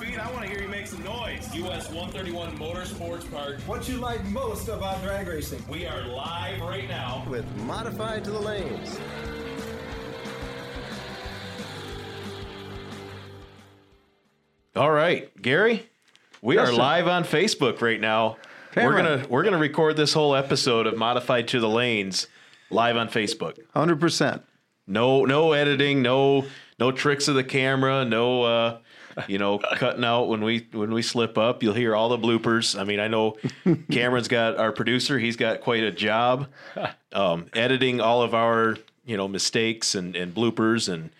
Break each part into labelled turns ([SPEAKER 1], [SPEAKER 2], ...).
[SPEAKER 1] feet. I want to hear you make some noise.
[SPEAKER 2] US 131 Motorsports Park.
[SPEAKER 3] What you like most about drag racing?
[SPEAKER 2] We are live right now.
[SPEAKER 4] with Modified to the Lanes. All right, Gary, we
[SPEAKER 5] Yes,
[SPEAKER 4] are
[SPEAKER 5] sir.
[SPEAKER 4] live on Facebook right now. We're
[SPEAKER 5] Cameron.
[SPEAKER 4] gonna we're gonna record this whole episode of Modified to the Lanes live on Facebook.
[SPEAKER 5] Hundred percent.
[SPEAKER 4] No no editing, no no tricks of the camera, no uh you know cutting out when we when we slip up. You'll hear all the bloopers. I mean, I know Cameron's got our producer, he's got quite a job um editing all of our, you know, mistakes and and bloopers and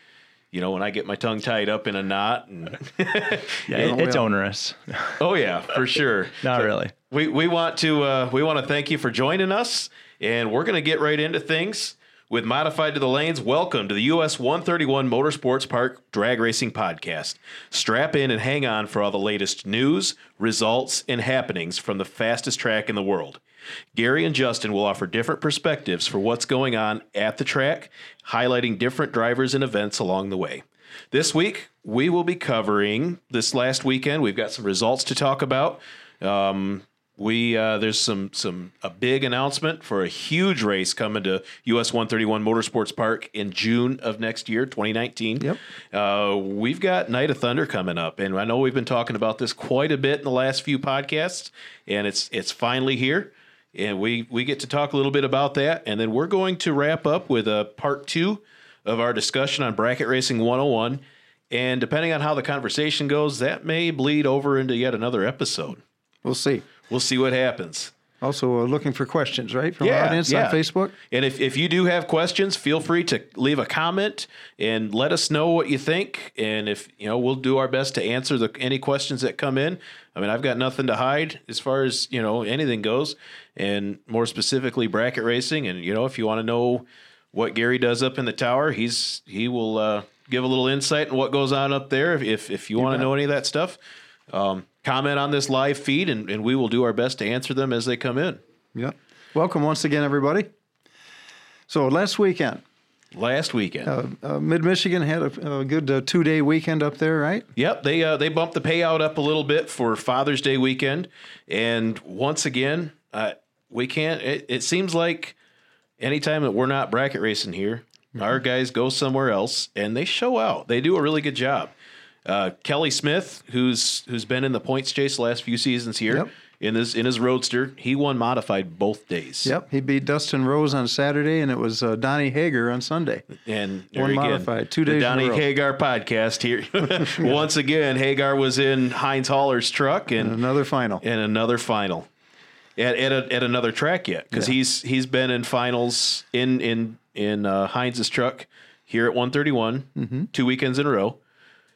[SPEAKER 4] you know, when I get my tongue tied up in a knot and
[SPEAKER 5] Yeah,
[SPEAKER 6] It- it's
[SPEAKER 5] own.
[SPEAKER 6] onerous.
[SPEAKER 4] Oh yeah, for sure.
[SPEAKER 6] Not really.
[SPEAKER 4] We we want to uh, we want to thank you for joining us, and we're going to get right into things with modified to the lanes. Welcome to the US 131 Motorsports Park Drag Racing Podcast. Strap in and hang on for all the latest news, results, and happenings from the fastest track in the world. Gary and Justin will offer different perspectives for what's going on at the track, highlighting different drivers and events along the way. This week, we will be covering this last weekend. We've got some results to talk about. Um, we uh, there's some some a big announcement for a huge race coming to US 131 Motorsports Park in June of next year, 2019.
[SPEAKER 5] Yep.
[SPEAKER 4] Uh, we've got Night of Thunder coming up, and I know we've been talking about this quite a bit in the last few podcasts, and it's it's finally here, and we we get to talk a little bit about that, and then we're going to wrap up with a part two of our discussion on bracket racing 101, and depending on how the conversation goes, that may bleed over into yet another episode.
[SPEAKER 5] We'll see.
[SPEAKER 4] We'll see what happens.
[SPEAKER 5] Also, uh, looking for questions, right, from
[SPEAKER 4] Yeah,
[SPEAKER 5] our audience
[SPEAKER 4] yeah.
[SPEAKER 5] on Facebook.
[SPEAKER 4] And if, if you do have questions, feel free to leave a comment and let us know what you think. And if you know, we'll do our best to answer the any questions that come in. I mean, I've got nothing to hide as far as you know anything goes, and more specifically bracket racing. And you know, if you want to know what Gary does up in the tower, he's he will uh, give a little insight on what goes on up there. If if, if you want to know any of that stuff. Um, comment on this live feed and, and we will do our best to answer them as they come in.
[SPEAKER 5] Yep. Welcome once again, everybody. So last weekend,
[SPEAKER 4] Last weekend.
[SPEAKER 5] uh, Mid Michigan had a, a good uh, two day weekend up there, right?
[SPEAKER 4] Yep, they uh, they bumped the payout up a little bit for Father's Day weekend, and once again, uh, we can't. It, it seems like anytime that we're not bracket racing here,
[SPEAKER 5] Mm-hmm.
[SPEAKER 4] our guys go somewhere else and they show out. They do a really good job. Uh, Kelly Smith, who's who's been in the points chase the last few seasons here
[SPEAKER 5] Yep.
[SPEAKER 4] in this in his roadster, he won modified both days.
[SPEAKER 5] Yep. He beat Dustin Rose on Saturday, and it was uh, Donnie Hager on Sunday.
[SPEAKER 4] And
[SPEAKER 5] One
[SPEAKER 4] there again,
[SPEAKER 5] modified, two days
[SPEAKER 4] The
[SPEAKER 5] in a
[SPEAKER 4] Donnie
[SPEAKER 5] row.
[SPEAKER 4] Hagar podcast here. Once again, Hagar was in Heinz Haller's truck, and
[SPEAKER 5] Another final.
[SPEAKER 4] and another final at at, a, at another track yet because he's he's been in finals in in in uh, Heinz's truck here at 131
[SPEAKER 5] Mm-hmm.
[SPEAKER 4] two weekends in a row.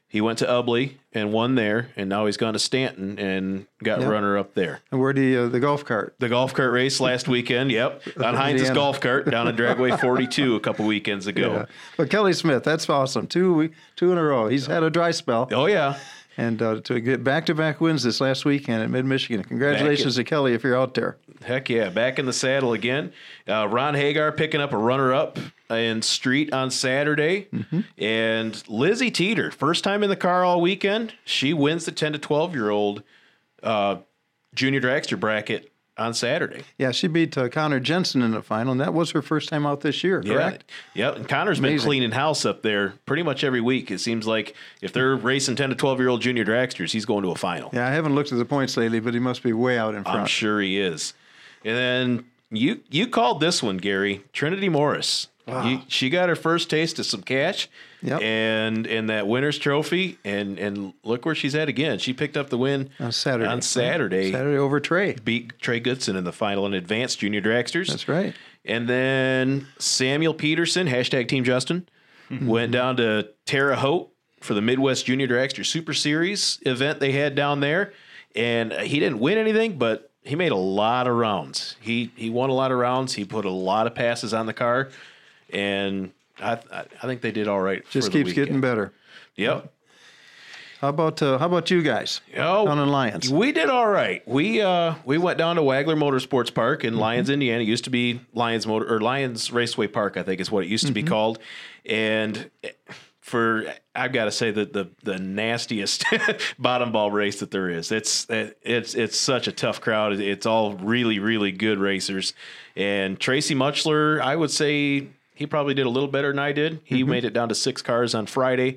[SPEAKER 4] He went to Ubley and won there, and now he's gone to Stanton and got
[SPEAKER 5] Yep.
[SPEAKER 4] runner up there.
[SPEAKER 5] And where the uh, the golf cart?
[SPEAKER 4] The golf cart race last weekend, yep, on Heinz's
[SPEAKER 5] Indiana.
[SPEAKER 4] golf cart down at Dragway 42 a couple weekends
[SPEAKER 6] Oh.
[SPEAKER 4] ago.
[SPEAKER 5] But Kelly Smith, that's awesome. Two we- two in a row. He's had a dry spell,
[SPEAKER 4] Oh yeah,
[SPEAKER 5] and uh, to get back to back wins this last weekend at Mid Michigan. Congratulations to Kelly if you're out there.
[SPEAKER 4] Heck yeah, back in the saddle again. Uh, Ron Hagar picking up a runner up in Street on Saturday. And Lizzie Teeter, first time in the car all weekend. She wins the 10 to 12 year old uh, junior dragster bracket on Saturday.
[SPEAKER 5] Yeah, she beat uh, Connor Jensen in the final, and that was her first time out this year, correct?
[SPEAKER 4] Yeah. Yep. And Connor's been
[SPEAKER 5] Amazing.
[SPEAKER 4] cleaning house up there pretty much every week. It seems like if they're racing 10 to 12 year old junior dragsters, he's going to a final.
[SPEAKER 5] Yeah, I haven't looked at the points lately, but he must be way out in front.
[SPEAKER 4] I'm sure he is. And then you you called this one, Gary Trinity Morris. You- she got her first taste of some cash,
[SPEAKER 5] Ah. Yep.
[SPEAKER 4] and and that winner's trophy, and and look where she's at again. She picked up the win
[SPEAKER 5] On Saturday.
[SPEAKER 4] On Saturday,
[SPEAKER 5] Saturday over Trey.
[SPEAKER 4] beat Trey Goodson in the final in advanced junior dragsters.
[SPEAKER 5] That's right.
[SPEAKER 4] And then Samuel Peterson, hashtag Team Justin,
[SPEAKER 5] Mm-hmm.
[SPEAKER 4] went down to Terre Haute for the Midwest Junior Dragster Super Series event they had down there. And he didn't win anything, but he made a lot of rounds. He he won a lot of rounds. He put a lot of passes on the car, and I I, I think they did all right.
[SPEAKER 5] Just
[SPEAKER 4] for the
[SPEAKER 5] keeps getting
[SPEAKER 4] weekend.
[SPEAKER 5] better.
[SPEAKER 4] Yep.
[SPEAKER 5] How about uh, how about you guys?
[SPEAKER 4] Oh,
[SPEAKER 5] Down in Lyons.
[SPEAKER 4] We did all right. We uh we went down to Wagler Motorsports Park in Lyons, Indiana. It used to be Lyons Motor or Lyons Raceway Park, I think is what it used to be called. And eh, for I've got to say that the the nastiest bottom ball race that there is. It's eh, it's it's such a tough crowd. It's all really really good racers, and Tracy Muchler, I would say he probably did a little better than I did. He made it down to six cars on Friday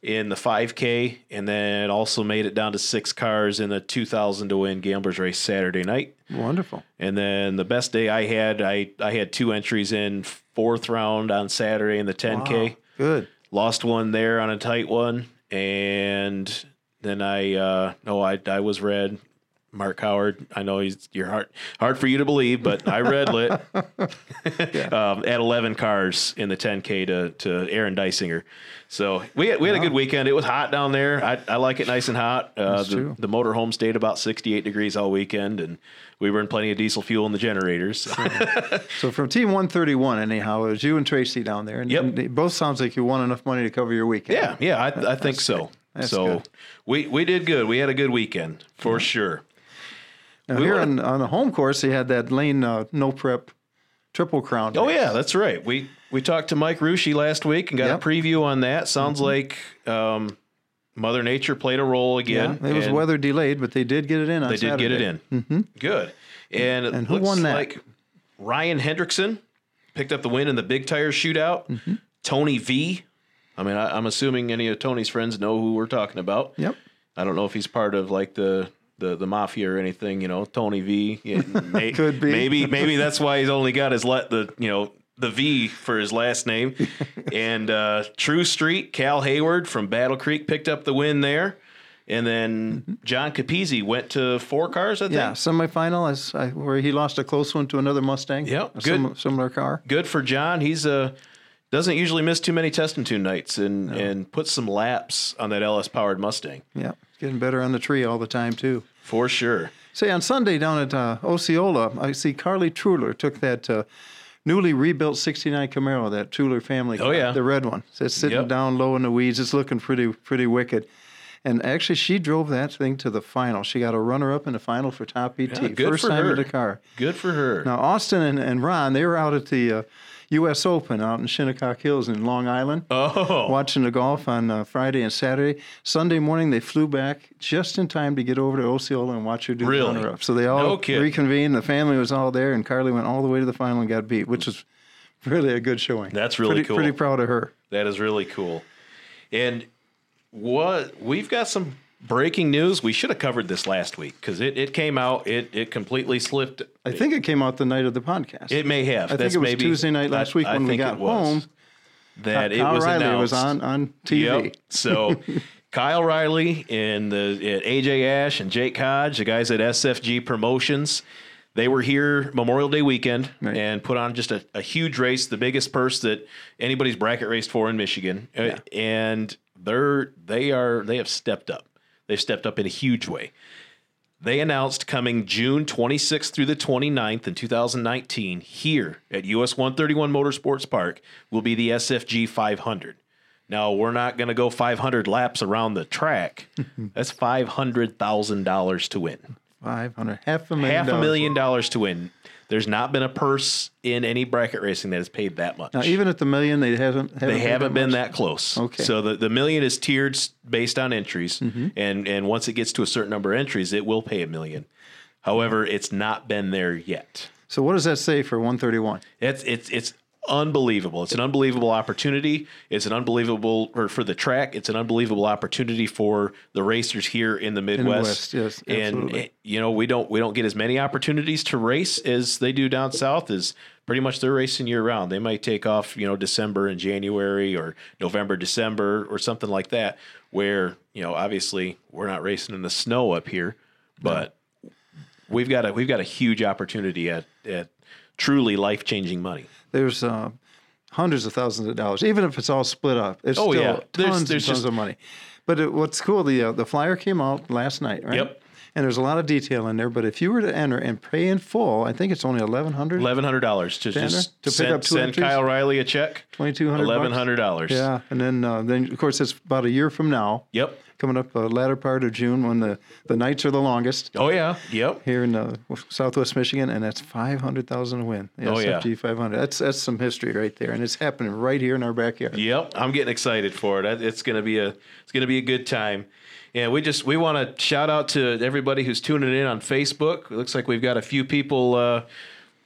[SPEAKER 4] in the 5K, and then also made it down to six cars in the 2,000 to win Gamblers race Saturday night.
[SPEAKER 5] Wonderful.
[SPEAKER 4] And then the best day I had, I I had two entries in fourth round on Saturday in the 10K
[SPEAKER 5] Ah, Good.
[SPEAKER 4] lost one there on a tight one and then i uh no i i was red mark howard i know he's your heart hard for you to believe but i red lit um, at 11 cars in the 10k to to aaron Dysinger. so we had, we had a good weekend it was hot down there i, I like it nice and hot uh, the,
[SPEAKER 5] true.
[SPEAKER 4] the motorhome stayed about 68 degrees all weekend and we burned plenty of diesel fuel in the generators
[SPEAKER 5] So from Team 131, anyhow, it was you and Tracy down there, and,
[SPEAKER 4] Yep.
[SPEAKER 5] and it both sounds like you won enough money to cover your weekend.
[SPEAKER 4] Yeah, yeah, I, I think so.
[SPEAKER 5] That's
[SPEAKER 4] so
[SPEAKER 5] good.
[SPEAKER 4] we we did good. We had a good weekend for sure.
[SPEAKER 5] Now
[SPEAKER 4] We
[SPEAKER 5] here
[SPEAKER 4] wanna-
[SPEAKER 5] on, on the home course, they had that lane uh, no prep triple crown.
[SPEAKER 4] Oh
[SPEAKER 5] race.
[SPEAKER 4] yeah, that's right. We we talked to Mike Rushi last week and got
[SPEAKER 5] Yep.
[SPEAKER 4] a preview on that. Sounds like um, Mother Nature played a role again.
[SPEAKER 5] Yeah, it was
[SPEAKER 4] and
[SPEAKER 5] weather delayed, but they did get it in. On
[SPEAKER 4] They did get it
[SPEAKER 5] Saturday.
[SPEAKER 4] in. Mm-hmm. Good. And it
[SPEAKER 5] And who
[SPEAKER 4] looks
[SPEAKER 5] won that?
[SPEAKER 4] Like Ryan Hendrickson picked up the win in the big tire shootout. Tony V. I mean, I, I'm assuming any of Tony's friends know who we're talking about.
[SPEAKER 5] Yep.
[SPEAKER 4] I don't know if he's part of like the the, the mafia or anything, you know, Tony V. Yeah, may-
[SPEAKER 5] Could be.
[SPEAKER 4] Maybe maybe that's why he's only got his let the you know the V for his last name. and uh, True Street, Cal Hayward from Battle Creek picked up the win there. And
[SPEAKER 5] Mm-hmm.
[SPEAKER 4] then John Capizzi went to four cars, I think.
[SPEAKER 5] Yeah, semifinal is I, where he lost a close one to another Mustang.
[SPEAKER 4] Yep,
[SPEAKER 5] a
[SPEAKER 4] good.
[SPEAKER 5] sim- similar car.
[SPEAKER 4] Good for John. He's uh, doesn't usually miss too many test and tune nights and and put some laps on that LS powered Mustang
[SPEAKER 5] Yeah, getting better on the tree all the time too.
[SPEAKER 4] for sure.
[SPEAKER 5] Say on Sunday down at uh, Osceola, I see Carly Truler took that uh, newly rebuilt '69 Camaro, that Truler family.
[SPEAKER 4] Oh,
[SPEAKER 5] car,
[SPEAKER 4] yeah.
[SPEAKER 5] the red one. So It's sitting
[SPEAKER 4] Yep.
[SPEAKER 5] down low in the weeds. It's looking pretty pretty wicked. And actually, she drove that thing to the final. She got a runner-up in the final for top ET.
[SPEAKER 4] Yeah, good
[SPEAKER 5] First
[SPEAKER 4] for
[SPEAKER 5] time
[SPEAKER 4] her.
[SPEAKER 5] in the car.
[SPEAKER 4] Good for her.
[SPEAKER 5] Now, Austin and, and Ron, they were out at the uh, U.S. Open out in Shinnecock Hills in Long Island,
[SPEAKER 4] oh,
[SPEAKER 5] watching the golf on uh, Friday and Saturday. Sunday morning, they flew back just in time to get over to Osceola and watch her do
[SPEAKER 4] Really?
[SPEAKER 5] the runner-up. So they all
[SPEAKER 4] No kidding.
[SPEAKER 5] reconvened. The family was all there, and Carly went all the way to the final and got beat, which was really a good showing.
[SPEAKER 4] That's really
[SPEAKER 5] pretty,
[SPEAKER 4] cool.
[SPEAKER 5] Pretty proud of her.
[SPEAKER 4] That is really cool. And what we've got some breaking news. We should have covered this last week because it, it came out. It it completely slipped.
[SPEAKER 5] I think it came out the night of the podcast.
[SPEAKER 4] It may have.
[SPEAKER 5] I think it was Tuesday night last week when we
[SPEAKER 4] think
[SPEAKER 5] got
[SPEAKER 4] it was.
[SPEAKER 5] home.
[SPEAKER 4] That it
[SPEAKER 5] Kyle
[SPEAKER 4] was
[SPEAKER 5] Riley
[SPEAKER 4] announced.
[SPEAKER 5] was on, on TV.
[SPEAKER 4] Yep. So Kyle Riley and the and AJ Ash and Jake Hodge, the guys at SFG Promotions, they were here Memorial Day weekend
[SPEAKER 5] Right.
[SPEAKER 4] and put on just a, a huge race, the biggest purse that anybody's bracket raced for in Michigan. Uh, And they're they are they have stepped up. They've stepped up in a huge way. They announced coming June 26th through the 29th in 2019 here at US 131 Motorsports Park will be the SFG 500. Now, we're not going to go 500 laps around the track. That's $500,000 to win.
[SPEAKER 5] 500, half a million
[SPEAKER 4] Half a
[SPEAKER 5] dollars.
[SPEAKER 4] million dollars to win. There's not been a purse in any bracket racing that has paid that much.
[SPEAKER 5] Now, even at the million, they haven't. haven't
[SPEAKER 4] They
[SPEAKER 5] paid
[SPEAKER 4] haven't been
[SPEAKER 5] much.
[SPEAKER 4] that close.
[SPEAKER 5] Okay. Mm-hmm.
[SPEAKER 4] So the, the million is tiered s- based on entries, and and once it gets to a certain number of entries, it will pay a million. However, it's not been there yet.
[SPEAKER 5] So what does that say for 131?
[SPEAKER 4] It's it's it's unbelievable. It's an unbelievable opportunity. It's an unbelievable or for the track. It's an unbelievable opportunity for the racers here in the Midwest.
[SPEAKER 5] West, yes,
[SPEAKER 4] and
[SPEAKER 5] absolutely.
[SPEAKER 4] eh, you know we don't we don't get as many opportunities to race as they do down south. Is pretty much they're racing year round. They might take off you know December and January or November December or something like that. Where you know obviously we're not racing in the snow up here, but we've got a we've got a huge opportunity at at truly life changing money.
[SPEAKER 5] There's uh, hundreds of thousands of dollars, even if it's all split up. It's
[SPEAKER 4] Oh,
[SPEAKER 5] still
[SPEAKER 4] yeah.
[SPEAKER 5] tons
[SPEAKER 4] There's-
[SPEAKER 5] and
[SPEAKER 4] there's
[SPEAKER 5] tons
[SPEAKER 4] just-
[SPEAKER 5] of money. But it, what's cool, the uh, the flyer came out last night, right?
[SPEAKER 4] Yep.
[SPEAKER 5] And there's a lot of detail in there. But if you were to enter and pay in full, I think it's only 1,100.
[SPEAKER 4] Eleven hundred dollars to
[SPEAKER 5] Tanner,
[SPEAKER 4] just
[SPEAKER 5] to pick
[SPEAKER 4] send,
[SPEAKER 5] up two
[SPEAKER 4] send
[SPEAKER 5] entries?
[SPEAKER 4] Kyle Riley a check
[SPEAKER 5] Twenty-two hundred.
[SPEAKER 4] eleven hundred dollars.
[SPEAKER 5] Yeah, and then uh, then of course it's about a year from now.
[SPEAKER 4] Yep.
[SPEAKER 5] Coming up uh, latter part of June when the the nights are the longest
[SPEAKER 4] Oh yeah. Yep.
[SPEAKER 5] here in uh, Southwest Michigan, and that's five hundred thousand to win.
[SPEAKER 4] Oh, yeah.
[SPEAKER 5] SFG five hundred. That's that's some history right there, and it's happening right here in our backyard.
[SPEAKER 4] Yep, I'm getting excited for it. I- It's gonna be a it's gonna be a good time, and we just we want to shout out to everybody who's tuning in on Facebook. It looks like we've got a few people uh,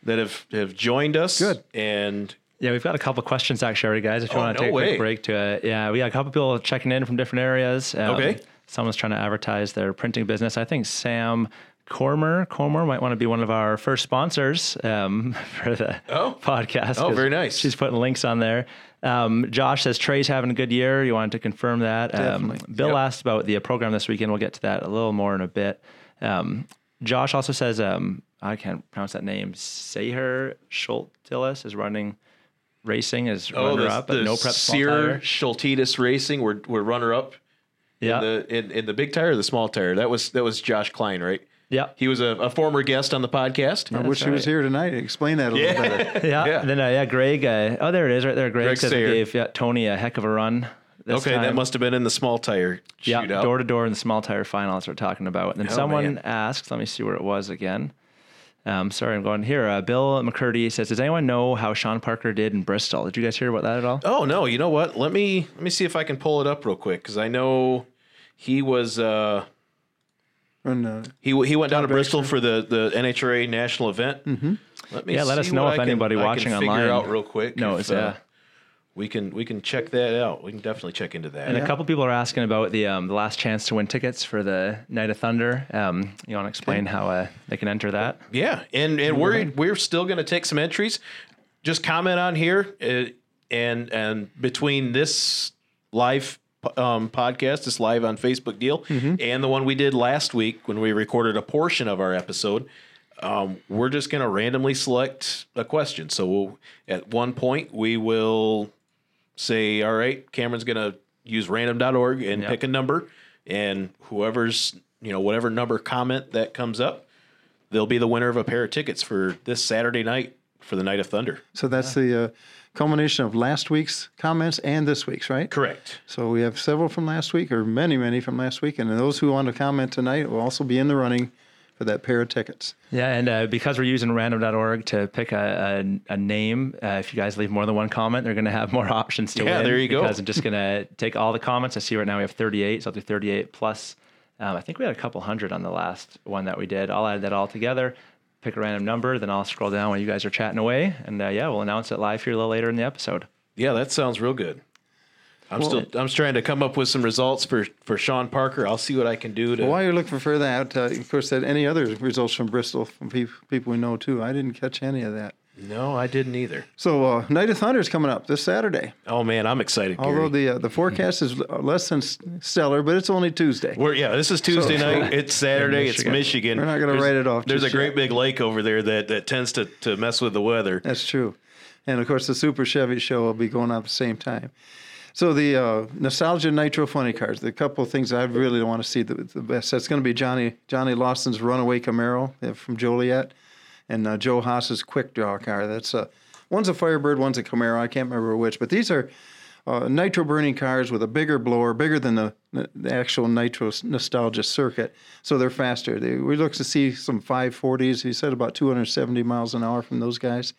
[SPEAKER 4] that have have joined us.
[SPEAKER 5] Good.
[SPEAKER 4] and
[SPEAKER 6] Yeah, we've got a couple questions actually already, guys. If you
[SPEAKER 4] Oh,
[SPEAKER 6] want
[SPEAKER 4] no
[SPEAKER 6] to take a
[SPEAKER 4] way.
[SPEAKER 6] quick break to it, yeah, we got a couple people checking in from different areas. Um,
[SPEAKER 4] Okay.
[SPEAKER 6] someone's trying to advertise their printing business. I think Sam Cormer Cormer might want to be one of our first sponsors um, for the
[SPEAKER 4] Oh.
[SPEAKER 6] podcast.
[SPEAKER 4] Oh,
[SPEAKER 6] 'cause
[SPEAKER 4] very nice.
[SPEAKER 6] She's putting links on there. Um, Josh says Trey's having a good year. You wanted to confirm that. Um,
[SPEAKER 5] Definitely.
[SPEAKER 6] Bill asked about the program this weekend. We'll get to that a little more in a bit. Um, Josh also says um, I can't pronounce that name. Seher Schultilis is running racing is runner
[SPEAKER 4] oh, the,
[SPEAKER 6] up
[SPEAKER 4] the
[SPEAKER 6] at no prep small
[SPEAKER 4] Sear
[SPEAKER 6] tire.
[SPEAKER 4] Schultidis Racing, we're we're runner up.
[SPEAKER 6] Yeah.
[SPEAKER 4] In the in, in the big tire, or the small tire. That was that was Josh Klein, right?
[SPEAKER 6] Yeah.
[SPEAKER 4] He was a, a former guest on the podcast.
[SPEAKER 5] I wish he was here tonight. to Explain that a little better.
[SPEAKER 6] yeah.
[SPEAKER 4] Yeah.
[SPEAKER 6] And then uh, yeah, Greg. Uh, oh, there it is, right there. Greg,
[SPEAKER 4] Greg
[SPEAKER 6] said he
[SPEAKER 4] Sayre.
[SPEAKER 6] gave yeah, Tony a heck of a run. This
[SPEAKER 4] Okay, that
[SPEAKER 6] time.
[SPEAKER 4] must have been in the small tire
[SPEAKER 6] yeah,
[SPEAKER 4] shootout.
[SPEAKER 6] door to door in the small tire finals we're talking about. And then someone
[SPEAKER 4] Oh, man.
[SPEAKER 6] asked, let me see where it was again. Um, sorry, I'm going here. Uh, Bill McCurdy says, "Does anyone know how Sean Parker did in Bristol? Did you guys hear about that at all?"
[SPEAKER 4] Oh no, you know what? Let me let me see if I can pull it up real quick because I know he was uh
[SPEAKER 5] And, uh,
[SPEAKER 4] he w- he went down to Bristol for the the NHRA national event. Mm-hmm. Let me
[SPEAKER 6] Yeah, let
[SPEAKER 4] see
[SPEAKER 6] us know
[SPEAKER 4] what
[SPEAKER 6] if
[SPEAKER 4] I can-
[SPEAKER 6] anybody
[SPEAKER 4] I can
[SPEAKER 6] watching
[SPEAKER 4] figure
[SPEAKER 6] online
[SPEAKER 4] out real quick.
[SPEAKER 6] No,
[SPEAKER 4] if,
[SPEAKER 6] it's
[SPEAKER 4] uh,
[SPEAKER 6] uh,
[SPEAKER 4] we can we can check that out. We can definitely check into that.
[SPEAKER 6] And a couple people are asking about the um, the last chance to win tickets for the Night of Thunder. Um, you want to explain how uh, they can enter that?
[SPEAKER 4] Yeah, and and we're we're still going to take some entries. Just comment on here, uh, and and between this live um, podcast, this live on Facebook deal, and the one we did last week when we recorded a portion of our episode, um, we're just going to randomly select a question. So we'll, at one point we will say, all right, Cameron's going to use random.org and pick a number, and whoever's you know whatever number comment that comes up they'll be the winner of a pair of tickets for this Saturday night for the Night of Thunder.
[SPEAKER 5] so that's the uh, culmination of last week's comments and this week's, right?
[SPEAKER 4] Correct.
[SPEAKER 5] So we have several from last week, or many, many from last week, and those who want to comment tonight will also be in the running for that pair of tickets.
[SPEAKER 6] Yeah, and uh, because we're using random.org to pick a, a, a name, uh, if you guys leave more than one comment, they're going to have more options to
[SPEAKER 4] Yeah,
[SPEAKER 6] win.
[SPEAKER 4] there you go.
[SPEAKER 6] Because I'm just going to take all the comments. I see right now we have 38, so I'll do 38 plus. Um, I think we had a couple hundred on the last one that we did. I'll add that all together, pick a random number, then I'll scroll down while you guys are chatting away. And uh, yeah, we'll announce it live here a little later in the episode.
[SPEAKER 4] Yeah, that sounds real good. I'm still I'm trying to come up with some results for for Sean Parker. I'll see what I can do to
[SPEAKER 5] While you're looking for that, uh, of course, that any other results from Bristol from peop people we know too. I didn't catch any of that.
[SPEAKER 4] No, I didn't either.
[SPEAKER 5] So uh, Night of Thunder is coming up this Saturday.
[SPEAKER 4] Oh man, I'm excited,
[SPEAKER 5] Although
[SPEAKER 4] Gary.
[SPEAKER 5] the uh, the forecast is l- less than s- stellar, but it's only Tuesday.
[SPEAKER 4] We're, yeah, this is Tuesday night. It's Saturday. It's
[SPEAKER 6] Michigan.
[SPEAKER 4] Michigan.
[SPEAKER 5] We're not gonna
[SPEAKER 4] There's-
[SPEAKER 5] write it off
[SPEAKER 4] There's a
[SPEAKER 5] just
[SPEAKER 4] great
[SPEAKER 5] yet.
[SPEAKER 4] big lake over there that that tends to to mess with the weather.
[SPEAKER 5] That's true. And of course, the Super Chevy show will be going on at the same time. So the uh, nostalgia nitro funny cars, the couple of things I really want to see the, the best. That's going to be Johnny Johnny Lawson's runaway Camaro uh, from Joliet, and uh, Joe Haas's quick draw car. That's uh, one's a Firebird, one's a Camaro. I can't remember which, but these are uh, nitro burning cars with a bigger blower, bigger than the, the actual nitro s- nostalgia circuit. So they're faster. They, we look to see some 540s. He said about 270 miles an hour from those guys.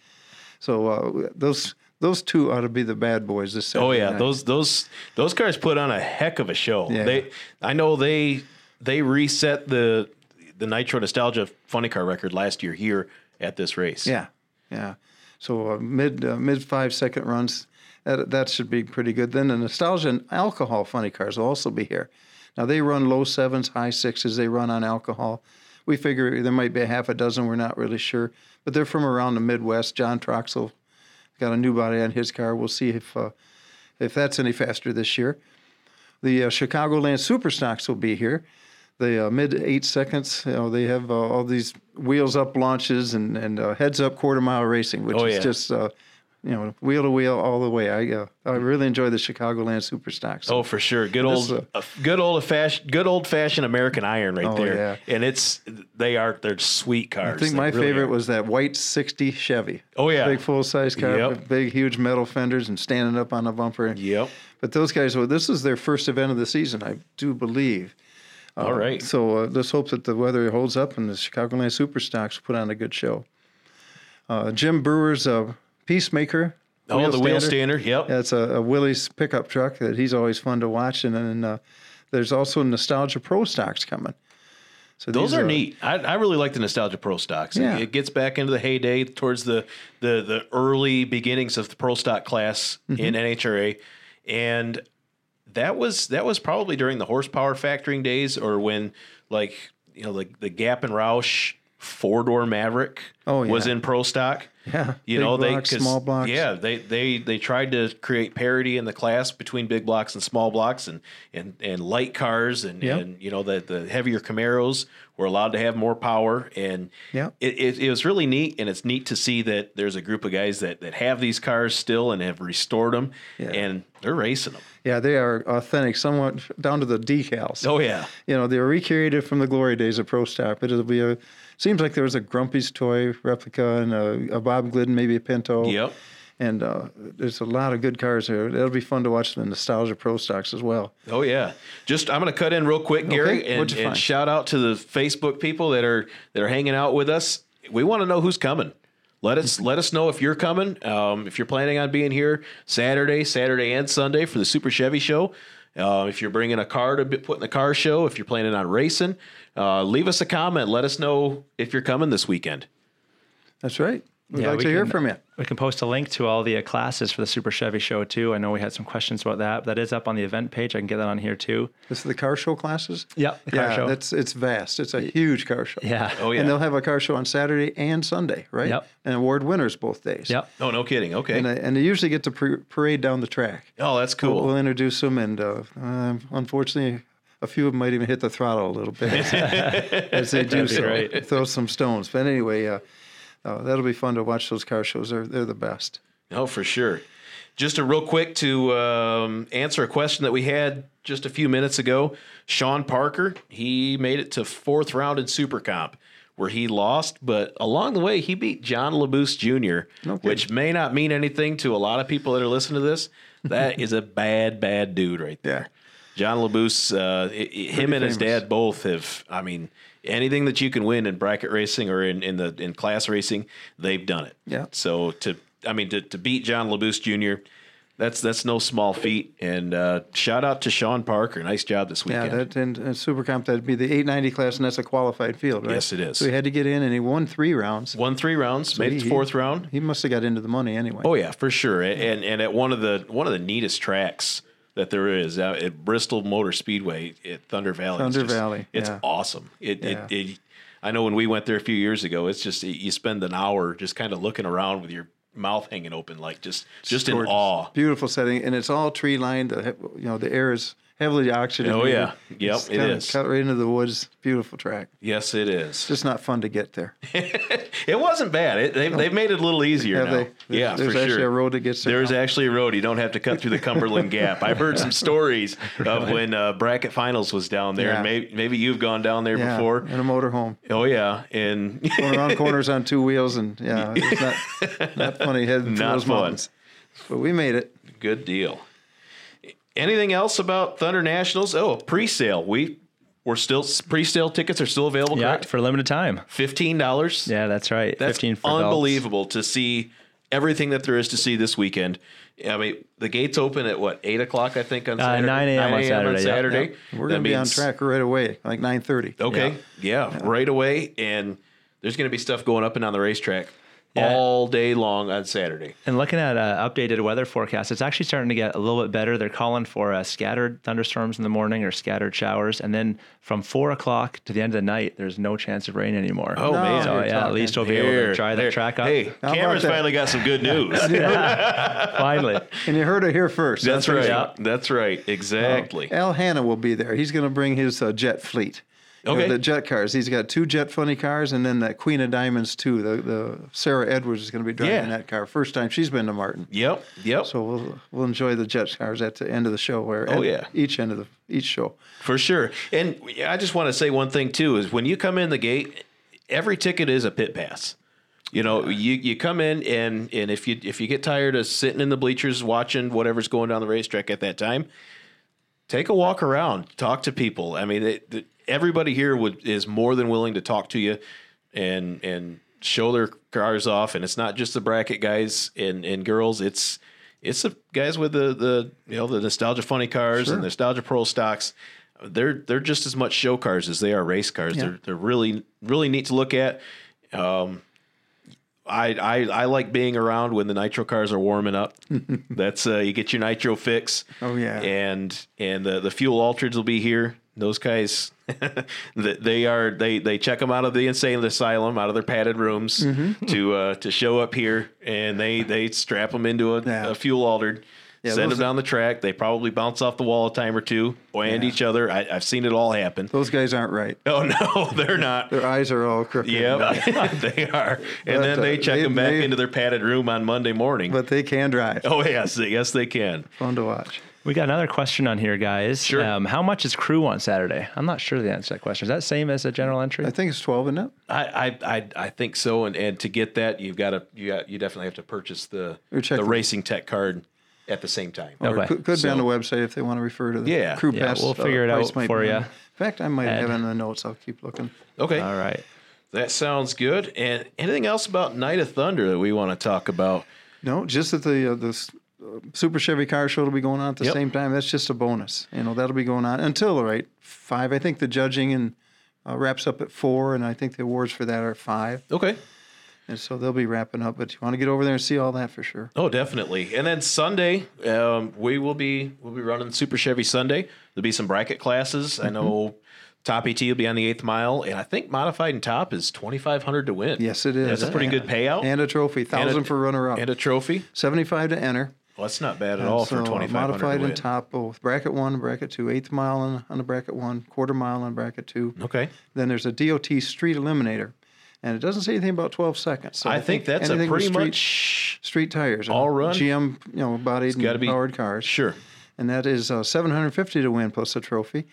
[SPEAKER 5] So uh, those those two ought to be the bad boys this Saturday.
[SPEAKER 4] Oh yeah,
[SPEAKER 5] night.
[SPEAKER 4] those those those cars put on a heck of a show.
[SPEAKER 5] Yeah.
[SPEAKER 4] They I know they they reset the the Nitro Nostalgia Funny Car record last year here at this race.
[SPEAKER 5] Yeah, yeah. So uh, mid uh, mid five second runs, that that should be pretty good. Then the nostalgia and alcohol funny cars will also be here. Now they run low sevens, high sixes. They run on alcohol. We figure there might be a half a dozen. We're not really sure, but they're from around the Midwest. John Troxel got a new body on his car. We'll see if uh, if that's any faster this year. The uh, Chicagoland Superstocks will be here. The uh, mid eight seconds, you know, they have uh, all these wheels up launches and and uh, heads up quarter mile racing, which
[SPEAKER 4] Oh,
[SPEAKER 5] is
[SPEAKER 4] yeah.
[SPEAKER 5] just uh, you know, wheel to wheel all the way. I uh, I really enjoy the Chicagoland Superstock. So
[SPEAKER 4] Oh, for sure. Good old,
[SPEAKER 5] This, uh,
[SPEAKER 4] uh, good old fashioned, good old fashioned American iron right
[SPEAKER 5] Oh,
[SPEAKER 4] there.
[SPEAKER 5] yeah.
[SPEAKER 4] And it's they are they're sweet cars.
[SPEAKER 5] I think
[SPEAKER 4] They
[SPEAKER 5] my
[SPEAKER 4] really
[SPEAKER 5] favorite
[SPEAKER 4] are.
[SPEAKER 5] was that white '60 Chevy.
[SPEAKER 4] Oh, yeah.
[SPEAKER 5] big full size car,
[SPEAKER 4] Yep.
[SPEAKER 5] with big huge metal fenders, and standing up on the bumper.
[SPEAKER 4] Yep.
[SPEAKER 5] But those guys, well, this is their first event of the season, I do believe.
[SPEAKER 4] All right.
[SPEAKER 5] So uh, let's hope that the weather holds up and the Chicagoland Superstocks put on a good show. Uh, Jim Brewer's uh, Peacemaker.
[SPEAKER 4] oh, the wheel standard. Yep.
[SPEAKER 5] That's a, a Willie's pickup truck that he's always fun to watch. And then uh, there's also Nostalgia Pro Stocks coming. So
[SPEAKER 4] Those
[SPEAKER 5] these
[SPEAKER 4] are neat. I, I really like the Nostalgia Pro Stocks. It-
[SPEAKER 5] Yeah.
[SPEAKER 4] It, gets back into the heyday towards the the the early beginnings of the Pro Stock class
[SPEAKER 5] Mm-hmm.
[SPEAKER 4] in NHRA, and that was that was probably during the horsepower factoring days or when like you know like the Gap and Roush four door Maverick
[SPEAKER 5] Oh, yeah.
[SPEAKER 4] was in Pro Stock.
[SPEAKER 5] Yeah,
[SPEAKER 4] you
[SPEAKER 5] big
[SPEAKER 4] know they
[SPEAKER 5] blocks,
[SPEAKER 4] 'cause-
[SPEAKER 5] small blocks.
[SPEAKER 4] Yeah, they they they tried to create parity in the class between big blocks and small blocks and and and light cars and
[SPEAKER 5] Yep.
[SPEAKER 4] and you know the the heavier Camaros were allowed to have more power and
[SPEAKER 5] Yep.
[SPEAKER 4] it, it it was really neat and it's neat to see that there's a group of guys that that have these cars still and have restored them
[SPEAKER 5] Yeah.
[SPEAKER 4] and they're racing them.
[SPEAKER 5] Yeah, they are authentic, somewhat down to the decals.
[SPEAKER 4] Oh yeah.
[SPEAKER 5] you know, they were recreated from the glory days of Pro Stop. It'll be a seems like there was a Grumpy's toy replica and a, a Bob Glidden, maybe a Pinto.
[SPEAKER 4] Yep.
[SPEAKER 5] And uh, there's a lot of good cars there. It'll be fun to watch the nostalgia pro stocks as well.
[SPEAKER 4] Oh yeah. Just I'm going to cut in real quick, Gary,
[SPEAKER 5] Okay,
[SPEAKER 4] and,
[SPEAKER 5] what'd you
[SPEAKER 4] and
[SPEAKER 5] find?
[SPEAKER 4] shout out to the Facebook people that are that are hanging out with us. We want to know who's coming. Let us let us know if you're coming. Um, if you're planning on being here Saturday, Saturday and Sunday for the Super Chevy Show. Uh, if you're bringing a car to be- put in the car show, if you're planning on racing, uh, leave us a comment. Let us know if you're coming this weekend.
[SPEAKER 5] That's right. We'd
[SPEAKER 6] Yeah,
[SPEAKER 5] like
[SPEAKER 6] we
[SPEAKER 5] to hear
[SPEAKER 6] can- uh,
[SPEAKER 5] from you.
[SPEAKER 6] We can post a link to all the uh, classes for the Super Chevy Show too. I know we had some questions about that. That is up on the event page. I can get that on here too.
[SPEAKER 5] This is the car show classes.
[SPEAKER 6] Yep, the car
[SPEAKER 5] yeah,
[SPEAKER 6] show.
[SPEAKER 5] that's it's vast. It's a huge car show.
[SPEAKER 6] Yeah.
[SPEAKER 4] Oh yeah.
[SPEAKER 5] And they'll have a car show on Saturday and Sunday, right?
[SPEAKER 6] Yep.
[SPEAKER 5] And award winners both days.
[SPEAKER 6] Yep.
[SPEAKER 4] oh no kidding. Okay.
[SPEAKER 5] And they, and they usually get to par- parade down the track.
[SPEAKER 4] oh that's
[SPEAKER 5] We'll-
[SPEAKER 4] cool.
[SPEAKER 5] We'll introduce them, and uh, um, unfortunately, a few of them might even hit the throttle a little bit as they do so.
[SPEAKER 6] right.
[SPEAKER 5] Throw some stones, but anyway, uh, uh, that'll be fun to watch those car shows. They're they're the best.
[SPEAKER 4] No, Oh, for sure. Just a real quick to um, answer a question that we had just a few minutes ago. Sean Parker, he made it to fourth round in Super Comp, where he lost, but along the way he beat John LaBoose Jr., which may not mean anything to a lot of people that are listening to this. That is a bad, bad dude right there. John LaBoose, uh, i- i- him and his
[SPEAKER 5] famous.
[SPEAKER 4] dad both have. I mean, anything that you can win in bracket racing or in, in the in class racing, they've done it.
[SPEAKER 5] Yeah.
[SPEAKER 4] So to I mean to, to beat John LaBoose Jr. That's that's no small feat. And uh, shout out to Sean Parker. Nice job this
[SPEAKER 5] Yeah,
[SPEAKER 4] weekend.
[SPEAKER 5] that and, and Supercomp that'd be the 890 class, and that's a qualified field, right?
[SPEAKER 4] Yes, it is.
[SPEAKER 5] So he had to get in, and he won three rounds.
[SPEAKER 4] Won three rounds, made it
[SPEAKER 5] he-
[SPEAKER 4] to fourth round.
[SPEAKER 5] He must have got into the money anyway.
[SPEAKER 4] Oh yeah, for sure. A- And and at one of the one of the neatest tracks that there is out at Bristol Motor Speedway at Thunder Valley. It's
[SPEAKER 5] Thunder Valley,
[SPEAKER 4] It's
[SPEAKER 5] yeah.
[SPEAKER 4] awesome. It,
[SPEAKER 5] Yeah.
[SPEAKER 4] it it I know when we went there a few years ago, it's just you spend an hour just kind of looking around with your mouth hanging open, like just just in
[SPEAKER 5] Gorgeous.
[SPEAKER 4] awe.
[SPEAKER 5] Beautiful setting, and it's all tree lined. You know, the air is heavily oxygenated.
[SPEAKER 4] Oh, yeah. Yep,
[SPEAKER 5] it's
[SPEAKER 4] it
[SPEAKER 5] kinda
[SPEAKER 4] is.
[SPEAKER 5] Cut right into the woods. Beautiful track.
[SPEAKER 4] Yes, it is.
[SPEAKER 5] Just not fun to get there.
[SPEAKER 4] It wasn't bad. It, they've, they've made it a little easier
[SPEAKER 5] Have
[SPEAKER 4] now.
[SPEAKER 5] they? There's-
[SPEAKER 4] yeah,
[SPEAKER 5] there's
[SPEAKER 4] for
[SPEAKER 5] actually
[SPEAKER 4] sure.
[SPEAKER 5] a road that gets there
[SPEAKER 4] There's
[SPEAKER 5] now.
[SPEAKER 4] actually a road. You don't have to cut through the Cumberland Gap. I've heard some stories of when uh, bracket finals was down there, and
[SPEAKER 5] Yeah.
[SPEAKER 4] maybe maybe you've gone down there
[SPEAKER 5] Yeah,
[SPEAKER 4] before.
[SPEAKER 5] in a motorhome.
[SPEAKER 4] Oh yeah, and
[SPEAKER 5] going around corners on two wheels, and yeah, it's not not funny heading through
[SPEAKER 4] Not
[SPEAKER 5] those
[SPEAKER 4] fun.
[SPEAKER 5] mountains. But we made it.
[SPEAKER 4] good deal. Anything else about Thunder Nationals? Oh, pre-sale. We we're still pre-sale tickets are still available.
[SPEAKER 6] Yeah,
[SPEAKER 4] Correct.
[SPEAKER 6] for a limited time.
[SPEAKER 4] Fifteen dollars.
[SPEAKER 6] Yeah, that's right.
[SPEAKER 4] That's
[SPEAKER 6] 15 for adults.
[SPEAKER 4] unbelievable to see everything that there is to see this weekend. I mean, the gates open at what eight o'clock? I think on
[SPEAKER 6] Uh,
[SPEAKER 4] Saturday.
[SPEAKER 6] 9 a.m. on Saturday, yeah.
[SPEAKER 4] Saturday.
[SPEAKER 5] We're
[SPEAKER 4] That
[SPEAKER 5] gonna be on
[SPEAKER 4] means-
[SPEAKER 5] track right away, like nine thirty.
[SPEAKER 4] Okay, yeah. right away, and there's going to be stuff going up and down the racetrack
[SPEAKER 6] Yeah.
[SPEAKER 4] all day long on Saturday.
[SPEAKER 6] And looking at uh, updated weather forecast, it's actually starting to get a little bit better. They're calling for uh, scattered thunderstorms in the morning or scattered showers, and then from four o'clock to the end of the night, there's no chance of rain anymore.
[SPEAKER 4] Oh, No, man.
[SPEAKER 6] So
[SPEAKER 5] you're
[SPEAKER 6] yeah, at
[SPEAKER 5] talking.
[SPEAKER 6] least we'll be able to dry that
[SPEAKER 4] there.
[SPEAKER 6] track up.
[SPEAKER 4] Hey,
[SPEAKER 5] about
[SPEAKER 4] Cameron's
[SPEAKER 5] that?
[SPEAKER 4] finally got some good news.
[SPEAKER 6] finally.
[SPEAKER 5] And you heard it here first.
[SPEAKER 4] That's
[SPEAKER 5] on
[SPEAKER 4] right.
[SPEAKER 5] Facebook.
[SPEAKER 4] That's right. Exactly.
[SPEAKER 5] Al Hanna will be there. He's going to bring his uh, jet fleet. you know,
[SPEAKER 4] Okay.
[SPEAKER 5] the jet cars. He's got two jet funny cars, and then that Queen of Diamonds too. The the Sarah Edwards is going to be driving
[SPEAKER 4] Yeah.
[SPEAKER 5] that car. First time she's been to Martin.
[SPEAKER 4] Yep. Yep.
[SPEAKER 5] So we'll we'll enjoy the jet cars at the end of the show. Where
[SPEAKER 4] Oh,
[SPEAKER 5] at
[SPEAKER 4] yeah.
[SPEAKER 5] each end of the each show.
[SPEAKER 4] For sure. And I just want to say one thing too is when you come in the gate, every ticket is a pit pass. You know, you, you come in and and if you if you get tired of sitting in the bleachers watching whatever's going down the racetrack at that time, take a walk around, talk to people. I mean, it, the, everybody here would is more than willing to talk to you and and show their cars off. And it's not just the bracket guys and and girls. It's it's the guys with the the you know the nostalgia funny cars and nostalgia pro stocks. They're they're just as much show cars as they are race cars. They're they're really really neat to look at. Um, I, I I like being around when the nitro cars are warming up. That's uh, you get your nitro fix.
[SPEAKER 5] Oh, yeah.
[SPEAKER 4] and and the the fuel altereds will be here. Those guys, th- they are they they check them out of the insane asylum, out of their padded rooms
[SPEAKER 5] Mm-hmm.
[SPEAKER 4] to uh, to show up here, and they they strap them into a,
[SPEAKER 5] Yeah.
[SPEAKER 4] a fuel altered. send
[SPEAKER 5] those
[SPEAKER 4] them down the track. They probably bounce off the wall a time or two, and each other. I, I've seen it all happen.
[SPEAKER 5] Those guys aren't right.
[SPEAKER 4] Oh no, they're not.
[SPEAKER 5] Their eyes are all crooked.
[SPEAKER 4] Yep, they are. And
[SPEAKER 5] But,
[SPEAKER 4] then
[SPEAKER 5] uh,
[SPEAKER 4] they check
[SPEAKER 5] they-
[SPEAKER 4] them back
[SPEAKER 5] they-
[SPEAKER 4] into their padded room on Monday morning.
[SPEAKER 5] but they can drive.
[SPEAKER 4] oh yes, they- yes they can.
[SPEAKER 5] Fun to watch.
[SPEAKER 6] We got another question on here, guys. Um,
[SPEAKER 4] Sure.
[SPEAKER 6] how much is crew on Saturday? I'm not sure the answer to that question. Is that same as a general entry?
[SPEAKER 5] I think it's twelve and up.
[SPEAKER 4] I I I, I think so. And, and to get that, you've got to you got you definitely have to purchase the
[SPEAKER 5] Or check
[SPEAKER 4] the
[SPEAKER 5] them.
[SPEAKER 4] racing tech card at the same time.
[SPEAKER 5] Or
[SPEAKER 6] Okay.
[SPEAKER 5] could, could be
[SPEAKER 4] So-
[SPEAKER 5] on the website if they want to refer to the
[SPEAKER 4] Yeah.
[SPEAKER 5] crew
[SPEAKER 6] Yeah,
[SPEAKER 5] pass.
[SPEAKER 6] we'll figure it
[SPEAKER 5] price
[SPEAKER 6] out
[SPEAKER 5] might
[SPEAKER 6] for
[SPEAKER 5] be on
[SPEAKER 6] ya.
[SPEAKER 5] there. In fact, I might have
[SPEAKER 6] Ed.
[SPEAKER 5] it in the notes. I'll keep looking.
[SPEAKER 4] Okay,
[SPEAKER 6] All right.
[SPEAKER 4] that sounds good. And anything else about Night of Thunder that we want to talk about?
[SPEAKER 5] No, just that the uh, the s- uh, Super Chevy Car Show will be going on at the
[SPEAKER 4] Yep.
[SPEAKER 5] same time. That's just a bonus. You know, that'll be going on until right five. I think the judging and uh, wraps up at four, and I think the awards for that are at five.
[SPEAKER 4] Okay.
[SPEAKER 5] And so they'll be wrapping up. But you want to get over there and see all that for sure.
[SPEAKER 4] Oh, definitely. And then Sunday, um, we will be we'll be running Super Chevy Sunday. There'll be some bracket classes.
[SPEAKER 5] Mm-hmm.
[SPEAKER 4] I know Top ET will be on the eighth mile, and I think Modified and Top is twenty five hundred to win.
[SPEAKER 5] Yes, it is.
[SPEAKER 4] That's a pretty
[SPEAKER 5] And-
[SPEAKER 4] good payout
[SPEAKER 5] and a trophy,
[SPEAKER 4] And a-
[SPEAKER 5] thousand for runner up,
[SPEAKER 4] and a trophy.
[SPEAKER 5] seventy five to enter.
[SPEAKER 4] Well, that's not bad at
[SPEAKER 5] And
[SPEAKER 4] all
[SPEAKER 5] so,
[SPEAKER 4] for
[SPEAKER 5] uh,
[SPEAKER 4] twenty five hundred
[SPEAKER 5] modified
[SPEAKER 4] to win.
[SPEAKER 5] and top both bracket one, bracket two, eighth mile on, on the bracket one, quarter mile on bracket two.
[SPEAKER 4] Okay,
[SPEAKER 5] Then there's a DOT street eliminator, and it doesn't say anything about 12 seconds. So
[SPEAKER 4] I think that's a
[SPEAKER 5] anything with
[SPEAKER 4] pretty
[SPEAKER 5] street,
[SPEAKER 4] much
[SPEAKER 5] street tires,
[SPEAKER 4] all
[SPEAKER 5] uh,
[SPEAKER 4] run.
[SPEAKER 5] GM, you know, bodied
[SPEAKER 4] gotta
[SPEAKER 5] and
[SPEAKER 4] be-
[SPEAKER 5] powered cars.
[SPEAKER 4] sure.
[SPEAKER 5] and that is uh, 750 to win plus a trophy,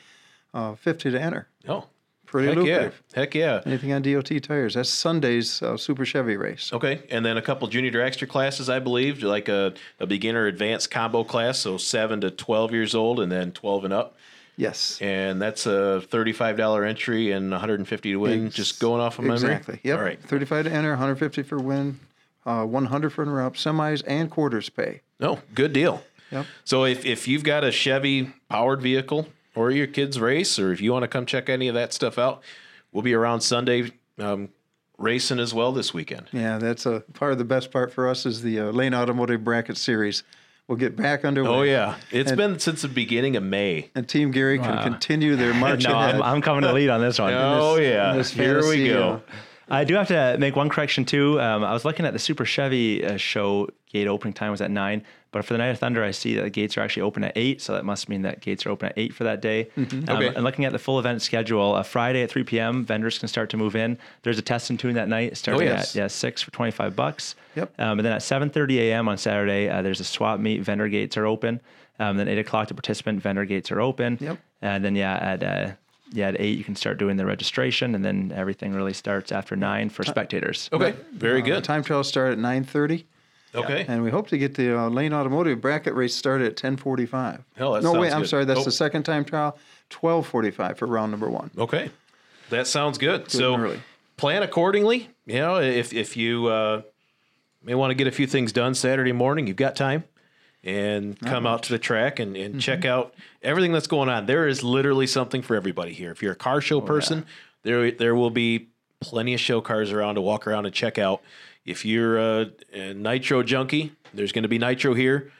[SPEAKER 5] uh, 50 to enter.
[SPEAKER 4] Oh,
[SPEAKER 5] Pretty
[SPEAKER 4] heck yeah,
[SPEAKER 5] lucrative.
[SPEAKER 4] heck yeah.
[SPEAKER 5] Anything on DOT tires? That's Sunday's uh, Super Chevy race.
[SPEAKER 4] Okay, and then a couple junior dragster classes, I believe, like a, a beginner advanced combo class, so seven to twelve years old, and then twelve and up.
[SPEAKER 5] Yes.
[SPEAKER 4] and that's a thirty-five dollar entry and one hundred and fifty to win. just going off of memory.
[SPEAKER 5] Exactly. Yep.
[SPEAKER 4] All right.
[SPEAKER 5] 35 to enter, 150 for win, uh, 100 for runner up, semis and quarters pay.
[SPEAKER 4] No, good deal.
[SPEAKER 5] Yep.
[SPEAKER 4] So if if you've got a Chevy powered vehicle or your kids race, or if you want to come check any of that stuff out, we'll be around Sunday um, racing as well this weekend.
[SPEAKER 5] Yeah, that's a part of the best part for us is the uh, Lane Automotive Bracket Series. We'll get back underway.
[SPEAKER 4] Oh yeah, it's
[SPEAKER 5] And-
[SPEAKER 4] been since the beginning of May.
[SPEAKER 5] and Team Gary can continue their march
[SPEAKER 6] No,
[SPEAKER 5] ahead.
[SPEAKER 6] I'm, I'm coming to lead on this one.
[SPEAKER 4] Oh yeah,
[SPEAKER 5] this
[SPEAKER 4] here we
[SPEAKER 5] fantasy,
[SPEAKER 4] go.
[SPEAKER 5] uh,
[SPEAKER 6] I do have to make one correction too. Um, I was looking at the Super Chevy uh, show gate opening time was at nine, but for the Night of Thunder, I see that the gates are actually open at eight, so that must mean that gates are open at eight for that day. Um,
[SPEAKER 4] Okay.
[SPEAKER 6] And looking at the full event schedule, uh, Friday at three p.m., vendors can start to move in. There's a test and tune that night, starting
[SPEAKER 4] yes.
[SPEAKER 6] at yeah six for twenty five bucks.
[SPEAKER 5] Yep.
[SPEAKER 6] Um, and then at seven thirty a.m. on Saturday, uh, there's a swap meet. Vendor gates are open. Um, then eight o'clock, the participant vendor gates are open.
[SPEAKER 5] Yep.
[SPEAKER 6] And then yeah, at uh, yeah at eight you can start doing the registration, and then everything really starts after nine for spectators.
[SPEAKER 4] Okay, very
[SPEAKER 5] The
[SPEAKER 4] good.
[SPEAKER 5] uh, time trials start at 9.30,
[SPEAKER 4] Okay,
[SPEAKER 5] and we hope to get the uh, Lane Automotive Bracket race started at 10.45.
[SPEAKER 4] Oh, that
[SPEAKER 5] no,
[SPEAKER 4] sounds
[SPEAKER 5] wait, I'm
[SPEAKER 4] good.
[SPEAKER 5] sorry. That's
[SPEAKER 4] Oh.
[SPEAKER 5] the second time trial, 12.45 for round number one.
[SPEAKER 4] Okay, that sounds good. so
[SPEAKER 5] and early.
[SPEAKER 4] plan accordingly. You know, if if you uh, may want to get a few things done Saturday morning, you've got time, and come out to the track and, and
[SPEAKER 5] Mm-hmm.
[SPEAKER 4] check out everything that's going on. There is literally something for everybody here. If you're a car
[SPEAKER 5] Oh,
[SPEAKER 4] show person, there there will be plenty of show cars around to walk around and check out. If you're a, a nitro junkie, there's going to be nitro here.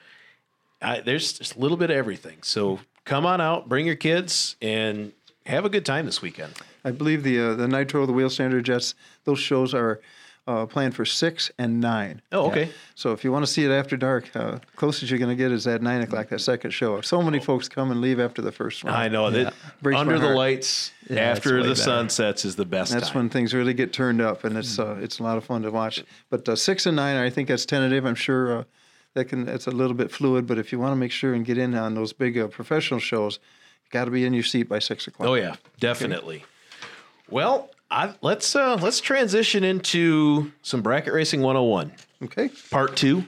[SPEAKER 4] I, there's just a little bit of everything. So come on out, bring your kids, and have a good time this weekend.
[SPEAKER 5] I believe the uh, the Nitro, the Wheel Standard Jets, those shows are uh, planned for six and nine.
[SPEAKER 4] Oh, okay.
[SPEAKER 5] So if you want to see it after dark, uh, closest you're going to get is at nine o'clock, that second show. So many folks come and leave after the first one.
[SPEAKER 4] I know that
[SPEAKER 5] Breaks my
[SPEAKER 4] under the
[SPEAKER 5] heart.
[SPEAKER 4] lights
[SPEAKER 6] that's
[SPEAKER 4] after
[SPEAKER 6] way
[SPEAKER 4] the
[SPEAKER 6] better.
[SPEAKER 4] sun sets is the best.
[SPEAKER 5] That's
[SPEAKER 4] time.
[SPEAKER 5] when things really get turned up, and it's uh, it's a lot of fun to watch. But uh, six and nine, I think that's tentative. I'm sure uh, that can that's a little bit fluid. But if you want to make sure and get in on those big uh, professional shows, you got to be in your seat by six o'clock.
[SPEAKER 4] Oh yeah, definitely. Well, I, let's uh, let's transition into some bracket racing 101
[SPEAKER 5] Okay.
[SPEAKER 4] part two.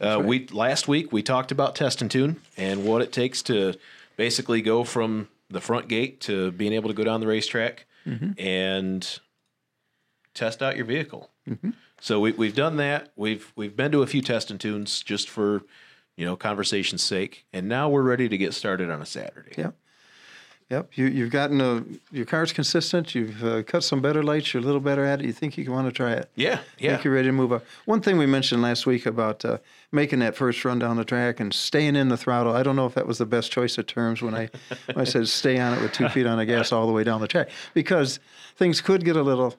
[SPEAKER 4] Uh, We last week we talked about test and tune and what it takes to basically go from the front gate to being able to go down the racetrack and test out your vehicle. So we, we've done that. We've we've been to a few test and tunes just for you know conversation's sake, and now we're ready to get started on a Saturday.
[SPEAKER 5] Yep. Yep. You you've gotten a your car's consistent. You've uh, cut some better lights. You're a little better at it. You think you want to try it.
[SPEAKER 4] Yeah, yeah.
[SPEAKER 5] Think you're ready to move up. One thing we mentioned last week about uh, making that first run down the track and staying in the throttle. I don't know if that was the best choice of terms when I when I said stay on it with two feet on the gas all the way down the track because things could get a little.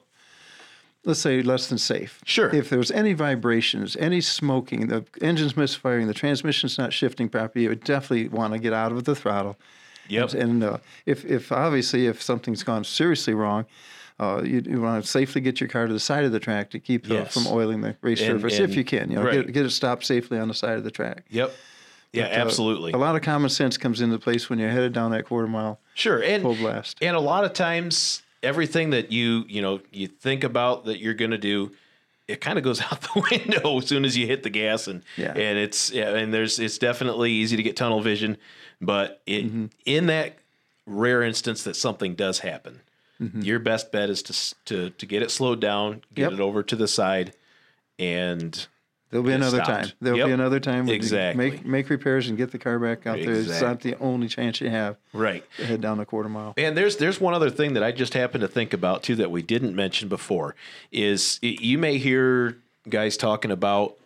[SPEAKER 5] Let's say less than safe.
[SPEAKER 4] Sure.
[SPEAKER 5] If there's any vibrations, any smoking, the engine's misfiring, the transmission's not shifting properly, you would definitely want to get out of the throttle.
[SPEAKER 4] Yep.
[SPEAKER 5] And uh, if, if obviously if something's gone seriously wrong, uh, you, you want to safely get your car to the side of the track to keep the,
[SPEAKER 4] Yes.
[SPEAKER 5] from oiling the race
[SPEAKER 4] And-
[SPEAKER 5] surface
[SPEAKER 4] and-
[SPEAKER 5] if you can. You know,
[SPEAKER 4] right.
[SPEAKER 5] get, get it stopped safely on the side of the track.
[SPEAKER 4] Yep. Yeah,
[SPEAKER 5] Uh,
[SPEAKER 4] absolutely.
[SPEAKER 5] a lot of common sense comes into place when you're headed down that quarter mile.
[SPEAKER 4] sure. And
[SPEAKER 5] full blast.
[SPEAKER 4] And a lot of times everything that you, you know, you think about that you're going to do, it kind of goes out the window as soon as you hit the gas and
[SPEAKER 5] Yeah.
[SPEAKER 4] and it's yeah, and there's it's definitely easy to get tunnel vision, but it
[SPEAKER 5] Mm-hmm.
[SPEAKER 4] in that rare instance that something does happen, your best bet is to s- to to get it slowed down, get
[SPEAKER 5] Mm-hmm. Yep.
[SPEAKER 4] it over to the side and
[SPEAKER 5] There'll be
[SPEAKER 4] Get
[SPEAKER 5] another
[SPEAKER 4] stopped.
[SPEAKER 5] time. There'll
[SPEAKER 4] Yep.
[SPEAKER 5] be another time. when you
[SPEAKER 4] Exactly.
[SPEAKER 5] Make make repairs and get the car back out there. It's not
[SPEAKER 4] Exactly.
[SPEAKER 5] the only chance you have
[SPEAKER 4] right.
[SPEAKER 5] to head down the quarter mile.
[SPEAKER 4] And there's there's one other thing that I just happened to think about too that we didn't mention before is y- you may hear guys talking about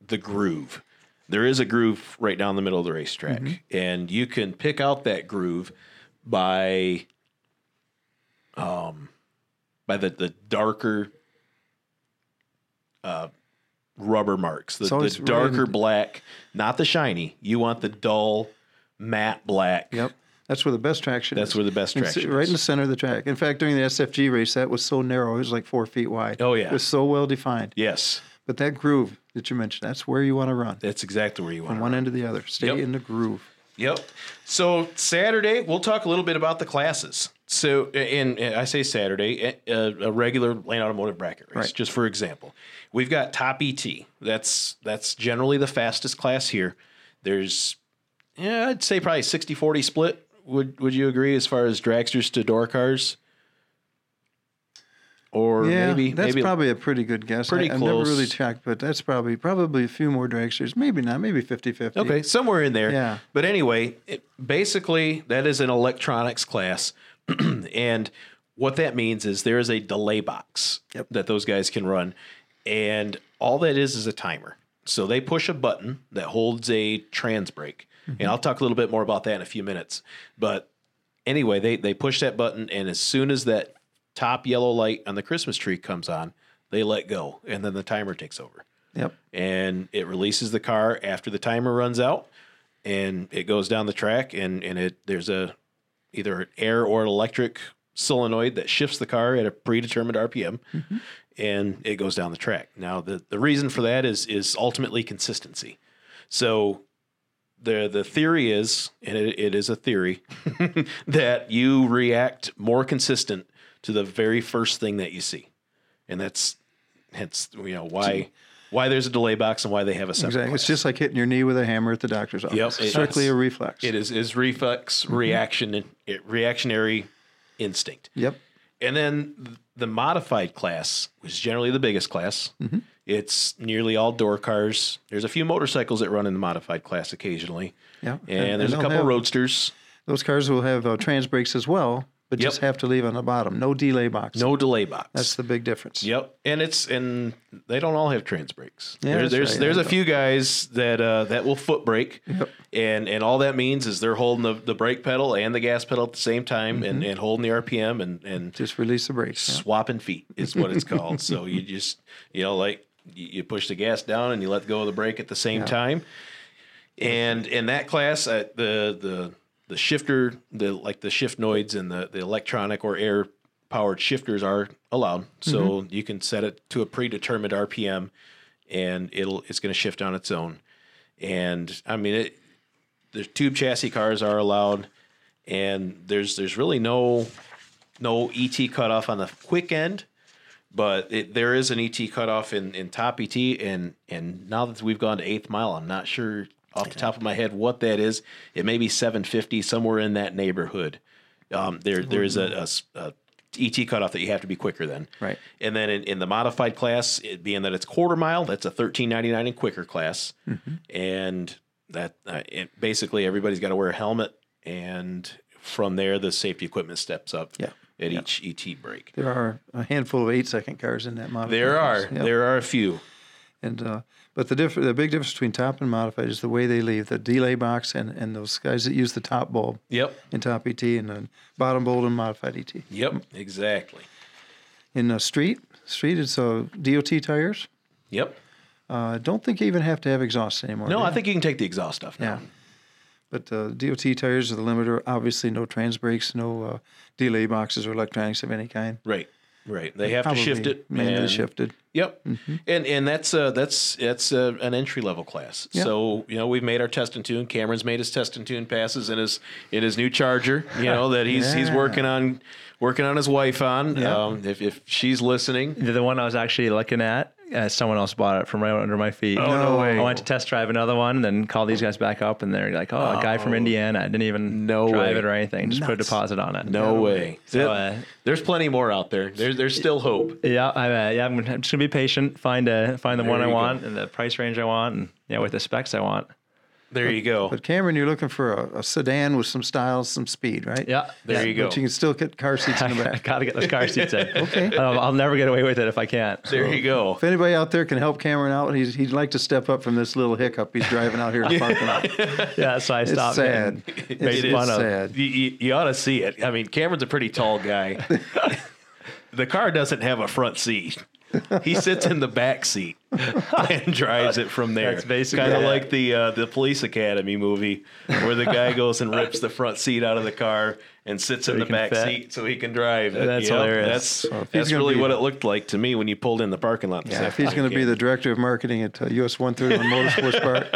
[SPEAKER 4] the groove. There is a groove right down the middle of the racetrack,
[SPEAKER 5] Mm-hmm.
[SPEAKER 4] and you can pick out that groove by um by the the darker uh rubber marks, the,
[SPEAKER 5] It's
[SPEAKER 4] the
[SPEAKER 5] always
[SPEAKER 4] darker
[SPEAKER 5] red.
[SPEAKER 4] black, not the shiny. You want the dull matte black.
[SPEAKER 5] Yep. That's where the best traction
[SPEAKER 4] That's
[SPEAKER 5] is.
[SPEAKER 4] where the best
[SPEAKER 5] And s-
[SPEAKER 4] traction
[SPEAKER 5] Right
[SPEAKER 4] is.
[SPEAKER 5] in the center of the track. In fact, during the SFG race, that was so narrow. It was like four feet wide.
[SPEAKER 4] Oh, yeah.
[SPEAKER 5] It was so well defined.
[SPEAKER 4] Yes.
[SPEAKER 5] But that groove that you mentioned, that's where you want to run.
[SPEAKER 4] That's exactly where you want
[SPEAKER 5] From
[SPEAKER 4] to
[SPEAKER 5] one end to the other. Stay
[SPEAKER 4] Yep.
[SPEAKER 5] in the groove.
[SPEAKER 4] Yep. So Saturday, we'll talk a little bit about the classes. So, and, and I say Saturday, a, a regular lane automotive bracket race,
[SPEAKER 5] Right.
[SPEAKER 4] just for example. We've got top ET. That's that's generally the fastest class here. There's, yeah, I'd say probably 60-40 split. Would Would you agree as far as dragsters to door cars? Or
[SPEAKER 5] yeah,
[SPEAKER 4] maybe
[SPEAKER 5] that's
[SPEAKER 4] maybe
[SPEAKER 5] probably a pretty good guess.
[SPEAKER 4] Pretty
[SPEAKER 5] I, I've never
[SPEAKER 4] close.
[SPEAKER 5] really checked, but that's probably probably a few more dragsters. Maybe not. Maybe 50-50.
[SPEAKER 4] Okay, somewhere in there.
[SPEAKER 5] Yeah.
[SPEAKER 4] But anyway, it, basically, that is an electronics class. and what that means is there is a delay box that those guys can run. And all that is is a timer. So they push a button that holds a trans brake. And I'll talk a little bit more about that in a few minutes. But anyway, they, they push that button. And as soon as that top yellow light on the Christmas tree comes on, they let go. And then the timer takes over
[SPEAKER 5] Yep.
[SPEAKER 4] and it releases the car after the timer runs out and it goes down the track and and it there's a either an air or an electric solenoid that shifts the car at a predetermined rpm
[SPEAKER 5] Mm-hmm.
[SPEAKER 4] and it goes down the track now the the reason for that is is ultimately consistency so the the theory is, and it, it is a theory, that you react more consistent to the very first thing that you see, and that's hence you know why why there's a delay box and why they have a separate.
[SPEAKER 5] Exactly. It's
[SPEAKER 4] class.
[SPEAKER 5] just like hitting your knee with a hammer at the doctor's office.
[SPEAKER 4] it-
[SPEAKER 5] Strictly a reflex.
[SPEAKER 4] it is is reflex
[SPEAKER 5] Mm-hmm.
[SPEAKER 4] reaction and it, reactionary instinct.
[SPEAKER 5] Yep.
[SPEAKER 4] And then th- the modified class was generally the biggest class.
[SPEAKER 5] Mm-hmm.
[SPEAKER 4] It's nearly all door cars. There's a few motorcycles that run in the modified class occasionally.
[SPEAKER 5] Yeah.
[SPEAKER 4] And, there's a
[SPEAKER 5] they'll
[SPEAKER 4] couple
[SPEAKER 5] have-
[SPEAKER 4] roadsters.
[SPEAKER 5] Those cars will have uh, trans brakes as well, but but
[SPEAKER 4] Yep.
[SPEAKER 5] just have to leave on the bottom. No delay box.
[SPEAKER 4] No delay box.
[SPEAKER 5] That's the big difference.
[SPEAKER 4] Yep, and it's and they don't all have trans brakes.
[SPEAKER 5] Yeah,
[SPEAKER 4] There-
[SPEAKER 5] that's
[SPEAKER 4] there's
[SPEAKER 5] right.
[SPEAKER 4] there's
[SPEAKER 5] They
[SPEAKER 4] a few guys that uh, that will foot brake, and and all that means is they're holding the, the brake pedal and the gas pedal at the same time,
[SPEAKER 5] Mm-hmm.
[SPEAKER 4] and, and holding the RPM and and
[SPEAKER 5] Just release the brakes. yeah.
[SPEAKER 4] swapping feet is what it's called. so you just you know like you you push the gas down and you let go of the brake at the same time, and in that class uh, the the the shifter the like the shiftnoids and the the electronic or air powered shifters are allowed. So you can set it to a predetermined RPM, and it'll it's going to shift on its own. And I mean it. The tube chassis cars are allowed, and there's there's really no no ET cutoff on the quick end, but it, there is an ET cutoff in, in top ET. And, and now that we've gone to eighth mile, I'm not sure off the top of my head what that is. It may be 750, somewhere in that neighborhood. Um, there, there is a, a s- a ET cutoff that you have to be quicker than.
[SPEAKER 5] Right.
[SPEAKER 4] And then in, in the modified class, it being that it's quarter mile, that's a 1399 and quicker class.
[SPEAKER 5] Mm-hmm.
[SPEAKER 4] And that uh, it, basically everybody's got to wear a helmet. And from there, the safety equipment steps up
[SPEAKER 5] Yeah.
[SPEAKER 4] at each ET break.
[SPEAKER 5] There are a handful of eight second cars in that model.
[SPEAKER 4] There are there are a few.
[SPEAKER 5] And uh, but the diff- the big difference between top and modified is the way they leave the delay box and, and those guys that use the top bulb
[SPEAKER 4] Yep.
[SPEAKER 5] in top ET and then bottom bulb and modified ET.
[SPEAKER 4] Yep. Exactly.
[SPEAKER 5] In the street, street it's uh, DOT tires.
[SPEAKER 4] Yep.
[SPEAKER 5] Uh, don't think you even have to have exhaust anymore.
[SPEAKER 4] No,
[SPEAKER 5] do
[SPEAKER 4] I
[SPEAKER 5] you?
[SPEAKER 4] think you can take the exhaust off now.
[SPEAKER 5] yeah. But uh, DOT tires are the limiter. Obviously, no trans brakes, no uh, delay boxes or electronics of any kind.
[SPEAKER 4] Right. Right. They have to
[SPEAKER 5] Probably
[SPEAKER 4] shift it.
[SPEAKER 5] manually
[SPEAKER 4] and-
[SPEAKER 5] shifted.
[SPEAKER 4] Yep. And and that's uh that's that's uh, an entry level class. So you know we've made our test and tune. Cameron's made his test and tune passes in his in his new charger. You know that he's he's
[SPEAKER 5] Yeah.
[SPEAKER 4] working on working on his wife on. Um, if if she's listening,
[SPEAKER 6] The, the one I was actually looking at, uh, someone else bought it from right under my feet. Oh,
[SPEAKER 5] no way.
[SPEAKER 6] I went to test drive another one, then called these guys back up, and they're like, oh, a guy from Indiana. I didn't even
[SPEAKER 4] No
[SPEAKER 6] drive
[SPEAKER 4] way.
[SPEAKER 6] it or anything. Just put a
[SPEAKER 5] Nuts.
[SPEAKER 6] deposit on it.
[SPEAKER 4] no way.
[SPEAKER 6] So, uh,
[SPEAKER 4] there's plenty more out there. There's there's still hope.
[SPEAKER 6] Yeah, I'm, uh, yeah, I'm, gonna- I'm just gonna be patient. Find a find the one I
[SPEAKER 4] you go.
[SPEAKER 6] want and the price range I want, and yeah, with the specs I want.
[SPEAKER 4] There you go.
[SPEAKER 5] But Cameron, you're looking for a, a sedan with some styles, some speed, right?
[SPEAKER 6] Yeah,
[SPEAKER 4] There you go.
[SPEAKER 5] But you can still get car seats in the
[SPEAKER 6] I
[SPEAKER 5] back.
[SPEAKER 6] gotta get those car seats in. okay, um, I'll never get away with it if I can't.
[SPEAKER 4] There you go.
[SPEAKER 5] If anybody out there can help Cameron out, he's, he'd like to step up from this little hiccup he's driving out here in the parking lot.
[SPEAKER 6] Yeah, so I
[SPEAKER 5] It's
[SPEAKER 6] stopped.
[SPEAKER 5] sad.
[SPEAKER 6] and
[SPEAKER 5] It's
[SPEAKER 6] made
[SPEAKER 5] it's
[SPEAKER 6] fun of.
[SPEAKER 5] sad.
[SPEAKER 4] You, you, you ought to see it. I mean, Cameron's a pretty tall guy. the car doesn't have a front seat. He sits in the back seat and drives it from there.
[SPEAKER 6] That's basically
[SPEAKER 4] kind of
[SPEAKER 6] it.
[SPEAKER 4] like the uh, the police academy movie where the guy goes and rips the front seat out of the car and sits in
[SPEAKER 6] he
[SPEAKER 4] the
[SPEAKER 6] can
[SPEAKER 4] back
[SPEAKER 6] fit.
[SPEAKER 4] seat so he can drive. it.
[SPEAKER 6] That's hilarious.
[SPEAKER 4] That's,
[SPEAKER 5] if he's
[SPEAKER 4] that's
[SPEAKER 5] gonna
[SPEAKER 4] really
[SPEAKER 5] be-
[SPEAKER 4] what it looked like to me when you pulled in the parking lot. this
[SPEAKER 5] Yeah, if he's
[SPEAKER 4] afternoon,
[SPEAKER 5] going to be
[SPEAKER 4] Cameron.
[SPEAKER 5] the director of marketing at uh, US 131 Motorsports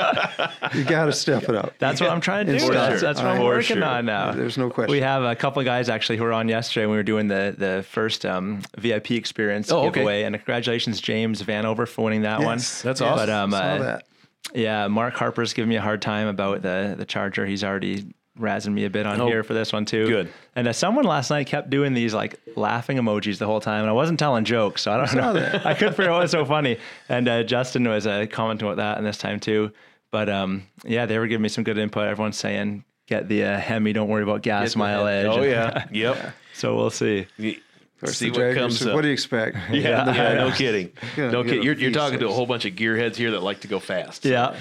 [SPEAKER 5] Park, you got to step it up.
[SPEAKER 6] That's what I'm trying to do.
[SPEAKER 5] For
[SPEAKER 6] That's,
[SPEAKER 5] sure.
[SPEAKER 6] that's what I'm
[SPEAKER 5] For
[SPEAKER 6] working
[SPEAKER 4] sure.
[SPEAKER 6] on now.
[SPEAKER 5] There's no question.
[SPEAKER 6] We have a couple of guys actually who were on yesterday when we were doing the the first um, VIP experience
[SPEAKER 4] Oh, okay.
[SPEAKER 6] giveaway, and congratulations James Vanover for winning that one.
[SPEAKER 5] Yes,
[SPEAKER 4] That's
[SPEAKER 5] yes,
[SPEAKER 4] awesome.
[SPEAKER 6] But um,
[SPEAKER 5] saw
[SPEAKER 6] uh,
[SPEAKER 5] that.
[SPEAKER 6] yeah, Mark Harper's giving me a hard time about the the charger. He's already razzing me a bit on
[SPEAKER 4] Oh,
[SPEAKER 6] here for this one too.
[SPEAKER 4] good.
[SPEAKER 6] And uh, someone last night kept doing these like laughing emojis the whole time, and I wasn't telling jokes, so I don't know.
[SPEAKER 5] that.
[SPEAKER 6] I couldn't figure out what was so funny. And uh, Justin was uh, commenting about that, and this time too. But um, yeah, they were giving me some good input. Everyone's saying get the uh, Hemi, don't worry about gas mileage.
[SPEAKER 4] Oh yeah. Yep.
[SPEAKER 6] so we'll see.
[SPEAKER 4] You-
[SPEAKER 5] Of course,
[SPEAKER 4] See what
[SPEAKER 5] the drag
[SPEAKER 4] comes.
[SPEAKER 5] racers,
[SPEAKER 4] up.
[SPEAKER 5] What do you expect?
[SPEAKER 4] Yeah, yeah, no kidding.
[SPEAKER 5] Gonna
[SPEAKER 4] No
[SPEAKER 5] get
[SPEAKER 4] kidding.
[SPEAKER 5] a
[SPEAKER 4] You're, you're talking to a
[SPEAKER 5] V6.
[SPEAKER 4] whole bunch of gearheads here that like to go fast.
[SPEAKER 6] Yeah.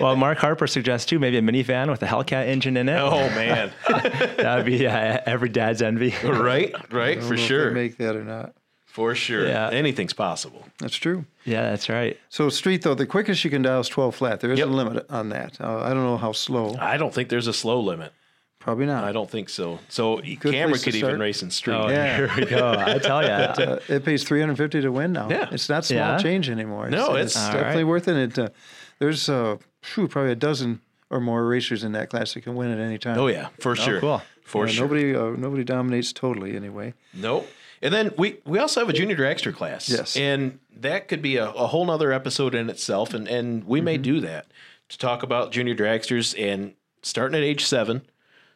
[SPEAKER 6] well, Mark Harper suggests too maybe a minivan with a Hellcat engine in it.
[SPEAKER 4] Oh man.
[SPEAKER 6] That would be uh, every dad's envy.
[SPEAKER 4] right. Right.
[SPEAKER 5] I don't
[SPEAKER 4] For
[SPEAKER 5] know if they
[SPEAKER 4] sure.
[SPEAKER 5] Make that or not.
[SPEAKER 4] For sure.
[SPEAKER 6] Yeah.
[SPEAKER 4] Anything's possible.
[SPEAKER 5] That's true.
[SPEAKER 6] Yeah, that's right.
[SPEAKER 5] So street though, the quickest you can dial is 12 flat. There is
[SPEAKER 4] Yep.
[SPEAKER 5] a limit on that. Uh, I don't know how slow.
[SPEAKER 4] I don't think there's a slow limit.
[SPEAKER 5] Probably not.
[SPEAKER 4] I don't think so. So
[SPEAKER 5] place
[SPEAKER 4] Cameron
[SPEAKER 5] to
[SPEAKER 4] could even
[SPEAKER 5] start.
[SPEAKER 4] race in street.
[SPEAKER 6] Oh,
[SPEAKER 5] Yeah.
[SPEAKER 6] here we go. I tell you.
[SPEAKER 5] Uh, it pays 350 to win now.
[SPEAKER 4] Yeah.
[SPEAKER 5] It's not small
[SPEAKER 6] Yeah.
[SPEAKER 5] change anymore.
[SPEAKER 4] No, it's- All
[SPEAKER 5] definitely
[SPEAKER 6] right.
[SPEAKER 5] worth it. it uh, there's uh, phew, probably a dozen or more racers in that class that can win at any time.
[SPEAKER 4] Oh yeah. For sure.
[SPEAKER 6] cool.
[SPEAKER 4] For
[SPEAKER 5] Uh,
[SPEAKER 4] sure.
[SPEAKER 5] Nobody uh, nobody dominates totally anyway.
[SPEAKER 4] Nope. And then we, we also have a junior dragster class.
[SPEAKER 5] Yes.
[SPEAKER 4] And that could be a, a whole nother episode in itself. And, and we may
[SPEAKER 5] Mm-hmm.
[SPEAKER 4] do that to talk about junior dragsters and starting at age seven,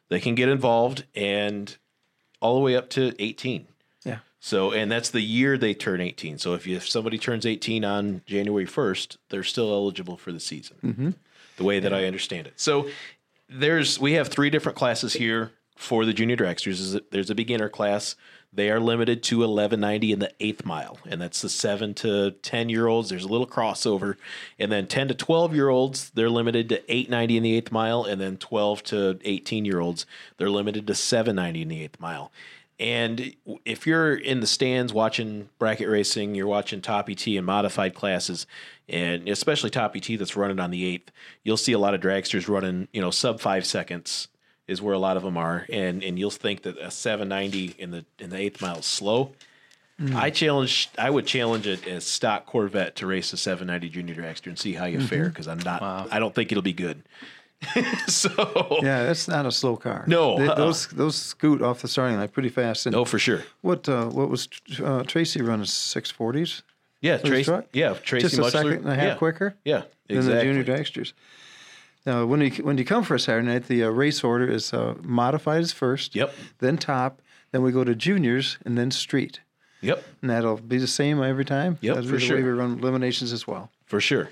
[SPEAKER 4] they can get involved and all the way up to 18.
[SPEAKER 5] Yeah.
[SPEAKER 4] So, and that's the year they turn 18. So if, you, if somebody turns 18 on January 1st, they're still eligible for the
[SPEAKER 5] Mm-hmm.
[SPEAKER 4] season, the way that I understand it. So there's, we have three different classes here for the junior dragsters is that there's a beginner class. They are limited to 1190 in the eighth mile, and that's the seven to 10 year olds. There's a little crossover. And then 10 to 12 year olds, they're limited to 890 in the eighth mile. And then 12 to 18 year olds, they're limited to 790 in the eighth mile. And if you're in the stands watching bracket racing, you're watching Top ET and modified classes, and especially Top ET that's running on the eighth, you'll see a lot of dragsters running, you know, sub five seconds is where a lot of them are, and and you'll think that a 790 in the in the eighth mile is slow.
[SPEAKER 5] Mm.
[SPEAKER 4] I challenge, I would challenge it as stock Corvette to race a 790 Junior Dragster and see how you
[SPEAKER 5] Mm-hmm.
[SPEAKER 4] fare because I'm not, I don't think it'll be good. so
[SPEAKER 5] Yeah, that's not a slow car.
[SPEAKER 4] No,
[SPEAKER 5] They-
[SPEAKER 4] uh-uh.
[SPEAKER 5] those those scoot off the starting line pretty fast. And
[SPEAKER 4] no, for sure.
[SPEAKER 5] what uh, what was uh, Tracy running six forties?
[SPEAKER 4] Yeah, Tracy.
[SPEAKER 5] truck?
[SPEAKER 4] Yeah, Tracy.
[SPEAKER 5] Just a
[SPEAKER 4] Muchler.
[SPEAKER 5] second and a half
[SPEAKER 4] yeah.
[SPEAKER 5] quicker
[SPEAKER 4] Yeah,
[SPEAKER 5] than
[SPEAKER 4] exactly.
[SPEAKER 5] the junior dragsters. Now, when you when you come for a Saturday night, the uh, race order is uh, modified is first.
[SPEAKER 4] Yep.
[SPEAKER 5] Then top. Then we go to juniors and then street,
[SPEAKER 4] Yep,
[SPEAKER 5] and that'll be the same every time.
[SPEAKER 4] Yep,
[SPEAKER 5] That'll be
[SPEAKER 4] for
[SPEAKER 5] the
[SPEAKER 4] sure.
[SPEAKER 5] way we run eliminations as well.
[SPEAKER 4] for sure.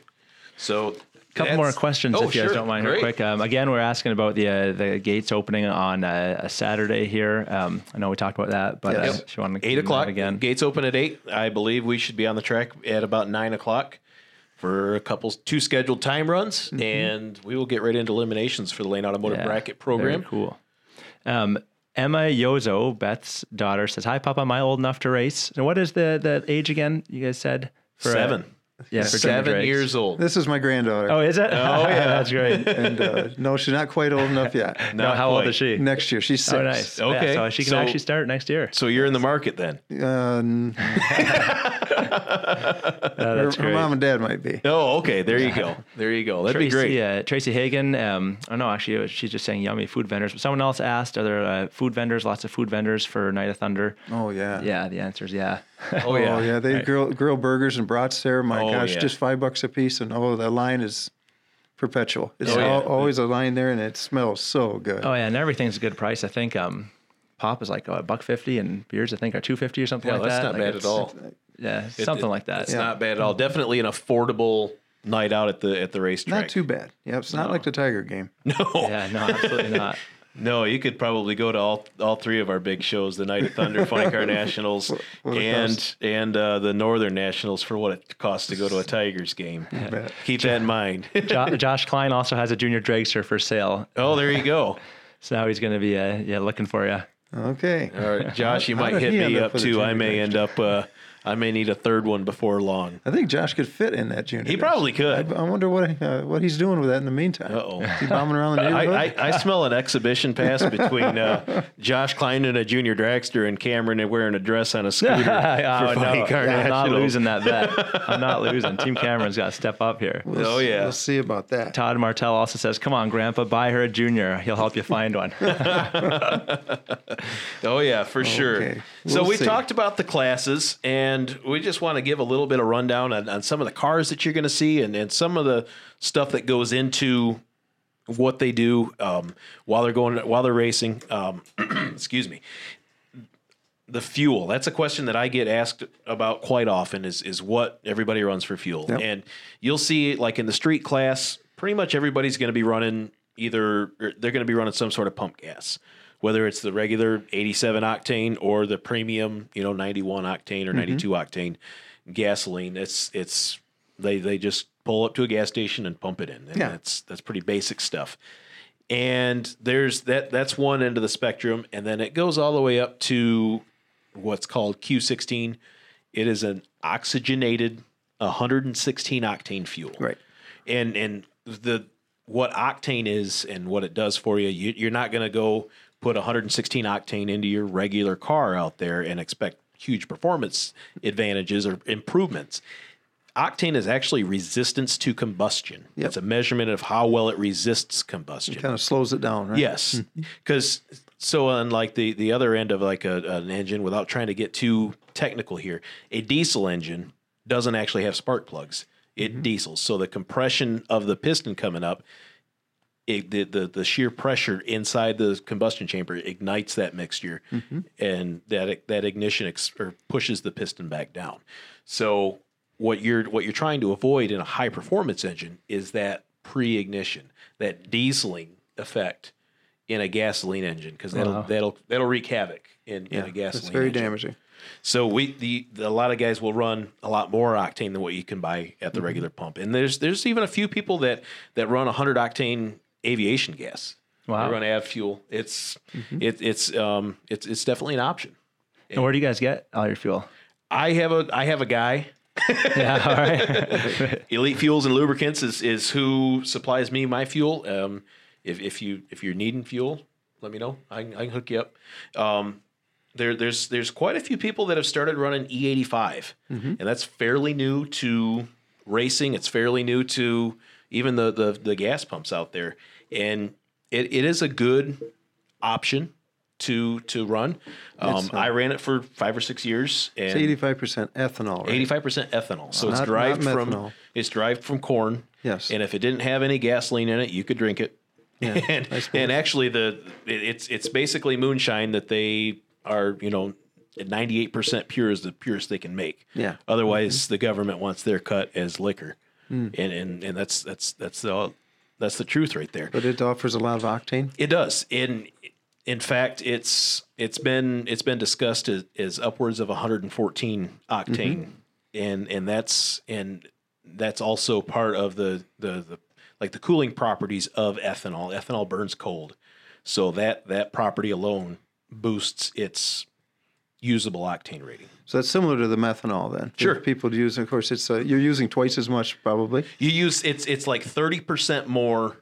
[SPEAKER 4] So, Oh,
[SPEAKER 6] couple more questions if you guys don't mind real quick. Um, again, we're asking about the uh, the gates opening on uh, a Saturday here. Um, I know we talked about that, but
[SPEAKER 5] Yes.
[SPEAKER 6] uh, if you want to
[SPEAKER 4] Eight o'clock
[SPEAKER 6] again.
[SPEAKER 4] Gates open at eight. I believe we should be on the track at about nine o'clock for a couple two scheduled time runs, and we will get right into eliminations for the Lane Automotive
[SPEAKER 6] Mm-hmm. Yeah,
[SPEAKER 4] Bracket
[SPEAKER 6] very
[SPEAKER 4] program.
[SPEAKER 6] cool. Um, Emma Yozo, Beth's daughter, says, "Hi, Papa. Am I old enough to race? And what is the the age again? You guys said for, uh,
[SPEAKER 4] Seven,
[SPEAKER 6] yeah, for German
[SPEAKER 4] seven
[SPEAKER 6] drakes.
[SPEAKER 4] years old.
[SPEAKER 5] This is my granddaughter,
[SPEAKER 6] Oh, is it? Oh, yeah, that's great.
[SPEAKER 5] and uh, no, she's not quite old enough yet.
[SPEAKER 6] no, how old
[SPEAKER 4] quite.
[SPEAKER 6] is she?
[SPEAKER 5] Next year, she's six.
[SPEAKER 6] Oh, nice.
[SPEAKER 4] Okay,
[SPEAKER 6] Yeah, so she can
[SPEAKER 4] so-
[SPEAKER 6] actually start next year.
[SPEAKER 4] So you're in the market then?
[SPEAKER 5] Uh, n- her, her
[SPEAKER 6] great.
[SPEAKER 5] mom and dad might be.
[SPEAKER 4] Oh, okay. There you go. There you go. That'd be
[SPEAKER 6] Tracy,
[SPEAKER 4] great.
[SPEAKER 6] Uh, Tracy Hagen. Um, oh no, actually, it was- she's just saying yummy food vendors. But someone else asked, are there uh, food vendors? Lots of food vendors for Night of Thunder.
[SPEAKER 5] Oh yeah.
[SPEAKER 6] Yeah, the answer is yeah.
[SPEAKER 4] Oh yeah.
[SPEAKER 5] Oh yeah, they grill grill burgers and brats there. My
[SPEAKER 4] Oh,
[SPEAKER 5] gosh,
[SPEAKER 4] yeah.
[SPEAKER 5] just five bucks a piece, and oh, the line is perpetual. It's
[SPEAKER 4] Oh, yeah.
[SPEAKER 5] al- always a line there, and it smells so good.
[SPEAKER 6] oh yeah, and everything's a good price. I think um, pop is like oh, a buck fifty, and beers I think are two fifty or something
[SPEAKER 4] No,
[SPEAKER 6] like
[SPEAKER 4] that's not
[SPEAKER 6] that. Like,
[SPEAKER 4] bad at
[SPEAKER 6] it's-
[SPEAKER 4] all.
[SPEAKER 6] Yeah, something like that.
[SPEAKER 4] It's not bad at all. Definitely an affordable night out at the at the racetrack.
[SPEAKER 5] not too bad. Yeah, it's not like the Tiger game.
[SPEAKER 4] No,
[SPEAKER 6] Yeah, no, absolutely not.
[SPEAKER 4] no, you could probably go to all all three of our big shows: the Night of Thunder, Funny Car Nationals,
[SPEAKER 5] it
[SPEAKER 4] and and uh, the Northern Nationals for what it costs to go to a Tigers game. Keep that in mind.
[SPEAKER 6] Jo- Josh Klein also has a junior dragster for sale,
[SPEAKER 4] oh, there you go.
[SPEAKER 6] so now he's going to be uh, yeah looking for you.
[SPEAKER 5] Okay.
[SPEAKER 4] All right, Josh, you
[SPEAKER 5] How
[SPEAKER 4] might
[SPEAKER 5] did
[SPEAKER 4] hit
[SPEAKER 5] he
[SPEAKER 4] me
[SPEAKER 5] end up
[SPEAKER 4] up
[SPEAKER 5] with a
[SPEAKER 4] too. I
[SPEAKER 5] junior
[SPEAKER 4] may
[SPEAKER 5] dragster?
[SPEAKER 4] end up. Uh, I may need a third one before long.
[SPEAKER 5] I think Josh could fit in that junior.
[SPEAKER 4] He
[SPEAKER 5] days.
[SPEAKER 4] probably
[SPEAKER 5] I,
[SPEAKER 4] could.
[SPEAKER 5] I wonder what uh, what he's doing with that in the meantime.
[SPEAKER 4] Uh oh.
[SPEAKER 5] Is he bombing around the
[SPEAKER 4] I,
[SPEAKER 5] neighborhood?
[SPEAKER 4] I, I smell an exhibition pass between uh, Josh Klein and a junior dragster and Cameron and wearing a dress on a scooter for
[SPEAKER 6] Oh,
[SPEAKER 4] Funny
[SPEAKER 6] no.
[SPEAKER 4] Car
[SPEAKER 6] I'm not
[SPEAKER 4] Nationals.
[SPEAKER 6] losing that bet. I'm not losing. Team Cameron's got to step up here.
[SPEAKER 5] We'll
[SPEAKER 4] Oh,
[SPEAKER 5] s-
[SPEAKER 4] yeah.
[SPEAKER 5] We'll see about that.
[SPEAKER 6] Todd Martell also says, "Come on, Grandpa, buy her a junior. He'll help you find one."
[SPEAKER 4] Oh yeah, for sure.
[SPEAKER 5] Okay.
[SPEAKER 4] so
[SPEAKER 5] We'll
[SPEAKER 4] we
[SPEAKER 5] see.
[SPEAKER 4] talked about the classes, and we just want to give a little bit of rundown on, on some of the cars that you're going to see, and, and some of the stuff that goes into what they do um, while they're going while they're racing. Um, excuse me. The fuel. That's a question that I get asked about quite often. Is is what everybody runs for fuel,
[SPEAKER 5] Yep.
[SPEAKER 4] and you'll see like in the street class, pretty much everybody's going to be running either or they're going to be running some sort of pump gas, whether it's the regular 87 octane or the premium, you know, 91 octane or
[SPEAKER 5] Mm-hmm.
[SPEAKER 4] 92 octane gasoline. It's it's they they just pull up to a gas station and pump it in. And
[SPEAKER 5] Yeah.
[SPEAKER 4] that's that's pretty basic stuff and there's that that's one end of the spectrum and then it goes all the way up to what's called q16 it is an oxygenated 116 octane fuel
[SPEAKER 5] Right.
[SPEAKER 4] and and the what octane is and what it does for you, you you're not going to go put 116 octane into your regular car out there and expect huge performance advantages or improvements octane is actually resistance to combustion
[SPEAKER 5] Yep.
[SPEAKER 4] it's a measurement of how well it resists combustion
[SPEAKER 5] Kind of slows it down, right? Hmm.
[SPEAKER 4] Yes, because so unlike the the other end of like a, an engine, without trying to get too technical here, a diesel engine doesn't actually have spark plugs. It
[SPEAKER 5] Mm-hmm.
[SPEAKER 4] diesels, so the compression of the piston coming up, it, the, the the sheer pressure inside the combustion chamber ignites that mixture, and that that ignition ex, or pushes the piston back down. So what you're what you're trying to avoid in a high performance engine is that pre-ignition, that dieseling effect in a gasoline engine because that'll
[SPEAKER 6] Wow.
[SPEAKER 4] that'll that'll wreak havoc in, in a gasoline.
[SPEAKER 5] it's very
[SPEAKER 4] engine.
[SPEAKER 5] damaging.
[SPEAKER 4] So we the, the a lot of guys will run a lot more octane than what you can buy at the regular pump. And there's there's even a few people that that run 100 octane aviation gas.
[SPEAKER 6] Wow.
[SPEAKER 4] They run av fuel. It's it, it's um it's it's definitely an option.
[SPEAKER 6] And where do you guys get all your fuel?
[SPEAKER 4] I have a I have a guy
[SPEAKER 6] Yeah, all right.
[SPEAKER 4] Elite Fuels and Lubricants is is who supplies me my fuel. Um, if if you if you're needing fuel, let me know. I can, I can hook you up. Um, there there's there's quite a few people that have started running E85, and that's fairly new to racing. It's fairly new to even the the, the gas pumps out there, and it, it is a good option to to run. Um, I ran it for five or six years, and
[SPEAKER 5] It's eighty-five percent ethanol. Right?
[SPEAKER 4] Eighty-five percent ethanol. So
[SPEAKER 5] Not-
[SPEAKER 4] it's derived
[SPEAKER 5] not
[SPEAKER 4] from
[SPEAKER 5] methanol.
[SPEAKER 4] it's derived from corn.
[SPEAKER 5] Yes.
[SPEAKER 4] And if it didn't have any gasoline in it, you could drink it. and and actually, the it- it's it's basically moonshine that they are you know ninety-eight percent pure is the purest they can make.
[SPEAKER 5] Yeah. Mm-hmm.
[SPEAKER 4] Otherwise, the government wants their cut as liquor,
[SPEAKER 5] Mm.
[SPEAKER 4] and and and that's that's that's the that's the truth right there.
[SPEAKER 5] But it offers a lot of octane.
[SPEAKER 4] It does. In in fact, it's it's been it's been discussed as, as upwards of 114 octane, and and that's and that's also part of the, the the like the cooling properties of ethanol. Ethanol burns cold, so that that property alone boosts its usable octane rating.
[SPEAKER 5] So that's similar to the methanol then. If
[SPEAKER 4] Sure.
[SPEAKER 5] People use, of course, it's uh, you're using twice as much probably.
[SPEAKER 4] You use it's it's like 30 percent more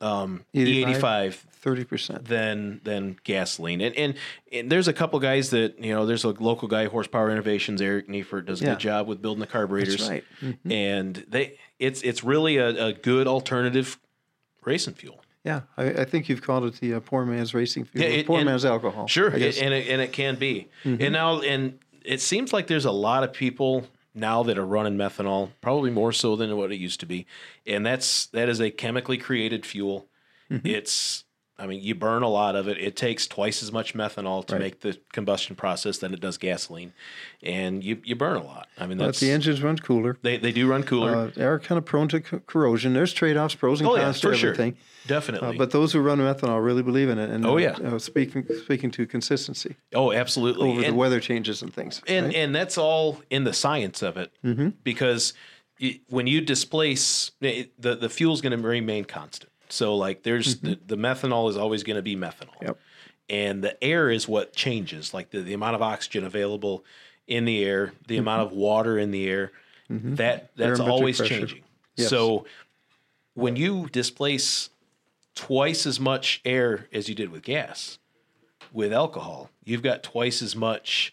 [SPEAKER 4] um, E85
[SPEAKER 5] 85? Thirty percent.
[SPEAKER 4] than than gasoline. And and, and there's a couple guys that you know. There's a local guy, Horsepower Innovations. Eric Neifert does a
[SPEAKER 5] Yeah.
[SPEAKER 4] good job with building the carburetors.
[SPEAKER 5] That's right.
[SPEAKER 4] And they, it's it's really a, a good alternative racing fuel.
[SPEAKER 5] Yeah, I, I think you've called it the uh, poor man's racing fuel,
[SPEAKER 4] Yeah,
[SPEAKER 5] or
[SPEAKER 4] it-
[SPEAKER 5] poor
[SPEAKER 4] and-
[SPEAKER 5] man's alcohol.
[SPEAKER 4] Sure,
[SPEAKER 5] I guess. Mm-hmm.
[SPEAKER 4] and it, and it can be. And now and it seems like there's a lot of people now that are running methanol, probably more so than what it used to be. And that's that is a chemically created fuel.
[SPEAKER 5] Mm-hmm.
[SPEAKER 4] It's I mean, you burn a lot of it. It takes twice as much methanol to make the combustion process than it does gasoline, and you you burn a lot. I mean,
[SPEAKER 5] but
[SPEAKER 4] that's
[SPEAKER 5] the engines run cooler.
[SPEAKER 4] they they do run cooler.
[SPEAKER 5] Uh, are kind of prone to co- corrosion. There's trade-offs, pros and
[SPEAKER 4] oh yeah,
[SPEAKER 5] cons
[SPEAKER 4] for
[SPEAKER 5] to
[SPEAKER 4] sure,
[SPEAKER 5] everything.
[SPEAKER 4] definitely.
[SPEAKER 5] Uh, but those who run methanol really believe in it. And
[SPEAKER 4] Oh,
[SPEAKER 5] uh,
[SPEAKER 4] yeah.
[SPEAKER 5] uh, speaking speaking to consistency
[SPEAKER 4] oh, absolutely.
[SPEAKER 5] over the
[SPEAKER 4] And-
[SPEAKER 5] weather changes and things.
[SPEAKER 4] and
[SPEAKER 5] right? Mm-hmm.
[SPEAKER 4] and that's all in the science of it because y when you displace eh, it, the the fuel's going to remain constant so like there's the, the methanol is always going to be methanol
[SPEAKER 5] Mm-hmm. Yep.
[SPEAKER 4] and the air is what changes like the, the amount of oxygen available in the air the
[SPEAKER 5] Mm-hmm.
[SPEAKER 4] amount of water in the air that that's
[SPEAKER 5] Barometric
[SPEAKER 4] always
[SPEAKER 5] pressure.
[SPEAKER 4] changing
[SPEAKER 5] Yes.
[SPEAKER 4] so when you displace twice as much air as you did with gas with alcohol you've got twice as much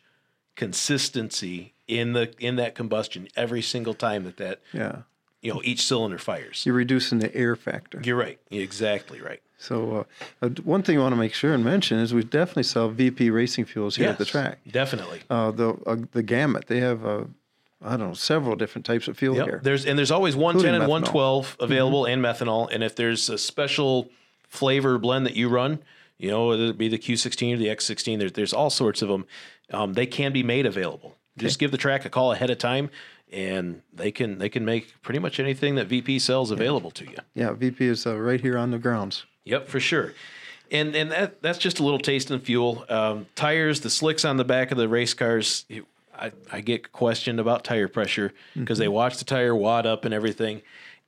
[SPEAKER 4] consistency in the in that combustion every single time that that
[SPEAKER 5] yeah,
[SPEAKER 4] you know each cylinder fires
[SPEAKER 5] you're reducing the air factor.
[SPEAKER 4] you're right You're exactly right
[SPEAKER 5] So uh, uh, one thing I want to make sure and mention is we definitely sell VP racing fuels here at the
[SPEAKER 4] Yes,
[SPEAKER 5] track.
[SPEAKER 4] definitely
[SPEAKER 5] Uh, the uh, the gamut they have, uh, I don't know, several different types of fuel
[SPEAKER 4] Yep.
[SPEAKER 5] here.
[SPEAKER 4] There's and there's always 110 and
[SPEAKER 5] methanol. Mm-hmm.
[SPEAKER 4] 112 available and methanol. And if there's a special flavor blend that you run, you know, whether it be the Q16 or the X16, there's there's all sorts of them. Um, they can be made available. Just give the track a call ahead of time, and they can they can make pretty much anything that VP sells available to you.
[SPEAKER 5] Yeah, VP is uh, right here on the grounds.
[SPEAKER 4] Yep, for sure. And and that that's just a little taste in the fuel. Um, tires, the slicks on the back of the race cars. it- I, I get questioned about tire pressure because they watch the tire wad up and everything,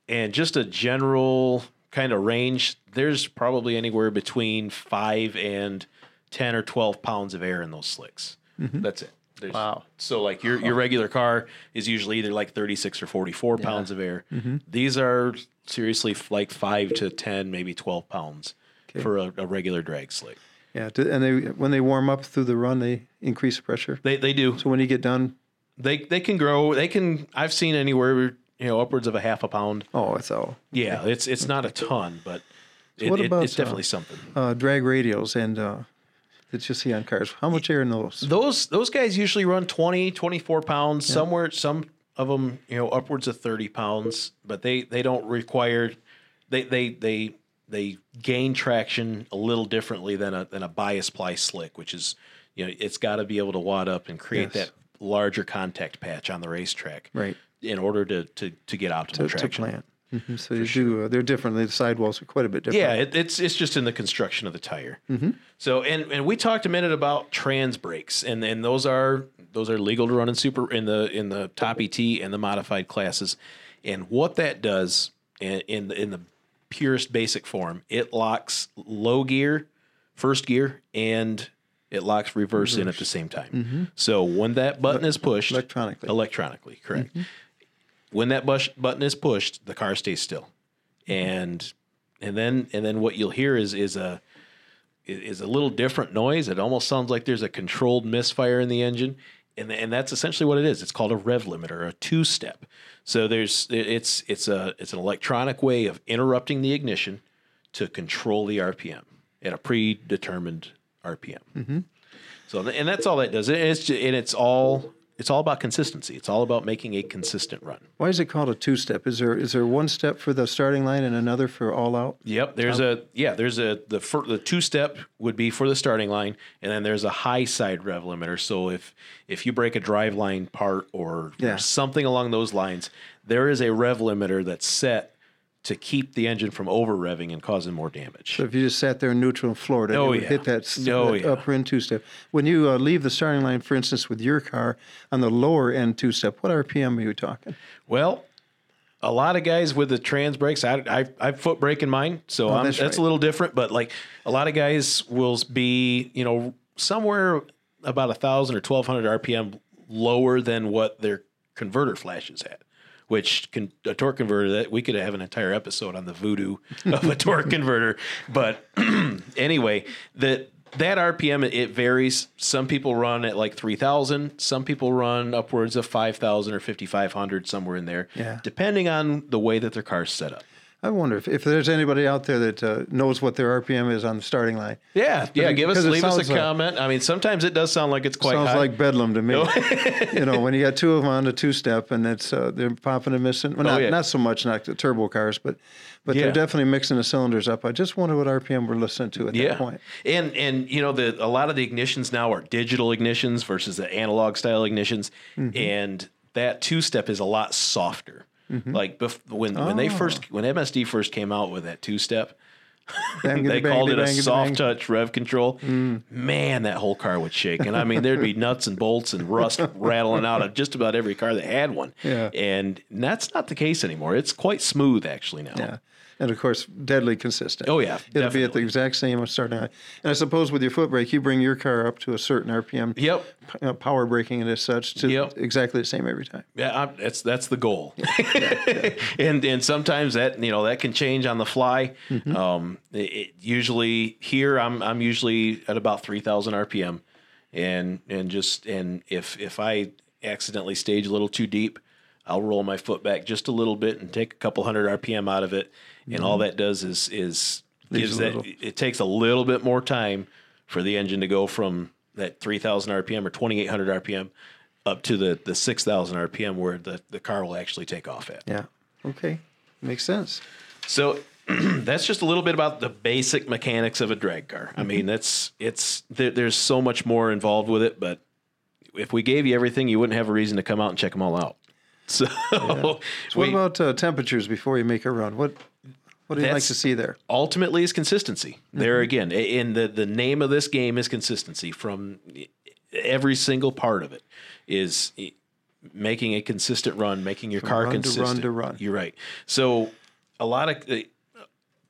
[SPEAKER 4] and just a general kind of range. There's probably anywhere between five and ten or twelve pounds of air in those slicks.
[SPEAKER 5] Mm-hmm.
[SPEAKER 4] That's it. There's, wow. So like your your regular car is usually either like 36 or 44 pounds of air.
[SPEAKER 5] Mm-hmm.
[SPEAKER 4] These are seriously f- like 5 to 10, maybe 12 pounds for a, a regular drag slick.
[SPEAKER 5] Yeah, to- and they when they warm up through the run, they increase pressure.
[SPEAKER 4] They they do.
[SPEAKER 5] So when you get done,
[SPEAKER 4] They they can grow. They can I've seen anywhere, you know, upwards of a half a pound.
[SPEAKER 5] oh, it's all
[SPEAKER 4] Yeah, it's it's not a ton, but it,
[SPEAKER 5] what
[SPEAKER 4] it-
[SPEAKER 5] about,
[SPEAKER 4] it's definitely
[SPEAKER 5] uh,
[SPEAKER 4] something.
[SPEAKER 5] uh, drag radials and uh, that you see on cars. How much air in those?
[SPEAKER 4] Those those guys usually run 20, 24 pounds somewhere. Some of them, you know, upwards of thirty pounds, but they they don't require. They they they they gain traction a little differently than a than a bias ply slick, which is you know it's got to be able to wad up and create
[SPEAKER 5] Yes.
[SPEAKER 4] that larger contact patch on the racetrack,
[SPEAKER 5] Right.
[SPEAKER 4] In order to to to get optimal
[SPEAKER 5] To, to
[SPEAKER 4] traction.
[SPEAKER 5] plant. So you do, uh, they're different. The sidewalls are quite a bit different.
[SPEAKER 4] Yeah, it, it's it's just in the construction of the tire. So and and we talked a minute about trans brakes, and and those are those are legal to run in super in the in the top ET and the modified classes, and what that does in in, the- in the purest basic form, it locks low gear, first gear, and it locks reverse, in at the same time. So when that button is pushed
[SPEAKER 5] electronically.
[SPEAKER 4] electronically, correct. When that bush, button is pushed, the car stays still and and then and then what you'll hear is is a is a little different noise. It almost sounds like there's a controlled misfire in the engine, and and that's essentially what it is. It's called a rev limiter, a two step. So there's it's it's a it's an electronic way of interrupting the ignition to control the RPM at a predetermined RPM. So th- and that's all that does. And it's ju- and it's all it's all about consistency. It's all about making a consistent run.
[SPEAKER 5] Why is it called a two-step? Is there is there one step for the starting line and another for all out?
[SPEAKER 4] Yep. There's
[SPEAKER 5] Oh.
[SPEAKER 4] a yeah. There's a the fir, the two step would be for the starting line, and then there's a high side rev limiter. So if if you break a drive line part or,
[SPEAKER 5] Yeah.
[SPEAKER 4] or something along those lines, there is a rev limiter that's set to keep the engine from over revving and causing more damage.
[SPEAKER 5] So if you just sat there in neutral and floored it,
[SPEAKER 4] Oh,
[SPEAKER 5] it would
[SPEAKER 4] yeah.
[SPEAKER 5] hit that, s-
[SPEAKER 4] Oh,
[SPEAKER 5] that
[SPEAKER 4] yeah.
[SPEAKER 5] upper end two-step. When you uh, leave the starting line, for instance, with your car on the lower end two-step, what RPM are you talking?
[SPEAKER 4] Well, a lot of guys with the trans brakes, I, I, I foot brake in mine, so I'm,
[SPEAKER 5] Oh, that's
[SPEAKER 4] that's,
[SPEAKER 5] right.
[SPEAKER 4] a little different. But like a lot of guys will be, you know, somewhere about a thousand or twelve hundred RPM lower than what their converter flashes at. Which can a torque converter that we could have an entire episode on the voodoo of a torque converter, but anyway, that that RPM it varies. Some people run at like three thousand. Some people run upwards of five thousand or fifty five hundred somewhere in there,
[SPEAKER 5] Yeah.
[SPEAKER 4] depending on the way that their car's set up.
[SPEAKER 5] I wonder if, if there's anybody out there that uh, knows what their RPM is on the starting line.
[SPEAKER 4] Yeah, yeah.
[SPEAKER 5] it-
[SPEAKER 4] Give us
[SPEAKER 5] because it
[SPEAKER 4] leave us
[SPEAKER 5] sounds
[SPEAKER 4] a
[SPEAKER 5] like-
[SPEAKER 4] comment. I mean, sometimes it does sound like it's quite
[SPEAKER 5] Sounds
[SPEAKER 4] high. Oh.
[SPEAKER 5] like bedlam to me. you know, when you got two of them on the two-step and it's uh, they're popping and missing. Well, not,
[SPEAKER 4] Oh, yeah.
[SPEAKER 5] not so much not the turbo cars, but but
[SPEAKER 4] Yeah.
[SPEAKER 5] they're definitely mixing the cylinders up. I just wonder what RPM we're listening to at
[SPEAKER 4] yeah.
[SPEAKER 5] that point.
[SPEAKER 4] And and you know the a lot of the ignitions now are digital ignitions versus the analog style ignitions,
[SPEAKER 5] Mm-hmm.
[SPEAKER 4] and that two step is a lot softer.
[SPEAKER 5] Mm-hmm.
[SPEAKER 4] Like bef- when when
[SPEAKER 5] Oh.
[SPEAKER 4] they first when MSD first came out with that two step, they
[SPEAKER 5] Bang, giddy, bang,
[SPEAKER 4] called it
[SPEAKER 5] giddy,
[SPEAKER 4] a
[SPEAKER 5] bang, Mm. giddy,
[SPEAKER 4] soft
[SPEAKER 5] bang.
[SPEAKER 4] touch rev control. Man, that whole car would shake, and I mean, there'd be nuts and bolts and rust rattling out of just about every car that had one.
[SPEAKER 5] Yeah.
[SPEAKER 4] and that's not the case anymore. It's quite smooth actually now.
[SPEAKER 5] Yeah. And of course, deadly consistent.
[SPEAKER 4] Oh, yeah,
[SPEAKER 5] It'll be at the
[SPEAKER 4] definitely.
[SPEAKER 5] exact same starting line. And I suppose with your foot brake, you bring your car up to a certain RPM.
[SPEAKER 4] Yep.
[SPEAKER 5] p- uh, power braking and as such to
[SPEAKER 4] Yep.
[SPEAKER 5] exactly the same every time.
[SPEAKER 4] Yeah, I'm, that's that's the goal, and and sometimes that you know that can change on the fly.
[SPEAKER 5] Mm-hmm.
[SPEAKER 4] Um, it, it usually here I'm I'm usually at about three thousand RPM, and and just and if if I accidentally stage a little too deep, I'll roll my foot back just a little bit and take a couple hundred RPM out of it, and all that does is is
[SPEAKER 5] Mm-hmm. Leaves
[SPEAKER 4] gives
[SPEAKER 5] a
[SPEAKER 4] that
[SPEAKER 5] little.
[SPEAKER 4] it takes a little bit more time for the engine to go from that 3000 rpm or 2800 rpm up to the, the 6000 rpm where the, the car will actually take off at
[SPEAKER 5] Yeah. Okay. Makes sense.
[SPEAKER 4] so that's just a little bit about the basic mechanics of a drag car
[SPEAKER 5] Mm-hmm.
[SPEAKER 4] i mean that's it's there, there's so much more involved with it but if we gave you everything you wouldn't have a reason to come out and check them all out so,
[SPEAKER 5] So what
[SPEAKER 4] we-
[SPEAKER 5] about uh, temperatures before you make a run? What What do you like
[SPEAKER 4] That's-
[SPEAKER 5] to see there?
[SPEAKER 4] ultimately is consistency.
[SPEAKER 5] Mm-hmm.
[SPEAKER 4] There again, i- in the the name of this game is consistency from every single part of it is i- making a consistent run, making your car
[SPEAKER 5] run to run to
[SPEAKER 4] consistent.
[SPEAKER 5] run.
[SPEAKER 4] You're right. So a lot of the,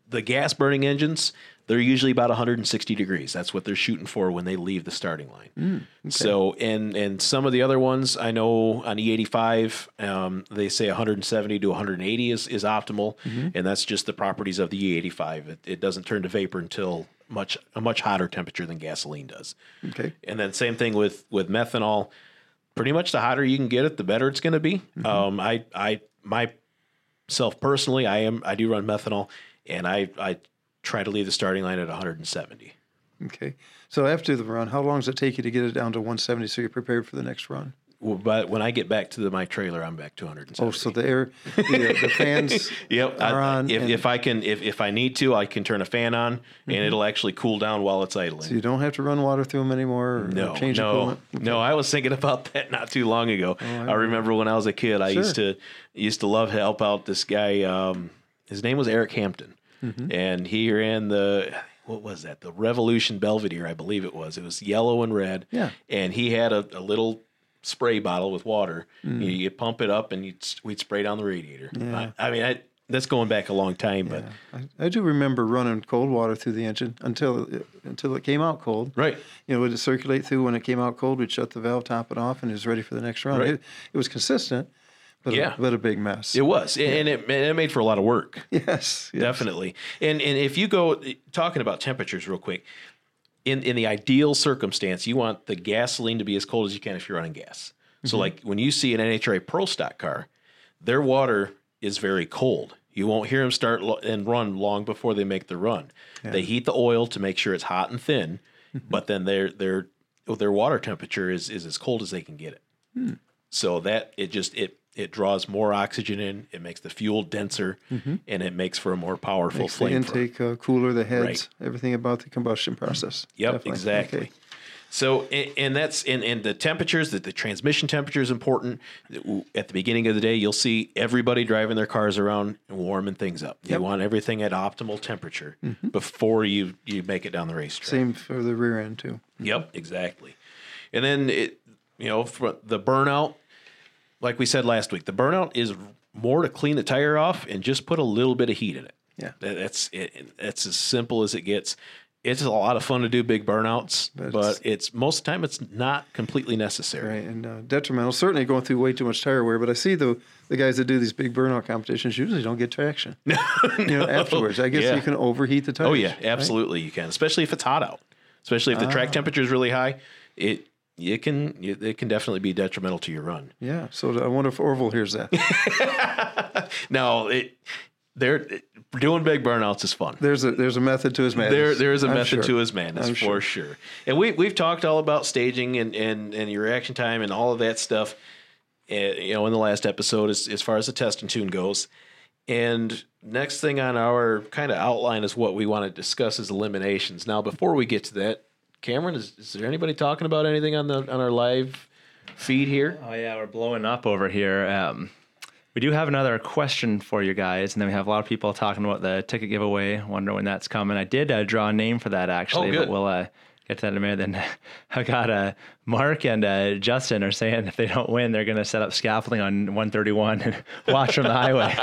[SPEAKER 4] the gas burning engines, they're usually about 160 degrees. That's what they're shooting for when they leave the starting line.
[SPEAKER 5] Mm,
[SPEAKER 4] So and and some of the other ones I know on E85, um, they say 170 to 180 is is optimal,
[SPEAKER 5] Mm-hmm.
[SPEAKER 4] and that's just the properties of the E85. It, it doesn't turn to vapor until much a much hotter temperature than gasoline does.
[SPEAKER 5] Okay.
[SPEAKER 4] And then same thing with with methanol. Pretty much the hotter you can get it, the better it's going to be.
[SPEAKER 5] Mm-hmm.
[SPEAKER 4] Um, I I myself personally, I am I do run methanol, and I I try to leave the starting line at 170.
[SPEAKER 5] Okay. So after the run, how long does it take you to get it down to 170 so you're prepared for the next run?
[SPEAKER 4] w- but when I get back to the, my trailer, I'm back 270.
[SPEAKER 5] Oh, so the air, the, uh, the fans
[SPEAKER 4] Yep. I-
[SPEAKER 5] are on.
[SPEAKER 4] if,
[SPEAKER 5] and
[SPEAKER 4] if I can, if, if I need to, I can turn a fan on and it'll actually cool down while it's idling.
[SPEAKER 5] you don't have to run water through them anymore. Or
[SPEAKER 4] no,
[SPEAKER 5] change Oh,
[SPEAKER 4] no,
[SPEAKER 5] coolant.
[SPEAKER 4] no. I was thinking about that not too long ago. I, remember when I was a kid, I used
[SPEAKER 5] Sure.
[SPEAKER 4] to used to love to help out this guy. Um, his name was Eric Hampton,
[SPEAKER 5] Mm-hmm.
[SPEAKER 4] and he ran the what was that? The Revolution Belvedere, I believe it was. It was yellow and red.
[SPEAKER 5] Yeah.
[SPEAKER 4] and he had a, a little spray bottle with water.
[SPEAKER 5] Mm.
[SPEAKER 4] You, you pump it up, and you'd, s- we'd spray down the radiator. I, I mean, I, that's going back a long time, but
[SPEAKER 5] I, I do remember running cold water through the engine until it, until it came out cold.
[SPEAKER 4] right.
[SPEAKER 5] You know, would it circulate through when it came out cold? We'd shut the valve, top it off, and it was ready for the next run.
[SPEAKER 4] Right.
[SPEAKER 5] It, it was consistent, but
[SPEAKER 4] Yeah.
[SPEAKER 5] a, but a big mess.
[SPEAKER 4] It was, and it, and it made for a lot of work.
[SPEAKER 5] yes, yes.
[SPEAKER 4] Definitely. And and if you go talking about temperatures real quick, in in the ideal circumstance, you want the gasoline to be as cold as you can if you're running gas. So like when you see an NHRA Pro Stock car, their water is very cold. You won't hear them start lo- and run long before they make the run. They heat the oil to make sure it's hot and thin, but then their their their water temperature is is as cold as they can get it.
[SPEAKER 5] Hmm.
[SPEAKER 4] So that it just it it draws more oxygen in, it makes the fuel denser, and it makes for a more powerful
[SPEAKER 5] Mm-hmm. Makes the
[SPEAKER 4] flame. thrower.
[SPEAKER 5] intake uh, cooler, the heads, everything about the combustion process.
[SPEAKER 4] Yep,
[SPEAKER 5] Definitely.
[SPEAKER 4] exactly.
[SPEAKER 5] Okay.
[SPEAKER 4] So and, and that's and, and the temperatures that the transmission temperature is important. At the beginning of the day, you'll see everybody driving their cars around and warming things up. You want everything at optimal temperature
[SPEAKER 5] Mm-hmm.
[SPEAKER 4] before you you make it down the racetrack.
[SPEAKER 5] Same for the rear end too.
[SPEAKER 4] Yep, exactly. And then it, you know, for the burnout, like we said last week, the burnout is more to clean the tire off and just put a little bit of heat in it.
[SPEAKER 5] Yeah.
[SPEAKER 4] That- that's it. That's as simple as it gets. It's a lot of fun to do big burnouts,
[SPEAKER 5] But
[SPEAKER 4] but
[SPEAKER 5] it's-
[SPEAKER 4] it's most of the time it's not completely necessary.
[SPEAKER 5] Right, and uh, detrimental. Certainly going through way too much tire wear, but I see the the guys that do these big burnout competitions usually don't get traction. no, you know, afterwards, I guess
[SPEAKER 4] Yeah.
[SPEAKER 5] you can overheat the tires.
[SPEAKER 4] Oh yeah,
[SPEAKER 5] right? Ah.
[SPEAKER 4] absolutely you can, especially if it's hot out. Especially if the track temperature is really high, it it can it can definitely be detrimental to your run.
[SPEAKER 5] Yeah. So I wonder if Orville hears that.
[SPEAKER 4] No, it they're doing big burnouts is fun.
[SPEAKER 5] There's a there's a method to his madness.
[SPEAKER 4] There, there is a
[SPEAKER 5] I'm
[SPEAKER 4] method
[SPEAKER 5] sure.
[SPEAKER 4] to his madness
[SPEAKER 5] I'm
[SPEAKER 4] for sure. And we we've talked all about staging and and and your reaction time and all of that stuff. uh, you know, in the last episode, as as far as the test and tune goes. And next thing on our kind of outline is what we want to discuss is eliminations. Now, before we get to that, Cameron, is, is there anybody talking about anything on the on our live feed here?
[SPEAKER 6] Oh yeah, we're blowing up over here. Um, we do have another question for you guys, and then we have a lot of people talking about the ticket giveaway. Wonder when that's coming. I did uh, draw a name for that actually,
[SPEAKER 4] Oh, good.
[SPEAKER 6] but we'll uh, get to that in a minute. Then I got uh, Mark and uh, Justin are saying if they don't win, they're going to set up scaffolding on 131 and watch from the highway.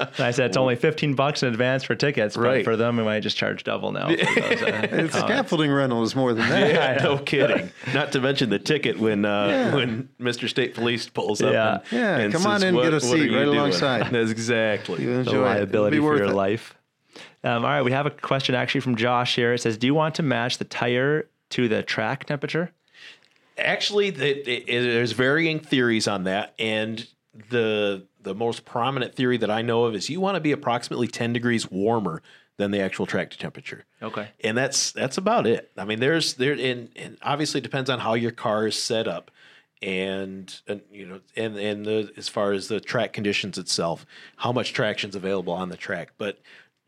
[SPEAKER 6] and I said it's only 15 bucks in advance for tickets, but
[SPEAKER 4] Right.
[SPEAKER 6] for them we might just charge double now. for those, uh,
[SPEAKER 5] It's scaffolding rental is more than that.
[SPEAKER 4] no kidding. Not to mention the ticket when uh, when Mr. State Police pulls up.
[SPEAKER 6] Yeah.
[SPEAKER 4] and,
[SPEAKER 5] Yeah,
[SPEAKER 4] and
[SPEAKER 5] come on
[SPEAKER 4] says,
[SPEAKER 5] in,
[SPEAKER 4] "What-
[SPEAKER 5] get a
[SPEAKER 4] what are
[SPEAKER 5] seat
[SPEAKER 4] you
[SPEAKER 5] right
[SPEAKER 4] doing?"
[SPEAKER 5] alongside.
[SPEAKER 4] That's exactly.
[SPEAKER 5] You
[SPEAKER 6] the
[SPEAKER 5] enjoy it. It'll
[SPEAKER 6] liability
[SPEAKER 5] be
[SPEAKER 6] for
[SPEAKER 5] worth
[SPEAKER 6] your
[SPEAKER 5] it.
[SPEAKER 6] life. Um, all right, we have a question actually from Josh here. It says, "Do you want to match the tire to the track temperature?"
[SPEAKER 4] actually it, it, it- there's varying theories on that and the the most prominent theory that i know of is you want to be approximately 10 degrees warmer than the actual track temperature
[SPEAKER 6] Okay.
[SPEAKER 4] and that's that's about it i mean there's there and, and obviously it depends on how your car is set up and, and you know and and the as far as the track conditions itself how much traction's available on the track but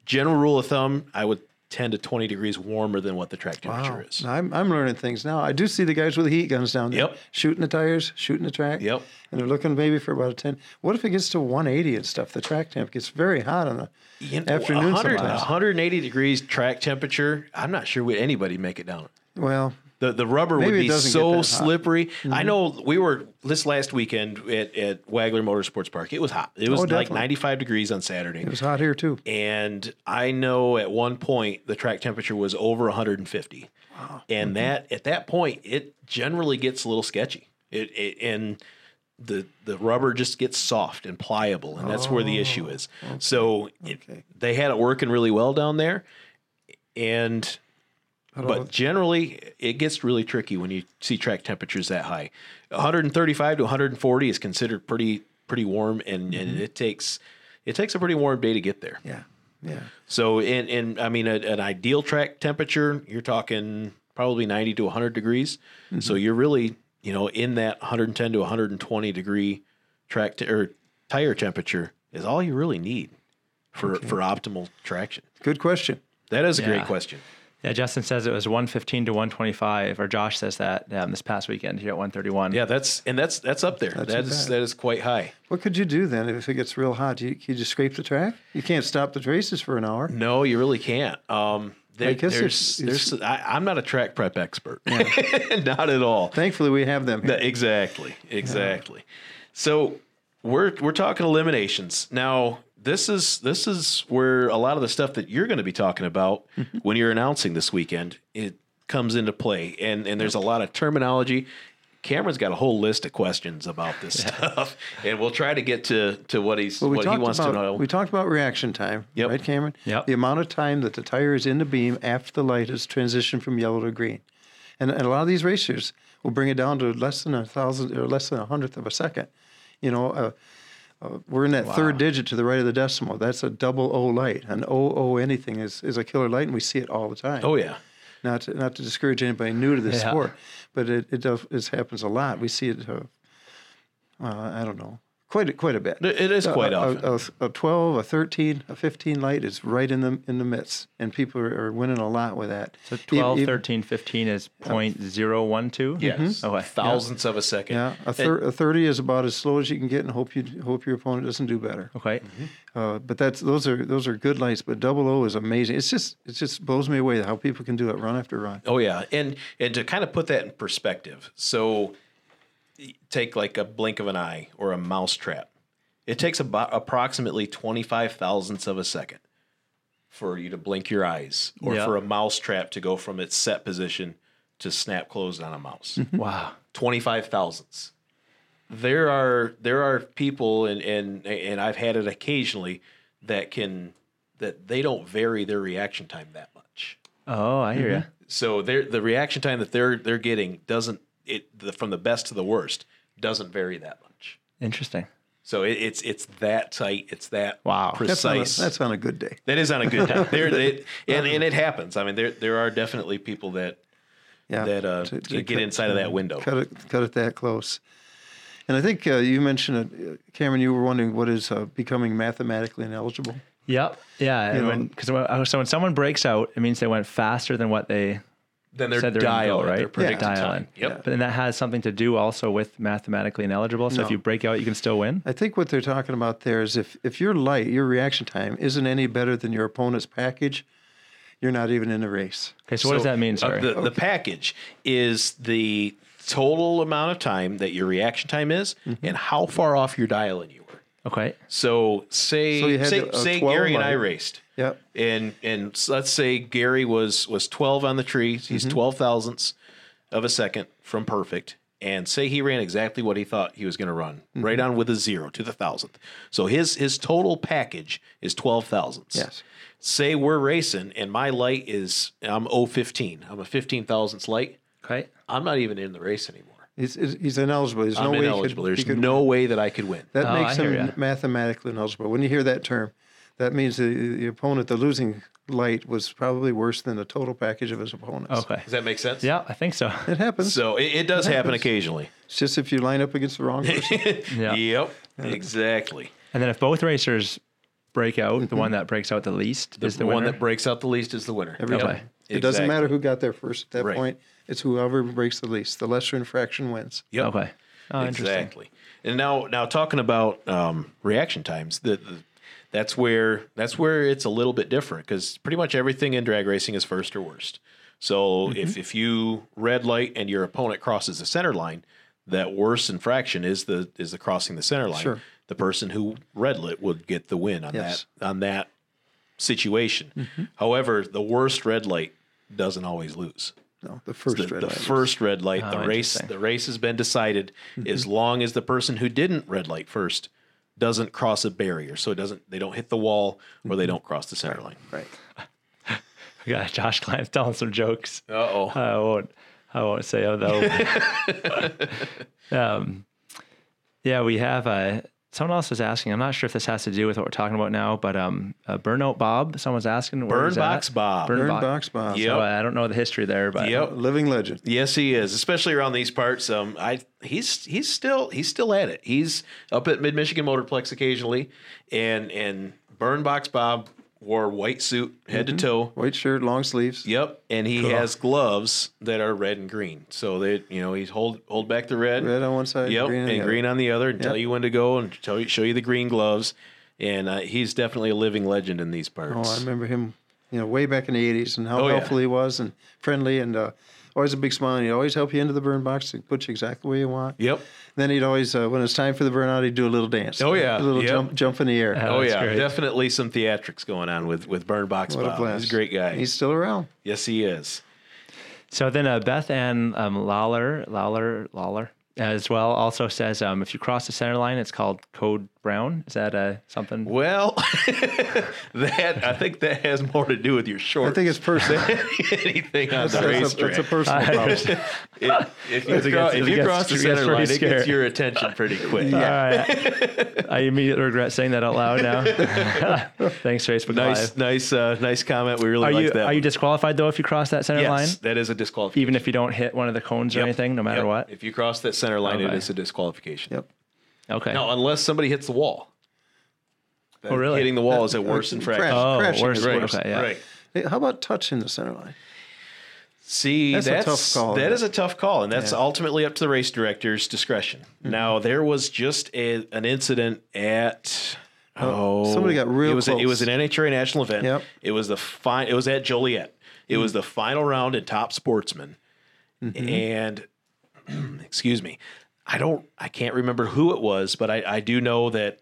[SPEAKER 4] general rule of thumb i would 10 to 20 degrees warmer than what the track temperature
[SPEAKER 5] Wow.
[SPEAKER 4] is
[SPEAKER 5] Now, I'm, I'm learning things now. I do see the guys with the heat guns down there.
[SPEAKER 4] Yep.
[SPEAKER 5] Shooting the tires, shooting the track.
[SPEAKER 4] Yep.
[SPEAKER 5] And they're looking maybe for about a 10. What if it gets to 180 and stuff? The track temp gets very hot on the
[SPEAKER 4] You know,
[SPEAKER 5] afternoon
[SPEAKER 4] 100
[SPEAKER 5] sometimes.
[SPEAKER 4] 180 degrees track temperature. I'm not sure would anybody make it down.
[SPEAKER 5] Well,
[SPEAKER 4] The the rubber
[SPEAKER 5] Maybe
[SPEAKER 4] would
[SPEAKER 5] it
[SPEAKER 4] be
[SPEAKER 5] doesn't get that
[SPEAKER 4] so
[SPEAKER 5] hot. Mm-hmm.
[SPEAKER 4] slippery. I know we were this last weekend at, at Wagler Motorsports Park. It was hot. It was
[SPEAKER 5] Oh,
[SPEAKER 4] like
[SPEAKER 5] definitely.
[SPEAKER 4] 95 degrees on Saturday.
[SPEAKER 5] it was hot here too.
[SPEAKER 4] And I know at one point the track temperature was over 150. Wow. And that at that point it generally gets a little sketchy. It, it and the the rubber just gets soft and pliable and that's where the issue is. So it-
[SPEAKER 5] Okay.
[SPEAKER 4] they had it working really well down there and
[SPEAKER 5] all-
[SPEAKER 4] but generally it gets really tricky when you see track temperatures that high 135 to 140 is considered pretty pretty warm and and it takes it takes a pretty warm day to get there
[SPEAKER 5] Yeah. Yeah.
[SPEAKER 4] so and and i mean a, an
[SPEAKER 5] Mm-hmm.
[SPEAKER 4] ideal track temperature you're talking probably 90 to 100 degrees so you're really you know, in that 110 to 120 degree track t- or tire temperature is all you really need for for optimal traction.
[SPEAKER 5] Good question.
[SPEAKER 4] That is a
[SPEAKER 6] Yeah.
[SPEAKER 4] great question.
[SPEAKER 6] Yeah, Justin says it was 115 to 125, or Josh says that um, this past weekend here at 131.
[SPEAKER 4] Yeah, that's and that's that's up there.
[SPEAKER 5] That's
[SPEAKER 4] That
[SPEAKER 5] not
[SPEAKER 4] is
[SPEAKER 5] bad.
[SPEAKER 4] that is quite high.
[SPEAKER 5] What could you do then if it gets real hot? You, you just scrape the track? You can't stop the races for an hour.
[SPEAKER 4] No, you really can't. Um, there,
[SPEAKER 5] I guess
[SPEAKER 4] there's,
[SPEAKER 5] it's-
[SPEAKER 4] there's, I, I'm not a track prep expert, not at all.
[SPEAKER 5] Thankfully, we have them. Here.
[SPEAKER 4] That- exactly, exactly. So we're we're talking eliminations now. This is this is where a lot of the stuff that you're going to be talking about
[SPEAKER 5] Mm-hmm.
[SPEAKER 4] when you're announcing this weekend it comes into play, and and there's a lot of terminology. Cameron's got a whole list of questions about this stuff, and we'll try to get to to what he's
[SPEAKER 5] But we
[SPEAKER 4] what he
[SPEAKER 5] talked
[SPEAKER 4] wants
[SPEAKER 5] about
[SPEAKER 4] to know.
[SPEAKER 5] we talked about reaction time,
[SPEAKER 4] Yep.
[SPEAKER 5] right, Cameron?
[SPEAKER 6] Yep.
[SPEAKER 5] The amount of time that the tire is in the beam after the light has transitioned from yellow to green, and, and a lot of these racers will bring it down to less than a thousand or less than a hundredth of a second. You know, uh, uh, we're in that third digit to the right of the decimal. That's a double O light. An O O anything is is a killer light, and we see it all the time.
[SPEAKER 4] oh yeah,
[SPEAKER 5] not to, not to discourage anybody new to this
[SPEAKER 6] Yeah.
[SPEAKER 5] sport, but it it, does, it happens a lot. We see it. Uh, uh, I don't know, quite a, quite a bit.
[SPEAKER 4] It- it is quite
[SPEAKER 5] a,
[SPEAKER 4] often.
[SPEAKER 5] A, a, a twelve, a thirteen, a fifteen light is right in the in the midst, and people are, are winning a lot with that.
[SPEAKER 6] So
[SPEAKER 5] Ev-
[SPEAKER 6] 12,
[SPEAKER 5] ev-
[SPEAKER 6] 13, 15 is 0.012?
[SPEAKER 5] Mm-hmm.
[SPEAKER 4] yes,
[SPEAKER 6] Okay.
[SPEAKER 4] thousandths of a second.
[SPEAKER 5] Oh, Yeah, a, thir- a thirty is about as slow as you can get, and hope you hope your opponent doesn't do better.
[SPEAKER 6] Okay.
[SPEAKER 5] Uh, but that's those are those are good lights. But double O is amazing. It's just it just blows me away how people can do it run after run.
[SPEAKER 4] Oh yeah, and and to kind of put that in perspective, so take like a blink of an eye or a mouse trap. It takes about approximately twenty five thousandths of a second for you to blink your eyes, or
[SPEAKER 6] Yeah.
[SPEAKER 4] for a mouse trap to go from its set position to snap closed on a mouse.
[SPEAKER 6] Wow.
[SPEAKER 4] Twenty five thousandths. There are there are people and and and I've had it occasionally that can that they don't vary their reaction time that much
[SPEAKER 6] Oh, I hear
[SPEAKER 5] Mm-hmm.
[SPEAKER 6] you.
[SPEAKER 4] so they're, the reaction time that they're they're getting doesn't it the, from the best to the worst doesn't vary that much.
[SPEAKER 6] Interesting.
[SPEAKER 4] So it, it's it's that tight, it's that
[SPEAKER 6] Wow.
[SPEAKER 5] That's on a-
[SPEAKER 4] precise.
[SPEAKER 5] that's on a good day.
[SPEAKER 4] That is on a good time. there, it, and and it happens. I mean, there there are definitely people that
[SPEAKER 5] Yeah,
[SPEAKER 4] that uh,
[SPEAKER 5] to- to
[SPEAKER 4] can get
[SPEAKER 5] cut-
[SPEAKER 4] inside of that window.
[SPEAKER 5] cut it cut it that close. And I think uh, you mentioned it, uh, Cameron. You were wondering what is uh, becoming mathematically ineligible.
[SPEAKER 6] Yep. Yeah.
[SPEAKER 5] know-
[SPEAKER 6] Because when, oh, so when someone breaks out, it means they went faster than what they
[SPEAKER 4] Then they're
[SPEAKER 6] said they're
[SPEAKER 4] dial,
[SPEAKER 6] dial, right?
[SPEAKER 4] Their predicted
[SPEAKER 6] Dial
[SPEAKER 4] time.
[SPEAKER 6] in.
[SPEAKER 4] Yep.
[SPEAKER 6] But then that has something to do also with mathematically ineligible. So if
[SPEAKER 5] No.
[SPEAKER 6] you break out, you can still win.
[SPEAKER 5] I think what they're talking about there is if if your light, your reaction time isn't any better than your opponent's package, you're not even in the race.
[SPEAKER 6] Okay. So, what does
[SPEAKER 4] So,
[SPEAKER 6] that mean?
[SPEAKER 4] uh,
[SPEAKER 6] Sorry.
[SPEAKER 4] the, the package is the total amount of time that your reaction time is,
[SPEAKER 6] Mm-hmm.
[SPEAKER 4] and how far off your dialing you were.
[SPEAKER 6] okay.
[SPEAKER 4] So say
[SPEAKER 5] So you had uh,
[SPEAKER 4] say,
[SPEAKER 5] a
[SPEAKER 4] say
[SPEAKER 5] 12
[SPEAKER 4] Gary and I
[SPEAKER 5] light.
[SPEAKER 4] raced.
[SPEAKER 5] Yep.
[SPEAKER 4] And and so let's say Gary was was twelve on the tree. He's
[SPEAKER 5] Mm-hmm.
[SPEAKER 4] twelve thousandths of a second from perfect. And say he ran exactly what he thought he was going to run,
[SPEAKER 5] Mm-hmm.
[SPEAKER 4] right on with a zero to the thousandth. So his his total package is twelve thousandths.
[SPEAKER 5] Yes.
[SPEAKER 4] Say we're racing and my light is I'm 015. I'm a fifteen thousandths light.
[SPEAKER 6] Okay.
[SPEAKER 4] I'm not even in the race anymore.
[SPEAKER 5] He's he's he's ineligible. There's
[SPEAKER 4] I'm
[SPEAKER 5] no way he
[SPEAKER 4] ineligible.
[SPEAKER 5] could. he
[SPEAKER 4] There's
[SPEAKER 5] could-
[SPEAKER 4] no way that I could win.
[SPEAKER 5] that
[SPEAKER 6] Oh,
[SPEAKER 5] makes
[SPEAKER 6] I
[SPEAKER 5] him
[SPEAKER 6] hear ya.
[SPEAKER 5] mathematically ineligible. When you hear that term, that means the, the opponent, the losing light, was probably worse than the total package of his opponents.
[SPEAKER 6] Okay.
[SPEAKER 4] Does that make sense?
[SPEAKER 6] Yeah, I think so.
[SPEAKER 5] It happens.
[SPEAKER 4] So it, it does happen occasionally.
[SPEAKER 5] it's just if you line up against the wrong person.
[SPEAKER 6] Yeah.
[SPEAKER 4] Yep. Exactly.
[SPEAKER 6] And then if both racers break out, the one that breaks out the least is the
[SPEAKER 4] one
[SPEAKER 6] winner.
[SPEAKER 4] that breaks out the least is the winner.
[SPEAKER 5] Every
[SPEAKER 6] Okay.
[SPEAKER 5] time. It doesn't
[SPEAKER 4] Exactly.
[SPEAKER 5] matter who got there first at that
[SPEAKER 4] Right.
[SPEAKER 5] point. It's whoever breaks the least. The lesser infraction wins.
[SPEAKER 4] Yep.
[SPEAKER 6] Okay. Oh, interesting.
[SPEAKER 4] exactly. And now, now talking about um, reaction times, the, the, that's where that's where it's a little bit different because pretty much everything in drag racing is first or worst. So if if you red light and your opponent crosses the center line, that worst infraction is the is the crossing the center line.
[SPEAKER 5] Sure.
[SPEAKER 4] The person who red lit would get the win on
[SPEAKER 5] Yes.
[SPEAKER 4] that on that situation. However, the worst red light doesn't always lose.
[SPEAKER 5] No, the first
[SPEAKER 4] the,
[SPEAKER 5] red
[SPEAKER 4] the
[SPEAKER 5] light.
[SPEAKER 4] first red light the race
[SPEAKER 6] interesting.
[SPEAKER 4] the race has been decided
[SPEAKER 5] Mm-hmm.
[SPEAKER 4] as long as the person who didn't red light first doesn't cross a barrier so it doesn't they don't hit the wall or they don't cross the center line
[SPEAKER 5] Mm-hmm. Right.
[SPEAKER 6] We got Josh Klein's telling some jokes.
[SPEAKER 4] uh-oh
[SPEAKER 6] I won't. I won't say oh though. um, yeah, we have a Someone else was asking. I'm not sure if this has to do with what we're talking about now, but um, uh, Burnout Bob. Someone's asking. Where
[SPEAKER 4] Burn
[SPEAKER 6] he's
[SPEAKER 4] Box
[SPEAKER 6] at.
[SPEAKER 4] Bob.
[SPEAKER 6] Burn,
[SPEAKER 5] Burn
[SPEAKER 6] Box.
[SPEAKER 5] Box Bob.
[SPEAKER 4] Yep.
[SPEAKER 6] So uh, I don't know the history there, but
[SPEAKER 4] Yep.
[SPEAKER 5] Living legend.
[SPEAKER 4] Yes, he is, especially around these parts. Um, I he's he's still he's still at it. He's up at Mid Michigan Motorplex occasionally, and and Burn Box Bob wore white suit head
[SPEAKER 5] Mm-hmm.
[SPEAKER 4] to toe.
[SPEAKER 5] White shirt, long sleeves.
[SPEAKER 4] Yep, and he has gloves that are red and green. So they you know he's hold hold back the red,
[SPEAKER 5] Red on one side,
[SPEAKER 4] yep,
[SPEAKER 5] green on the
[SPEAKER 4] and
[SPEAKER 5] other.
[SPEAKER 4] green on the other, and tell
[SPEAKER 5] Yep.
[SPEAKER 4] you when to go and tell you show you the green gloves. And uh, he's definitely a living legend in these parts.
[SPEAKER 5] Oh, I remember him, you know, way back in the '80s, and how
[SPEAKER 4] Oh, yeah.
[SPEAKER 5] helpful he was, and friendly, and uh, always a big smile. And he'd always help you into the burn box and put you exactly where you want.
[SPEAKER 4] Yep.
[SPEAKER 5] Then he'd always, uh, when it's time for the burnout, he'd do a little dance.
[SPEAKER 4] Oh, yeah.
[SPEAKER 5] a little
[SPEAKER 4] Yep.
[SPEAKER 5] jump, jump in the air.
[SPEAKER 4] Oh,
[SPEAKER 6] that's
[SPEAKER 4] yeah,
[SPEAKER 6] great.
[SPEAKER 4] definitely some theatrics going on with with Burn Box
[SPEAKER 5] what a
[SPEAKER 4] Bob.
[SPEAKER 5] blast!
[SPEAKER 4] He's a great guy.
[SPEAKER 5] He's still around.
[SPEAKER 4] yes, he is.
[SPEAKER 6] So then uh, Beth Ann um, Lawler, Lawler, Lawler uh, as well also says um, if you cross the center line, it's called code brown. Is that uh, something?
[SPEAKER 4] Well, that I think that has more to do with your
[SPEAKER 5] I
[SPEAKER 4] shorts.
[SPEAKER 5] think it's personal.
[SPEAKER 4] than anything on
[SPEAKER 5] that's,
[SPEAKER 4] the
[SPEAKER 5] that's a,
[SPEAKER 4] racetrack.
[SPEAKER 5] that's a personal problem.
[SPEAKER 4] It- if you,
[SPEAKER 6] It
[SPEAKER 4] cro- if
[SPEAKER 6] gets- it
[SPEAKER 4] you
[SPEAKER 6] gets-
[SPEAKER 4] cross the
[SPEAKER 6] it gets
[SPEAKER 4] center
[SPEAKER 6] pretty
[SPEAKER 4] line, it
[SPEAKER 6] scary.
[SPEAKER 4] gets your attention pretty quick.
[SPEAKER 6] All right. I immediately regret saying that out loud now. Thanks, Facebook
[SPEAKER 4] Nice,
[SPEAKER 6] Live.
[SPEAKER 4] nice, uh, nice comment. We really
[SPEAKER 6] Are
[SPEAKER 4] like
[SPEAKER 6] you
[SPEAKER 4] that.
[SPEAKER 6] are you
[SPEAKER 4] one.
[SPEAKER 6] disqualified though if you cross that center
[SPEAKER 4] yes,
[SPEAKER 6] line?
[SPEAKER 4] that is a disqualification.
[SPEAKER 6] Even if you don't hit one of the cones or
[SPEAKER 4] Yep.
[SPEAKER 6] anything, no matter
[SPEAKER 4] Yep.
[SPEAKER 6] what.
[SPEAKER 4] If you cross that center line, it
[SPEAKER 6] Okay.
[SPEAKER 4] is a disqualification.
[SPEAKER 5] Yep.
[SPEAKER 6] Okay.
[SPEAKER 4] No, unless somebody hits the wall.
[SPEAKER 6] oh, really?
[SPEAKER 4] Hitting the wall is a worse
[SPEAKER 5] Crash-
[SPEAKER 4] infraction.
[SPEAKER 5] crash.
[SPEAKER 6] oh,
[SPEAKER 5] crashing
[SPEAKER 6] worse,
[SPEAKER 5] is
[SPEAKER 6] worse.
[SPEAKER 5] worse.
[SPEAKER 6] Okay, yeah.
[SPEAKER 4] Right.
[SPEAKER 5] Hey, how about touching the center line?
[SPEAKER 4] See, that's,
[SPEAKER 5] That's a tough call.
[SPEAKER 4] That is a tough call, and that's ultimately up to the race director's discretion.
[SPEAKER 5] Mm-hmm.
[SPEAKER 4] Now, there was just a, an incident at oh,
[SPEAKER 5] somebody got real
[SPEAKER 4] It was A, it
[SPEAKER 5] close.
[SPEAKER 4] was an NHRA national event.
[SPEAKER 5] Yep. Mm-hmm.
[SPEAKER 4] It was the fine. It was at Joliet. It was the final round in top sportsman, and excuse me, I don't, I can't remember who it was, but I, I do know that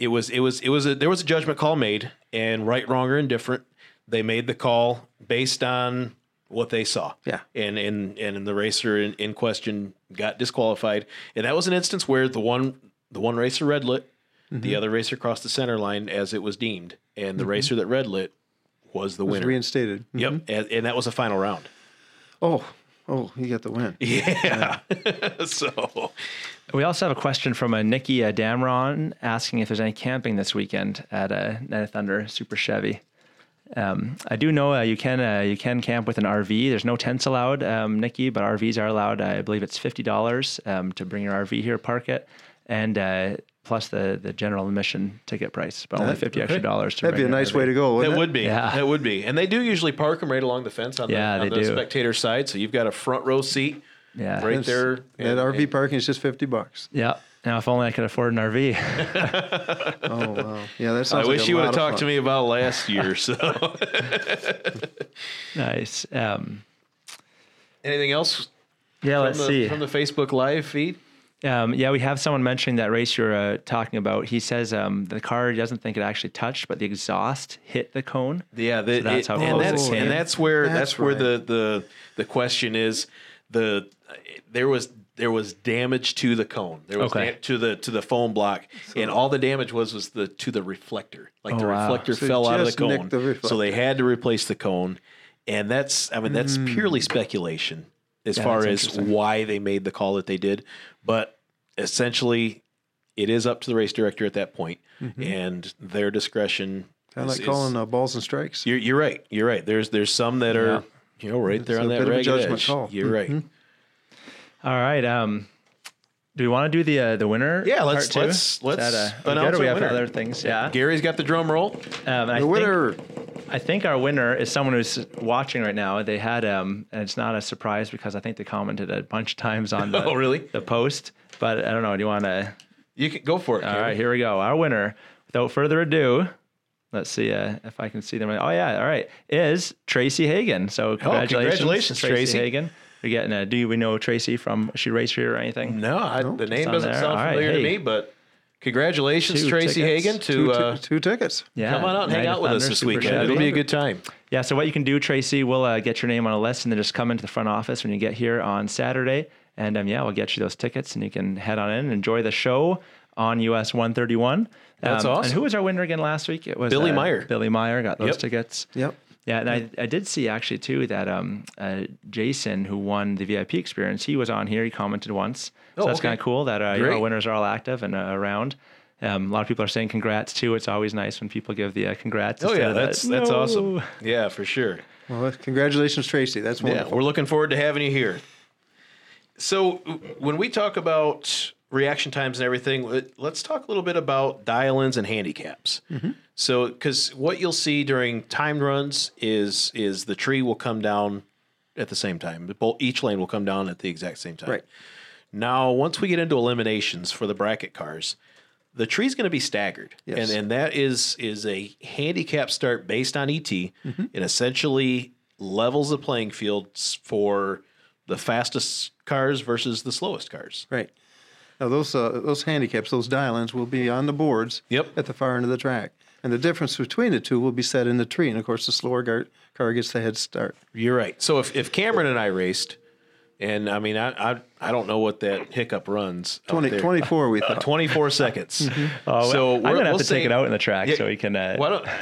[SPEAKER 4] it was, it was, it was a, there was a judgment call made, and right, wrong, or indifferent, they made the call based on what they saw.
[SPEAKER 5] Yeah.
[SPEAKER 4] And and and the racer in, in question got disqualified, and that was an instance where the one the one racer red lit,
[SPEAKER 5] Mm-hmm.
[SPEAKER 4] the other racer crossed the center line as it was deemed, and the racer that red lit was the
[SPEAKER 5] It Mm-hmm. was mm-hmm.
[SPEAKER 4] winner.
[SPEAKER 5] reinstated.
[SPEAKER 4] Yep, and, and that was a final round.
[SPEAKER 5] Oh, oh, he got the win.
[SPEAKER 4] Yeah. so
[SPEAKER 6] We also have a question from a Nikki uh, Damron asking if there's any camping this weekend at a Night of Thunder Super Chevy. Um, I do know uh, you can uh, you can camp with an RV. There's no tents allowed, um, Nikki, but RVs are allowed. I believe it's fifty dollars um, to bring your RV here, park it, and uh, plus the the general admission ticket price, but only fifty extra dollars. To
[SPEAKER 5] That'd be a
[SPEAKER 6] bring your
[SPEAKER 5] nice
[SPEAKER 6] RV.
[SPEAKER 5] way to go.
[SPEAKER 4] that
[SPEAKER 5] Wouldn't it?
[SPEAKER 4] would be.
[SPEAKER 6] Yeah.
[SPEAKER 4] That would be. And they do usually park them right along the fence on
[SPEAKER 6] Yeah,
[SPEAKER 4] the, on
[SPEAKER 6] they
[SPEAKER 4] the
[SPEAKER 6] do.
[SPEAKER 4] spectator side. So you've got a front row seat
[SPEAKER 6] Yeah.
[SPEAKER 4] right there. and-
[SPEAKER 5] That RV parking is just fifty bucks.
[SPEAKER 6] Yeah. Now, if only I could afford an RV.
[SPEAKER 5] Oh wow. Yeah, that's.
[SPEAKER 4] I wish you would have talked to me about last year. So
[SPEAKER 6] nice. Um,
[SPEAKER 4] anything else
[SPEAKER 6] yeah.
[SPEAKER 4] from
[SPEAKER 6] let's
[SPEAKER 4] the,
[SPEAKER 6] see.
[SPEAKER 4] from the Facebook Live feed?
[SPEAKER 6] Um, yeah, we have someone mentioning that race you're uh, talking about. He says um, the car he doesn't think it actually touched, but the exhaust hit the cone.
[SPEAKER 4] Yeah, the, it-
[SPEAKER 6] that's how
[SPEAKER 4] and
[SPEAKER 6] close
[SPEAKER 4] that's
[SPEAKER 6] it came.
[SPEAKER 4] and that's where that's,
[SPEAKER 5] That's
[SPEAKER 4] where the the the question is the there was there was damage to the cone. There was
[SPEAKER 6] Okay.
[SPEAKER 4] dam- to the to the foam block, and all the damage was was the to the reflector. Like the
[SPEAKER 6] Oh, wow.
[SPEAKER 4] reflector
[SPEAKER 5] So
[SPEAKER 4] fell out of the
[SPEAKER 5] just nicked
[SPEAKER 4] cone,
[SPEAKER 5] the
[SPEAKER 4] so
[SPEAKER 5] reflector.
[SPEAKER 4] they had to replace the cone. And that's I mean that's
[SPEAKER 5] Hmm.
[SPEAKER 4] purely speculation as far
[SPEAKER 6] that's
[SPEAKER 4] as
[SPEAKER 6] interesting.
[SPEAKER 4] why they made the call that they did, but essentially it is up to the race director at that point, and their discretion.
[SPEAKER 5] Kind
[SPEAKER 4] is-
[SPEAKER 5] of Mm-hmm. like
[SPEAKER 4] is-
[SPEAKER 5] calling uh, balls and strikes.
[SPEAKER 4] you're, you're right. You're right. There's there's some that are you know right there
[SPEAKER 5] It's
[SPEAKER 4] on
[SPEAKER 5] a
[SPEAKER 4] that
[SPEAKER 5] bit of a
[SPEAKER 4] ragged
[SPEAKER 5] judgment
[SPEAKER 4] edge.
[SPEAKER 5] call.
[SPEAKER 4] You're right.
[SPEAKER 6] Mm-hmm. All right. Um, do we want to do the uh, the winner?
[SPEAKER 4] Yeah, let's-
[SPEAKER 6] part two?
[SPEAKER 4] let's-
[SPEAKER 6] Is
[SPEAKER 4] let's
[SPEAKER 6] that, uh,
[SPEAKER 4] announce
[SPEAKER 6] announce we
[SPEAKER 4] our
[SPEAKER 6] have
[SPEAKER 4] winner.
[SPEAKER 6] other things. Yeah.
[SPEAKER 4] Gary's got the drum roll.
[SPEAKER 6] Um, and I
[SPEAKER 5] The winner.
[SPEAKER 6] Think, I think our winner is someone who's watching right now. They had um, and it's not a surprise because I think they commented a bunch of times on the
[SPEAKER 4] Oh, really?
[SPEAKER 6] the post. But I don't know. Do you want to?
[SPEAKER 4] You can go for it.
[SPEAKER 6] All right, here we go. Our winner, without further ado, let's see uh, if I can see them. Oh yeah, all right, is Tracy Hagan. So congratulations,
[SPEAKER 4] Oh, congratulations,
[SPEAKER 6] Tracy,
[SPEAKER 4] Tracy.
[SPEAKER 6] Hagan. We're getting a. Do we know Tracy from? She raced here or anything?
[SPEAKER 4] No, I, the name
[SPEAKER 6] on
[SPEAKER 4] doesn't
[SPEAKER 6] there.
[SPEAKER 4] sound
[SPEAKER 6] All right,
[SPEAKER 4] familiar to me,
[SPEAKER 6] hey.
[SPEAKER 4] but congratulations,
[SPEAKER 6] Two
[SPEAKER 4] Tracy
[SPEAKER 6] tickets.
[SPEAKER 4] Hagan, to
[SPEAKER 5] Two,
[SPEAKER 4] uh,
[SPEAKER 5] ti- two tickets.
[SPEAKER 6] Yeah,
[SPEAKER 4] come on out and hang
[SPEAKER 6] Night
[SPEAKER 4] out
[SPEAKER 6] of
[SPEAKER 4] with us
[SPEAKER 6] Thunder,
[SPEAKER 4] this
[SPEAKER 6] Super
[SPEAKER 4] weekend.
[SPEAKER 6] Chevy.
[SPEAKER 4] It'll be a good time.
[SPEAKER 6] Yeah, so what you can do, Tracy, we'll uh, get your name on a list and then just come into the front office when you get here on Saturday. And um, yeah, we'll get you those tickets and you can head on in and enjoy the show on US 131.
[SPEAKER 4] That's
[SPEAKER 6] Um,
[SPEAKER 4] awesome.
[SPEAKER 6] And who was our winner again last week? It was uh,
[SPEAKER 4] Billy Meyer.
[SPEAKER 6] Billy Meyer got those
[SPEAKER 4] Yep.
[SPEAKER 6] tickets.
[SPEAKER 5] Yep.
[SPEAKER 6] Yeah, and I, I did see actually too that um, uh, Jason, who won the VIP experience, he was on here. He commented once, so
[SPEAKER 4] Oh,
[SPEAKER 6] that's
[SPEAKER 4] okay.
[SPEAKER 6] kind of cool that uh, you know,
[SPEAKER 4] Great.
[SPEAKER 6] winners are all active and uh, around. Um, a lot of people are saying congrats too. It's always nice when people give the uh, congrats.
[SPEAKER 4] Oh
[SPEAKER 6] instead
[SPEAKER 4] yeah,
[SPEAKER 6] of
[SPEAKER 4] that's
[SPEAKER 6] the,
[SPEAKER 4] that's awesome.
[SPEAKER 6] "No."
[SPEAKER 4] Yeah, for sure.
[SPEAKER 5] Well, congratulations, Tracy. That's
[SPEAKER 4] Yeah,
[SPEAKER 5] wonderful.
[SPEAKER 4] we're looking forward to having you here. So, w- when we talk about reaction times and everything, let- let's talk a little bit about dial ins and handicaps. So, because what you'll see during timed runs is is the tree will come down at the same time. The bol- Each lane will come down at the exact same time.
[SPEAKER 5] Right.
[SPEAKER 4] Now, once we get into eliminations for the bracket cars, the tree's going to be staggered,
[SPEAKER 5] Yes.
[SPEAKER 4] and and that is is a handicap start based on ET.
[SPEAKER 6] Mm-hmm.
[SPEAKER 4] It essentially levels the playing field s- for the fastest cars versus the slowest cars.
[SPEAKER 5] Right. Now those uh, those handicaps, those dial-ins, will be on the boards.
[SPEAKER 4] Yep.
[SPEAKER 5] At the far end of the track, and the difference between the two will be set in the tree. And of course, the slower gar- car gets the head start.
[SPEAKER 4] You're right. So if, if Cameron and I raced, and I mean I I, I don't know what that hiccup runs. out
[SPEAKER 5] 20,
[SPEAKER 4] there.
[SPEAKER 5] 24 we
[SPEAKER 4] Uh,
[SPEAKER 5] thought.
[SPEAKER 4] 24 seconds.
[SPEAKER 6] Oh,
[SPEAKER 4] so
[SPEAKER 6] I'm
[SPEAKER 4] we're-
[SPEAKER 6] gonna have
[SPEAKER 4] we'll
[SPEAKER 6] to
[SPEAKER 4] say-
[SPEAKER 6] take it out in the track
[SPEAKER 4] Yeah.
[SPEAKER 6] so we can. Uh,
[SPEAKER 4] Why don't?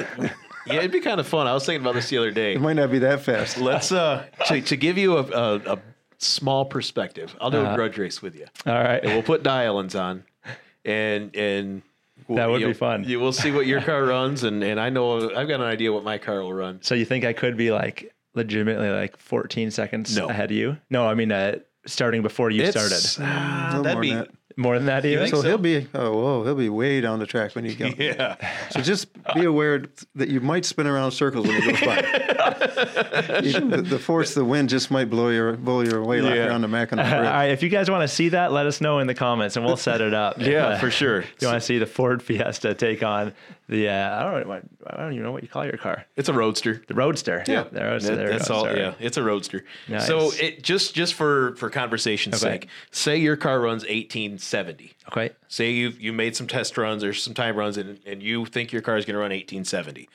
[SPEAKER 4] Yeah, it'd be kind of fun. I was thinking about this the other day.
[SPEAKER 5] it might not be that fast.
[SPEAKER 4] Let's uh to, to give you a, a, a small perspective. I'll do a
[SPEAKER 6] Uh-huh.
[SPEAKER 4] grudge race with you.
[SPEAKER 6] All right.
[SPEAKER 4] And we'll put dial-ins on, and and we'll-
[SPEAKER 6] That would be
[SPEAKER 4] you'll-
[SPEAKER 6] fun.
[SPEAKER 4] You will see what your car runs, and and I know I've got an idea what my car will run.
[SPEAKER 6] So you think I could be like legitimately like 14 seconds
[SPEAKER 4] No.
[SPEAKER 6] ahead of you? No, I mean uh, starting before you
[SPEAKER 4] It's-
[SPEAKER 6] started.
[SPEAKER 4] ah,
[SPEAKER 5] little
[SPEAKER 4] that'd
[SPEAKER 5] more
[SPEAKER 4] be
[SPEAKER 5] than that.
[SPEAKER 6] More than that, even.
[SPEAKER 5] So, he'll be oh whoa he'll be way down the track when you go.
[SPEAKER 4] yeah.
[SPEAKER 5] So just be aware that you might spin around in circles when it goes by. You- the, the force of the wind just might blow your blow your way like
[SPEAKER 4] Yeah.
[SPEAKER 5] around the Mackinac
[SPEAKER 6] All
[SPEAKER 5] Bridge.
[SPEAKER 6] right. If you guys want to see that, let us know in the comments, and we'll set it up. Uh,
[SPEAKER 4] Yeah, for sure.
[SPEAKER 6] You want to see the Ford Fiesta take on the uh, I don't know what, I don't even know what you call your car.
[SPEAKER 4] It's a roadster.
[SPEAKER 6] The Roadster. Yeah, the Roadster.
[SPEAKER 4] That-
[SPEAKER 6] there it
[SPEAKER 4] that's
[SPEAKER 6] goes,
[SPEAKER 4] all.
[SPEAKER 6] sorry.
[SPEAKER 4] Yeah, it's a roadster.
[SPEAKER 6] Nice.
[SPEAKER 4] So it just just for for conversation's
[SPEAKER 6] Okay.
[SPEAKER 4] sake, say your car runs eighteen seventy.
[SPEAKER 6] Okay.
[SPEAKER 4] Say you have you made some test runs or some time runs, and and you think your car is going to run eighteen seventy,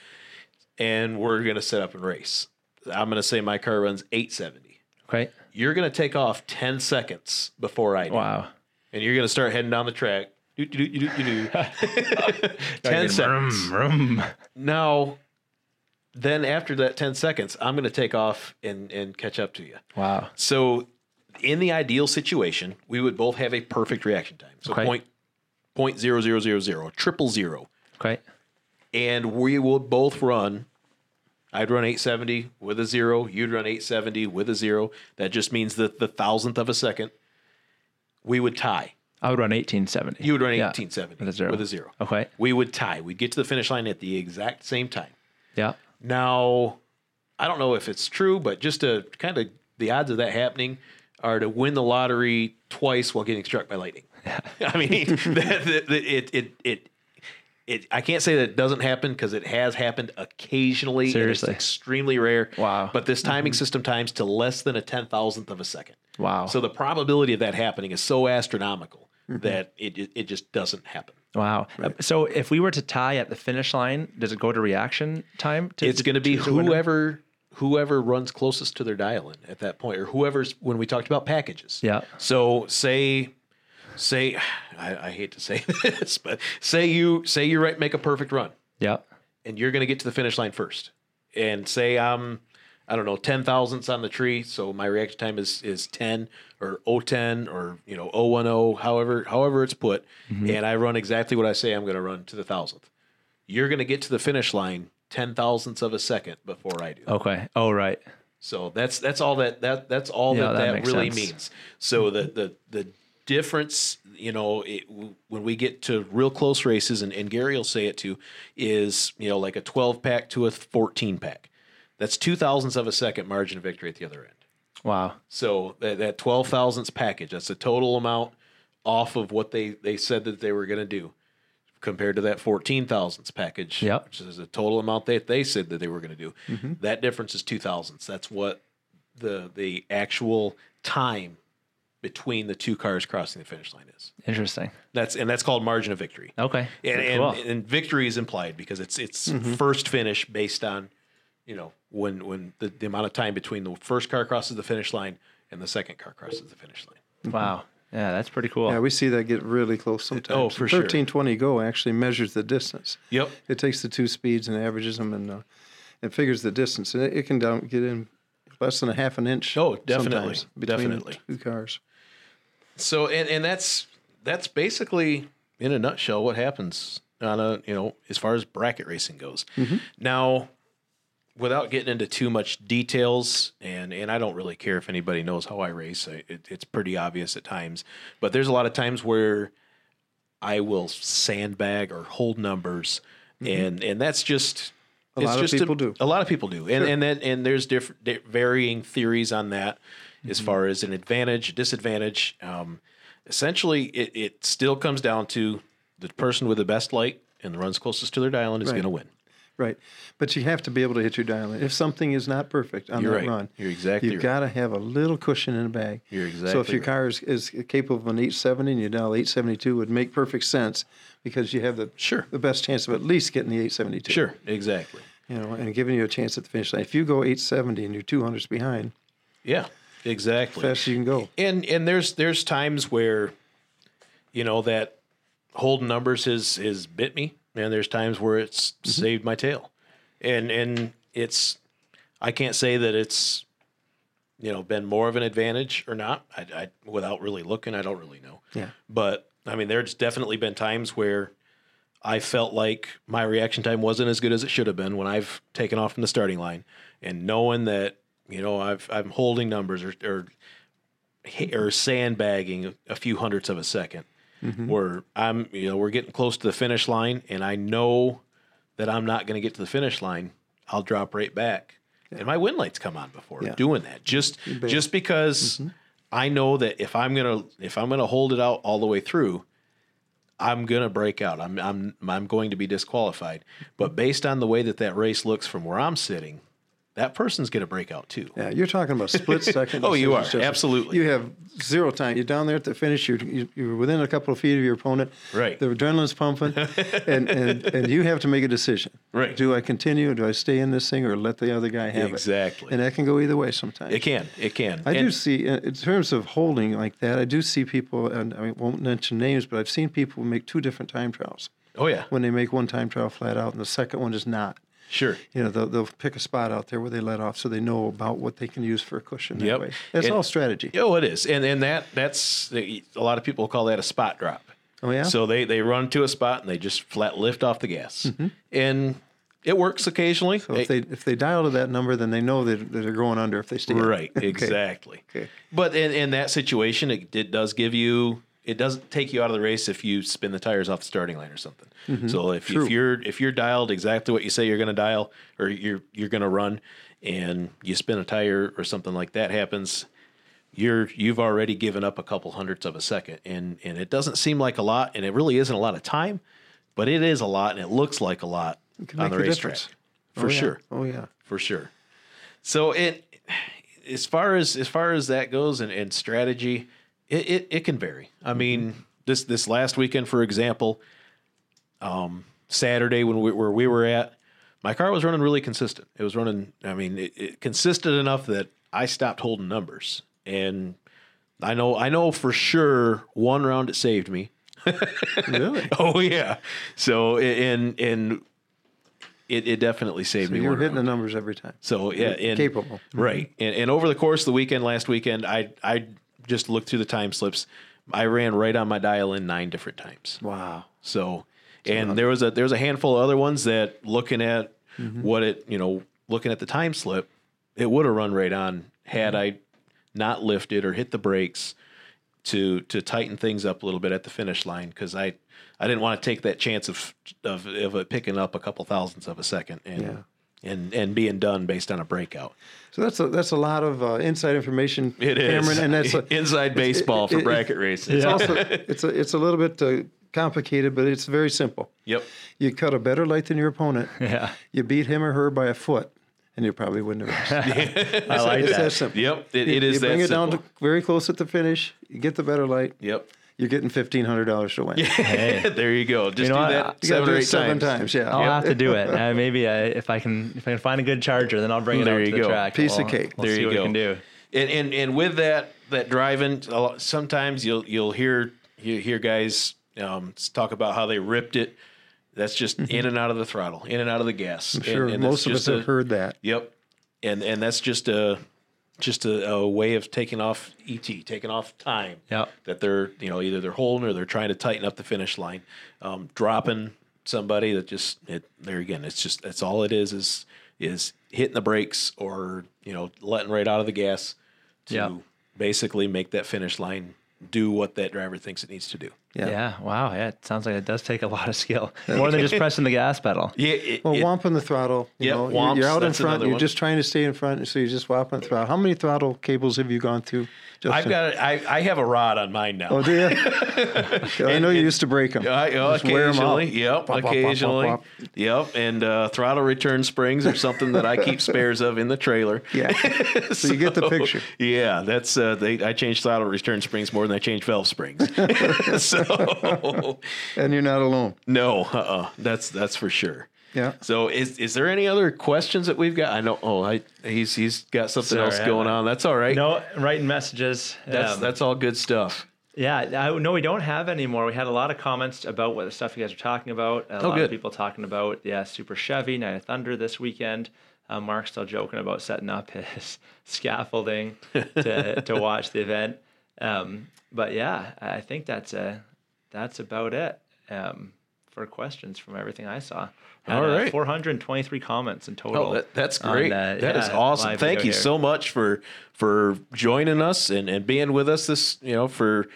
[SPEAKER 4] and we're going to set up and race. I'm going to say my car runs eight seventy.
[SPEAKER 6] Okay.
[SPEAKER 4] You're going to take off ten seconds before I do,
[SPEAKER 6] Wow.
[SPEAKER 4] and you're going to start heading down the track. Do, do, do, do, do, do. ten
[SPEAKER 6] Again,
[SPEAKER 4] seconds.
[SPEAKER 6] vroom, vroom.
[SPEAKER 4] Now, then after that ten seconds, I'm going to take off and and catch up to you.
[SPEAKER 6] Wow.
[SPEAKER 4] So, in the ideal situation, we would both have a perfect reaction time. So
[SPEAKER 6] Okay.
[SPEAKER 4] point point zero zero zero zero triple zero,
[SPEAKER 6] Okay.
[SPEAKER 4] and we would both run. I'd run 870 with a zero. You'd run 870 with a zero. That just means that the thousandth of a second, we would tie.
[SPEAKER 6] I would run 1870.
[SPEAKER 4] You would run
[SPEAKER 6] Yeah.
[SPEAKER 4] 1870
[SPEAKER 6] with a zero. Okay.
[SPEAKER 4] We would tie. We'd get to the finish line at the exact same time.
[SPEAKER 6] Yeah.
[SPEAKER 4] Now, I don't know if it's true, but just to kind of the odds of that happening are to win the lottery twice while getting struck by lightning. I mean, that, that, that- it, it, it, it, I can't say that it doesn't happen because it has happened occasionally. and
[SPEAKER 6] Seriously.
[SPEAKER 4] it's extremely rare.
[SPEAKER 6] Wow. Mm-hmm.
[SPEAKER 4] But this timing system times to less than a ten thousandth of a second.
[SPEAKER 6] Wow. Mm-hmm.
[SPEAKER 4] So the probability of that happening is so astronomical that it, it it just doesn't happen.
[SPEAKER 6] Wow. Uh, So if we were to tie at the finish line, does it go to reaction time? To,
[SPEAKER 4] it's going to be
[SPEAKER 6] to winner?
[SPEAKER 4] whoever whoever runs closest to their dial in at that point or whoever's when we talked about packages
[SPEAKER 6] Yeah.
[SPEAKER 4] so say say I, I hate to say this but say you say you right make a perfect run
[SPEAKER 6] Yeah.
[SPEAKER 4] and you're going to get to the finish line first and say i'm i don't know 10 thousandths on the tree so my reaction time is is 10 or 010 or you know 010 however however it's put and i run exactly what i say i'm going to run to the thousandth you're going to get to the finish line 10 thousandths of a second before i do
[SPEAKER 6] Okay. Oh, right.
[SPEAKER 4] so that's that's all that that that's all
[SPEAKER 6] Yeah,
[SPEAKER 4] that
[SPEAKER 6] that
[SPEAKER 4] that,
[SPEAKER 6] makes
[SPEAKER 4] really
[SPEAKER 6] sense.
[SPEAKER 4] means. So the the the difference, you know, it, when we get to real close races, and, and Gary will say it too, is you know like a twelve pack to a fourteen pack. That's two thousandths of a second margin of victory at the other end.
[SPEAKER 6] Wow.
[SPEAKER 4] So that, that twelve thousandths package, that's the total amount off of what they they said that they were going to do, compared to that fourteen thousandths package,
[SPEAKER 6] Yep. Mm-hmm.
[SPEAKER 4] which is the total amount that they said that they were going to do. That difference is two thousandths. That's what the the actual time between the two cars crossing the finish line is.
[SPEAKER 6] Interesting.
[SPEAKER 4] That's and that's called margin of victory.
[SPEAKER 6] Okay.
[SPEAKER 4] And and,
[SPEAKER 6] Cool.
[SPEAKER 4] and victory is implied because it's it's first finish based on, you know, when when the, the amount of time between the first car crosses the finish line and the second car crosses the finish line.
[SPEAKER 6] wow. Yeah, that's pretty cool.
[SPEAKER 5] Yeah, we see that get really close sometimes.
[SPEAKER 4] Oh, for sure.
[SPEAKER 5] 1320 go actually measures the distance.
[SPEAKER 4] Yep.
[SPEAKER 5] It takes the two speeds and averages them and uh, and figures the distance. And it, it can down, get in less than a half an inch.
[SPEAKER 4] Oh, definitely,
[SPEAKER 5] sometimes between the
[SPEAKER 4] definitely.
[SPEAKER 5] Two cars.
[SPEAKER 4] So and and that's that's basically in a nutshell what happens on a you know as far as bracket racing goes.
[SPEAKER 5] Mm-hmm.
[SPEAKER 4] Now, without getting into too much details, and and I don't really care if anybody knows how I race. I, it, it's pretty obvious at times, but there's a lot of times where I will sandbag or hold numbers, and and that's just a
[SPEAKER 5] Mm-hmm. lot of people do.
[SPEAKER 4] A lot of people do, and and that and there's different di- varying theories on that as far as an advantage, disadvantage. Um, essentially, it it still comes down to the person with the best light and the runs closest to their dial end is
[SPEAKER 5] Right.
[SPEAKER 4] going to win.
[SPEAKER 5] Right. But you have to be able to hit your dial. If something is not perfect on
[SPEAKER 4] You're
[SPEAKER 5] that
[SPEAKER 4] right.
[SPEAKER 5] run,
[SPEAKER 4] You're exactly
[SPEAKER 5] You've
[SPEAKER 4] right.
[SPEAKER 5] got to have a little cushion in the bag.
[SPEAKER 4] You're
[SPEAKER 5] So if
[SPEAKER 4] exactly
[SPEAKER 5] your
[SPEAKER 4] right.
[SPEAKER 5] car is, is capable of an 870 and you dial 872 would make perfect sense because you have the
[SPEAKER 4] Sure.
[SPEAKER 5] the best chance of at least getting the 872.
[SPEAKER 4] Sure, exactly.
[SPEAKER 5] You know, and giving you a chance at the finish line. If you go 870 and you're 200s behind,
[SPEAKER 4] Yeah, exactly.
[SPEAKER 5] fast you can go.
[SPEAKER 4] and and there's there's times where you know that holding numbers has has bit me and there's times where it's saved my tail and and it's i can't say that it's you know been more of an advantage or not i, I without really looking i don't really know
[SPEAKER 5] Yeah.
[SPEAKER 4] but i mean there's definitely been times where i felt like my reaction time wasn't as good as it should have been when i've taken off from the starting line and knowing that you know i've i'm holding numbers or, or hit- or sandbagging a few hundredths of a 2nd
[SPEAKER 5] Mm-hmm.
[SPEAKER 4] where I'm, you know, we're getting close to the finish line and I know that I'm not going to get to the finish line. I'll drop right back. And my wind lights come on before
[SPEAKER 5] Yeah. Mm-hmm.
[SPEAKER 4] doing that. Just just because I know that if I'm going to if I'm going to hold it out all the way through, I'm going to break out. I'm I'm I'm going to be disqualified.
[SPEAKER 5] Mm-hmm.
[SPEAKER 4] But based on the way that that race looks from where I'm sitting, that person's going to break out too.
[SPEAKER 5] Yeah, you're talking about split second.
[SPEAKER 4] Oh, you
[SPEAKER 5] decisions,
[SPEAKER 4] are.
[SPEAKER 5] Justin.
[SPEAKER 4] Absolutely.
[SPEAKER 5] You have zero time. You're down there at the finish. You're you- you're within a couple of feet of your opponent.
[SPEAKER 4] Right.
[SPEAKER 5] The adrenaline's pumping, and and and you have to make a decision.
[SPEAKER 4] Right.
[SPEAKER 5] Do I continue? Do I stay in this thing, or let the other guy have
[SPEAKER 4] Exactly.
[SPEAKER 5] it? And that can go either way sometimes.
[SPEAKER 4] It can. It can.
[SPEAKER 5] I do
[SPEAKER 4] And-
[SPEAKER 5] see, uh, in terms of holding like that, I do see people, and I won't mention names, but I've seen people make two different time trials.
[SPEAKER 4] Oh yeah.
[SPEAKER 5] When they make one time trial flat out, and the second one is not
[SPEAKER 4] Sure.
[SPEAKER 5] you know, they'll, they'll pick a spot out there where they let off so they know about what they can use for a cushion. That
[SPEAKER 4] Yep.
[SPEAKER 5] way. That's
[SPEAKER 4] And-
[SPEAKER 5] all strategy.
[SPEAKER 4] Oh, it is, and and that that's a lot of people call that a spot drop.
[SPEAKER 5] Oh, yeah?
[SPEAKER 4] So they they run to a spot and they just flat lift off the gas, and it works occasionally.
[SPEAKER 5] Mm-hmm. So if they if they dial to that number, then they know that, that they're going under if they stay. up.
[SPEAKER 4] right,
[SPEAKER 5] Okay.
[SPEAKER 4] exactly.
[SPEAKER 5] Okay.
[SPEAKER 4] But in, in that situation, it, it does give you. It doesn't take you out of the race if you spin the tires off the starting line or something. So if,
[SPEAKER 5] Mm-hmm. True.
[SPEAKER 4] if you're if you're dialed exactly what you say you're going to dial or you're you're going to run, and you spin a tire or something like that happens, you're you've already given up a couple hundredths of a second and and it doesn't seem like a lot and it really isn't a lot of time but it is a lot and it looks like a lot
[SPEAKER 5] can
[SPEAKER 4] on
[SPEAKER 5] make
[SPEAKER 4] the
[SPEAKER 5] the
[SPEAKER 4] racetrack
[SPEAKER 5] difference.
[SPEAKER 4] for
[SPEAKER 5] Oh, yeah.
[SPEAKER 4] sure
[SPEAKER 5] Oh yeah.
[SPEAKER 4] for sure so it as far as as far as that goes and, and strategy it, it it can vary i
[SPEAKER 5] Mm-hmm.
[SPEAKER 4] mean this this last weekend for example um saturday when we where we were at my car was running really consistent it was running i mean it, it consistent enough that i stopped holding numbers and i know i know for sure one round it saved me
[SPEAKER 5] Really?
[SPEAKER 4] oh yeah so and and it, it definitely saved
[SPEAKER 5] So
[SPEAKER 4] me
[SPEAKER 5] you're
[SPEAKER 4] one
[SPEAKER 5] hitting the
[SPEAKER 4] round.
[SPEAKER 5] numbers every time.
[SPEAKER 4] So yeah, and,
[SPEAKER 5] capable.
[SPEAKER 4] right? And, and over the course of the weekend, last weekend, I I just looked through the time slips. I ran right on my dial in nine different times.
[SPEAKER 5] Wow.
[SPEAKER 4] So, and there was a there was a handful of other ones that looking at what it you know looking at the time slip, it would have run right on had I not lifted or hit the brakes to to tighten things up a little bit at the finish line because I I didn't want to take that chance of of of it picking up a couple thousandths of a second and. And, and being done based on a breakout.
[SPEAKER 5] So that's a that's a lot of uh, inside information,
[SPEAKER 4] It is
[SPEAKER 5] Cameron, and that's a,
[SPEAKER 4] inside baseball
[SPEAKER 5] it-
[SPEAKER 4] for
[SPEAKER 5] it-
[SPEAKER 4] bracket races.
[SPEAKER 5] it's also it's a it's a little bit uh, complicated, but it's very simple.
[SPEAKER 4] Yep.
[SPEAKER 5] You cut a better light than your opponent.
[SPEAKER 6] Yeah.
[SPEAKER 5] You beat him or her by a foot, and you probably wouldn't have. raced.
[SPEAKER 6] I like
[SPEAKER 5] it's
[SPEAKER 6] that.
[SPEAKER 5] that simple.
[SPEAKER 4] Yep. It,
[SPEAKER 5] You-
[SPEAKER 4] it is
[SPEAKER 5] you
[SPEAKER 4] that
[SPEAKER 5] bring it
[SPEAKER 4] simple.
[SPEAKER 5] down to very close at the finish. You get the better light.
[SPEAKER 4] Yep.
[SPEAKER 5] You're getting fifteen hundred dollars to win.
[SPEAKER 4] there you go. Just
[SPEAKER 6] know
[SPEAKER 4] do
[SPEAKER 6] what?
[SPEAKER 4] that
[SPEAKER 6] I-
[SPEAKER 5] You gotta
[SPEAKER 4] seven
[SPEAKER 5] do
[SPEAKER 4] or
[SPEAKER 5] it
[SPEAKER 4] eight
[SPEAKER 5] seven
[SPEAKER 4] times.
[SPEAKER 5] times. Yeah.
[SPEAKER 6] I'll have to do it. Uh, maybe I, if I can, if I can find a good charger, then I'll bring it
[SPEAKER 4] There
[SPEAKER 6] out
[SPEAKER 4] you
[SPEAKER 6] to the
[SPEAKER 4] go.
[SPEAKER 6] track.
[SPEAKER 5] Piece of
[SPEAKER 6] We'll-
[SPEAKER 5] cake.
[SPEAKER 6] We'll
[SPEAKER 4] there
[SPEAKER 6] see
[SPEAKER 4] you
[SPEAKER 6] what
[SPEAKER 4] go.
[SPEAKER 6] I can do.
[SPEAKER 4] And and and with that that driving, a lot- sometimes you'll you'll hear you hear guys um, talk about how they ripped it. That's just in and out of the throttle, in and out of the gas.
[SPEAKER 5] Sure.
[SPEAKER 4] and, and that's
[SPEAKER 5] Most of us
[SPEAKER 4] just
[SPEAKER 5] have
[SPEAKER 4] a-
[SPEAKER 5] heard that.
[SPEAKER 4] Yep. And and that's just a just a, a way of taking off ET, taking off time.
[SPEAKER 6] Yep.
[SPEAKER 4] That they're you know either they're holding or they're trying to tighten up the finish line, um, dropping somebody that just it, there again. It's just that's all it is is is hitting the brakes or you know letting right out of the gas to
[SPEAKER 6] Yep.
[SPEAKER 4] basically make that finish line do what that driver thinks it needs to do.
[SPEAKER 6] Yeah. Wow. Yeah. It sounds like it does take a lot of skill. More than just pressing the gas pedal.
[SPEAKER 4] Yeah. It,
[SPEAKER 5] Well,
[SPEAKER 4] it-
[SPEAKER 5] whomping the throttle. You
[SPEAKER 4] Yep,
[SPEAKER 5] know, you're-
[SPEAKER 4] whomps,
[SPEAKER 5] you're out in
[SPEAKER 4] that's
[SPEAKER 5] front.
[SPEAKER 4] another
[SPEAKER 5] You're
[SPEAKER 4] one.
[SPEAKER 5] just trying to stay in front, so you're just whopping the throttle. How many throttle cables have you gone through?
[SPEAKER 4] I've
[SPEAKER 5] Justin?
[SPEAKER 4] got I, I have a rod on mine now.
[SPEAKER 5] Oh, do you? I know you used to break them.
[SPEAKER 4] I, oh, occasionally, yep, occasionally, yep, and uh, throttle return springs are something that I keep spares of in the trailer.
[SPEAKER 5] Yeah. So you get the picture.
[SPEAKER 4] Yeah, that's uh, they. I change throttle return springs more than I change valve springs. so
[SPEAKER 5] And you're not alone.
[SPEAKER 4] no, uh-uh, that's that's for sure.
[SPEAKER 5] Yeah.
[SPEAKER 4] So is is there any other questions that we've got? I know. Oh, I he's he's got something
[SPEAKER 6] Sorry,
[SPEAKER 4] else
[SPEAKER 6] I-
[SPEAKER 4] going on. That's all right.
[SPEAKER 6] No, writing messages.
[SPEAKER 4] that's
[SPEAKER 6] um,
[SPEAKER 4] that's all good stuff.
[SPEAKER 6] Yeah, I, no, we don't have any more. We had a lot of comments about what the stuff you guys are talking about. A
[SPEAKER 4] Oh,
[SPEAKER 6] lot
[SPEAKER 4] good.
[SPEAKER 6] of people talking about yeah, Super Chevy Night of Thunder this weekend. Uh, Mark's still joking about setting up his scaffolding to to watch the event. Um, but yeah, I think that's a that's about it um, for questions from everything I saw. Had,
[SPEAKER 4] All
[SPEAKER 6] uh,
[SPEAKER 4] right.
[SPEAKER 6] 423 commenents in total.
[SPEAKER 4] Oh, that, that's
[SPEAKER 6] on,
[SPEAKER 4] great. That
[SPEAKER 6] uh,
[SPEAKER 4] is
[SPEAKER 6] yeah,
[SPEAKER 4] awesome.
[SPEAKER 6] live
[SPEAKER 4] Thank
[SPEAKER 6] video
[SPEAKER 4] you
[SPEAKER 6] here.
[SPEAKER 4] so much for for joining us and, and being with us this you know for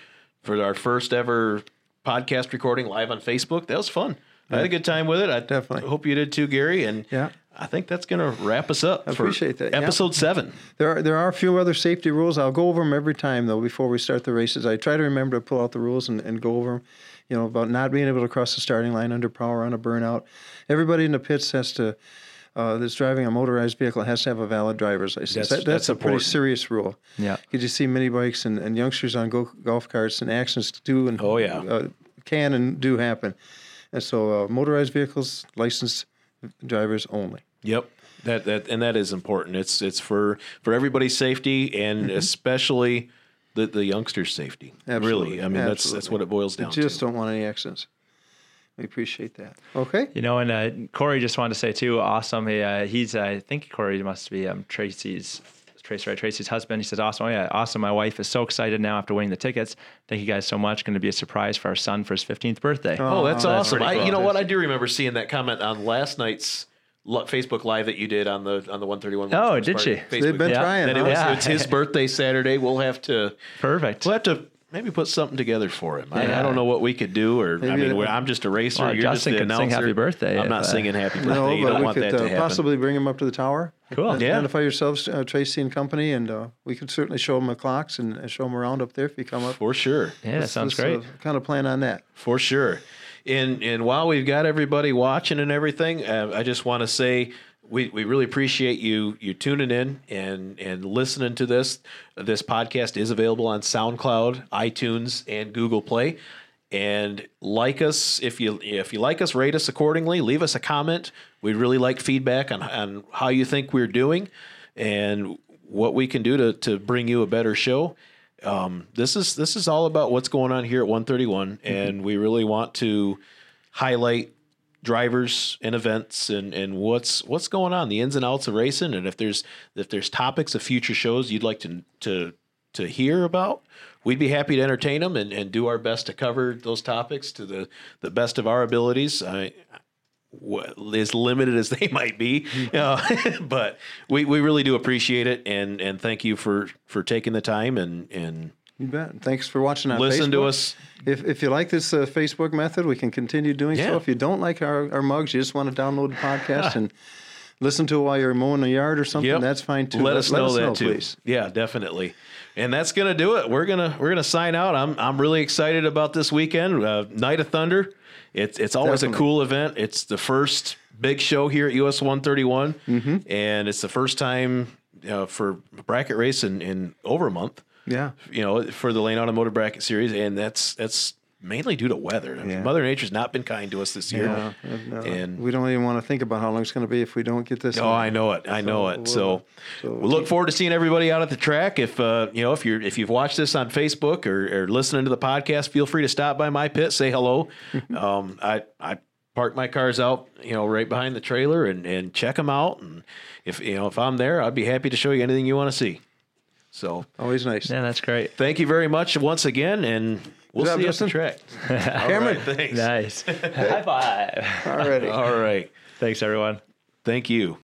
[SPEAKER 4] for our first ever podcast recording live on Facebook. That was fun. I had a good time with it. I
[SPEAKER 5] Definitely.
[SPEAKER 4] hope you did too, Gary. And
[SPEAKER 5] Yeah.
[SPEAKER 4] I think that's gonna wrap us up. I
[SPEAKER 5] appreciate that, yeah.
[SPEAKER 4] Episode seven.
[SPEAKER 5] There are there are a few other safety rules. I'll go over them every time though before we start the races. I try to remember to pull out the rules and, and go over them. You know about not being able to cross the starting line under power on a burnout. Everybody in the pits has to. Uh, that's driving a motorized vehicle has to have a valid driver's license.
[SPEAKER 4] That's-
[SPEAKER 5] That- that's,
[SPEAKER 4] that's
[SPEAKER 5] a pretty
[SPEAKER 4] important.
[SPEAKER 5] serious rule.
[SPEAKER 6] Yeah.
[SPEAKER 5] because you see mini bikes and, and youngsters on go, golf carts and accidents do and
[SPEAKER 4] Oh, yeah.
[SPEAKER 5] uh, can and do happen. And so uh, motorized vehicles, licensed drivers only.
[SPEAKER 4] Yep. That that and that is important. It's it's for for everybody's safety and especially the, the youngsters' safety.
[SPEAKER 5] Absolutely.
[SPEAKER 4] Really. I mean that's that's
[SPEAKER 5] Absolutely.
[SPEAKER 4] what it boils down
[SPEAKER 5] Just
[SPEAKER 4] to.
[SPEAKER 5] don't want any accidents. We appreciate that. Okay.
[SPEAKER 6] You know, and uh, Corey just wanted to say too, awesome. He, uh, he's, I think Corey must be um, Tracy's, Tracy, right? Tracy's husband. He says, awesome. Oh, yeah, awesome. My wife is so excited now after winning the tickets. Thank you guys so much. Going to be a surprise for our son for his 15th birthday.
[SPEAKER 4] Oh, that's awesome!
[SPEAKER 6] Uh, pretty
[SPEAKER 4] I,
[SPEAKER 6] cool.
[SPEAKER 4] you know what? I do remember seeing that comment on last night's lo- Facebook Live that you did on the on the one thirty one.
[SPEAKER 6] Oh, did she?
[SPEAKER 5] They've been
[SPEAKER 6] Yeah.
[SPEAKER 5] trying.
[SPEAKER 4] That it
[SPEAKER 5] huh?
[SPEAKER 4] was,
[SPEAKER 6] Yeah.
[SPEAKER 4] It's his birthday Saturday. We'll have to
[SPEAKER 6] Perfect.
[SPEAKER 4] we'll have to maybe put something together for him. I, I
[SPEAKER 6] Yeah.
[SPEAKER 4] don't know what we could do, or I
[SPEAKER 5] Maybe-
[SPEAKER 4] mean, we're- I'm just a racer.
[SPEAKER 6] Well,
[SPEAKER 4] you're
[SPEAKER 6] Justin
[SPEAKER 4] just the
[SPEAKER 6] could sing
[SPEAKER 4] announcer.
[SPEAKER 6] happy birthday
[SPEAKER 4] I'm
[SPEAKER 6] if,
[SPEAKER 4] not
[SPEAKER 6] uh,
[SPEAKER 4] singing happy birthday.
[SPEAKER 5] No,
[SPEAKER 4] you
[SPEAKER 5] but
[SPEAKER 4] don't
[SPEAKER 5] we
[SPEAKER 4] want
[SPEAKER 5] could
[SPEAKER 4] that to
[SPEAKER 5] uh,
[SPEAKER 4] happen.
[SPEAKER 5] possibly bring them up to the tower.
[SPEAKER 6] Cool.
[SPEAKER 4] Yeah.
[SPEAKER 5] Identify yourselves, uh, Tracy and company, and uh, we could certainly show them the clocks and, and show them around up there if you come up. uh,
[SPEAKER 4] for sure.
[SPEAKER 6] Yeah, that sounds great.
[SPEAKER 5] kind of plan on that.
[SPEAKER 4] For sure. And and while we've got everybody watching and everything, uh, I just want to say we, we really appreciate you you tuning in and and listening to this. This podcast is available on SoundCloud, iTunes, and Google Play. And like us if you if you like us, rate us accordingly. Leave us a comment. We really like feedback on on how you think we're doing and what we can do to to bring you a better show um, this is this is all about what's going on here at 131, and we really want to highlight drivers and events and and what's what's going on, the ins and outs of racing, and if there's if there's topics of future shows you'd like to to to hear about, we'd be happy to entertain them and, and do our best to cover those topics to the the best of our abilities. I, what, as limited as they might be. Uh, but we, we really do appreciate it and and thank you for for taking the time and and
[SPEAKER 5] You bet. Thanks for watching on
[SPEAKER 4] listen to
[SPEAKER 5] Facebook.
[SPEAKER 4] us.
[SPEAKER 5] If, if you like this uh, Facebook method, we can continue doing
[SPEAKER 4] Yeah.
[SPEAKER 5] so. If you don't like our, our mugs, you just want to download the podcast and listen to it while you're mowing the yard or something,
[SPEAKER 4] Yep.
[SPEAKER 5] that's fine too.
[SPEAKER 4] Let us know that too.
[SPEAKER 5] please.
[SPEAKER 4] Yeah, definitely. And that's gonna do it. We're gonna we're gonna sign out. I'm I'm really excited about this weekend. Uh, Night of Thunder. It's it's always a
[SPEAKER 5] Definitely.
[SPEAKER 4] cool event. It's the first big show here at US 131,
[SPEAKER 5] Mm-hmm.
[SPEAKER 4] and it's the first time uh, for bracket race in, in over a month.
[SPEAKER 5] Yeah.
[SPEAKER 4] you know, for the Lane Automotive Bracket Series, and that's that's mainly due to weather. I mean,
[SPEAKER 5] Yeah.
[SPEAKER 4] Mother Nature's not been kind to us this year,
[SPEAKER 5] Yeah, and, uh,
[SPEAKER 4] and
[SPEAKER 5] we don't even want to think about how long it's going to be if we don't get this.
[SPEAKER 4] Oh, I know it. I know it. So,
[SPEAKER 5] so-
[SPEAKER 4] we look forward to seeing everybody out at the track. If uh, you know, if you're if you've watched this on Facebook or, or listening to the podcast, feel free to stop by my pit, say hello. um, I I park my cars out, you know, right behind the trailer, and and check them out. And if you know if I'm there, I'd be happy to show you anything you want to see. So
[SPEAKER 5] Always nice.
[SPEAKER 6] Yeah, that's great.
[SPEAKER 4] thank you very much once again, and we'll
[SPEAKER 5] Good job,
[SPEAKER 4] see you at the
[SPEAKER 5] Justin.
[SPEAKER 4] track.
[SPEAKER 5] Cameron.
[SPEAKER 4] All right, thanks.
[SPEAKER 6] Nice. High five.
[SPEAKER 5] Alrighty.
[SPEAKER 4] All right.
[SPEAKER 6] Thanks, everyone.
[SPEAKER 4] Thank you.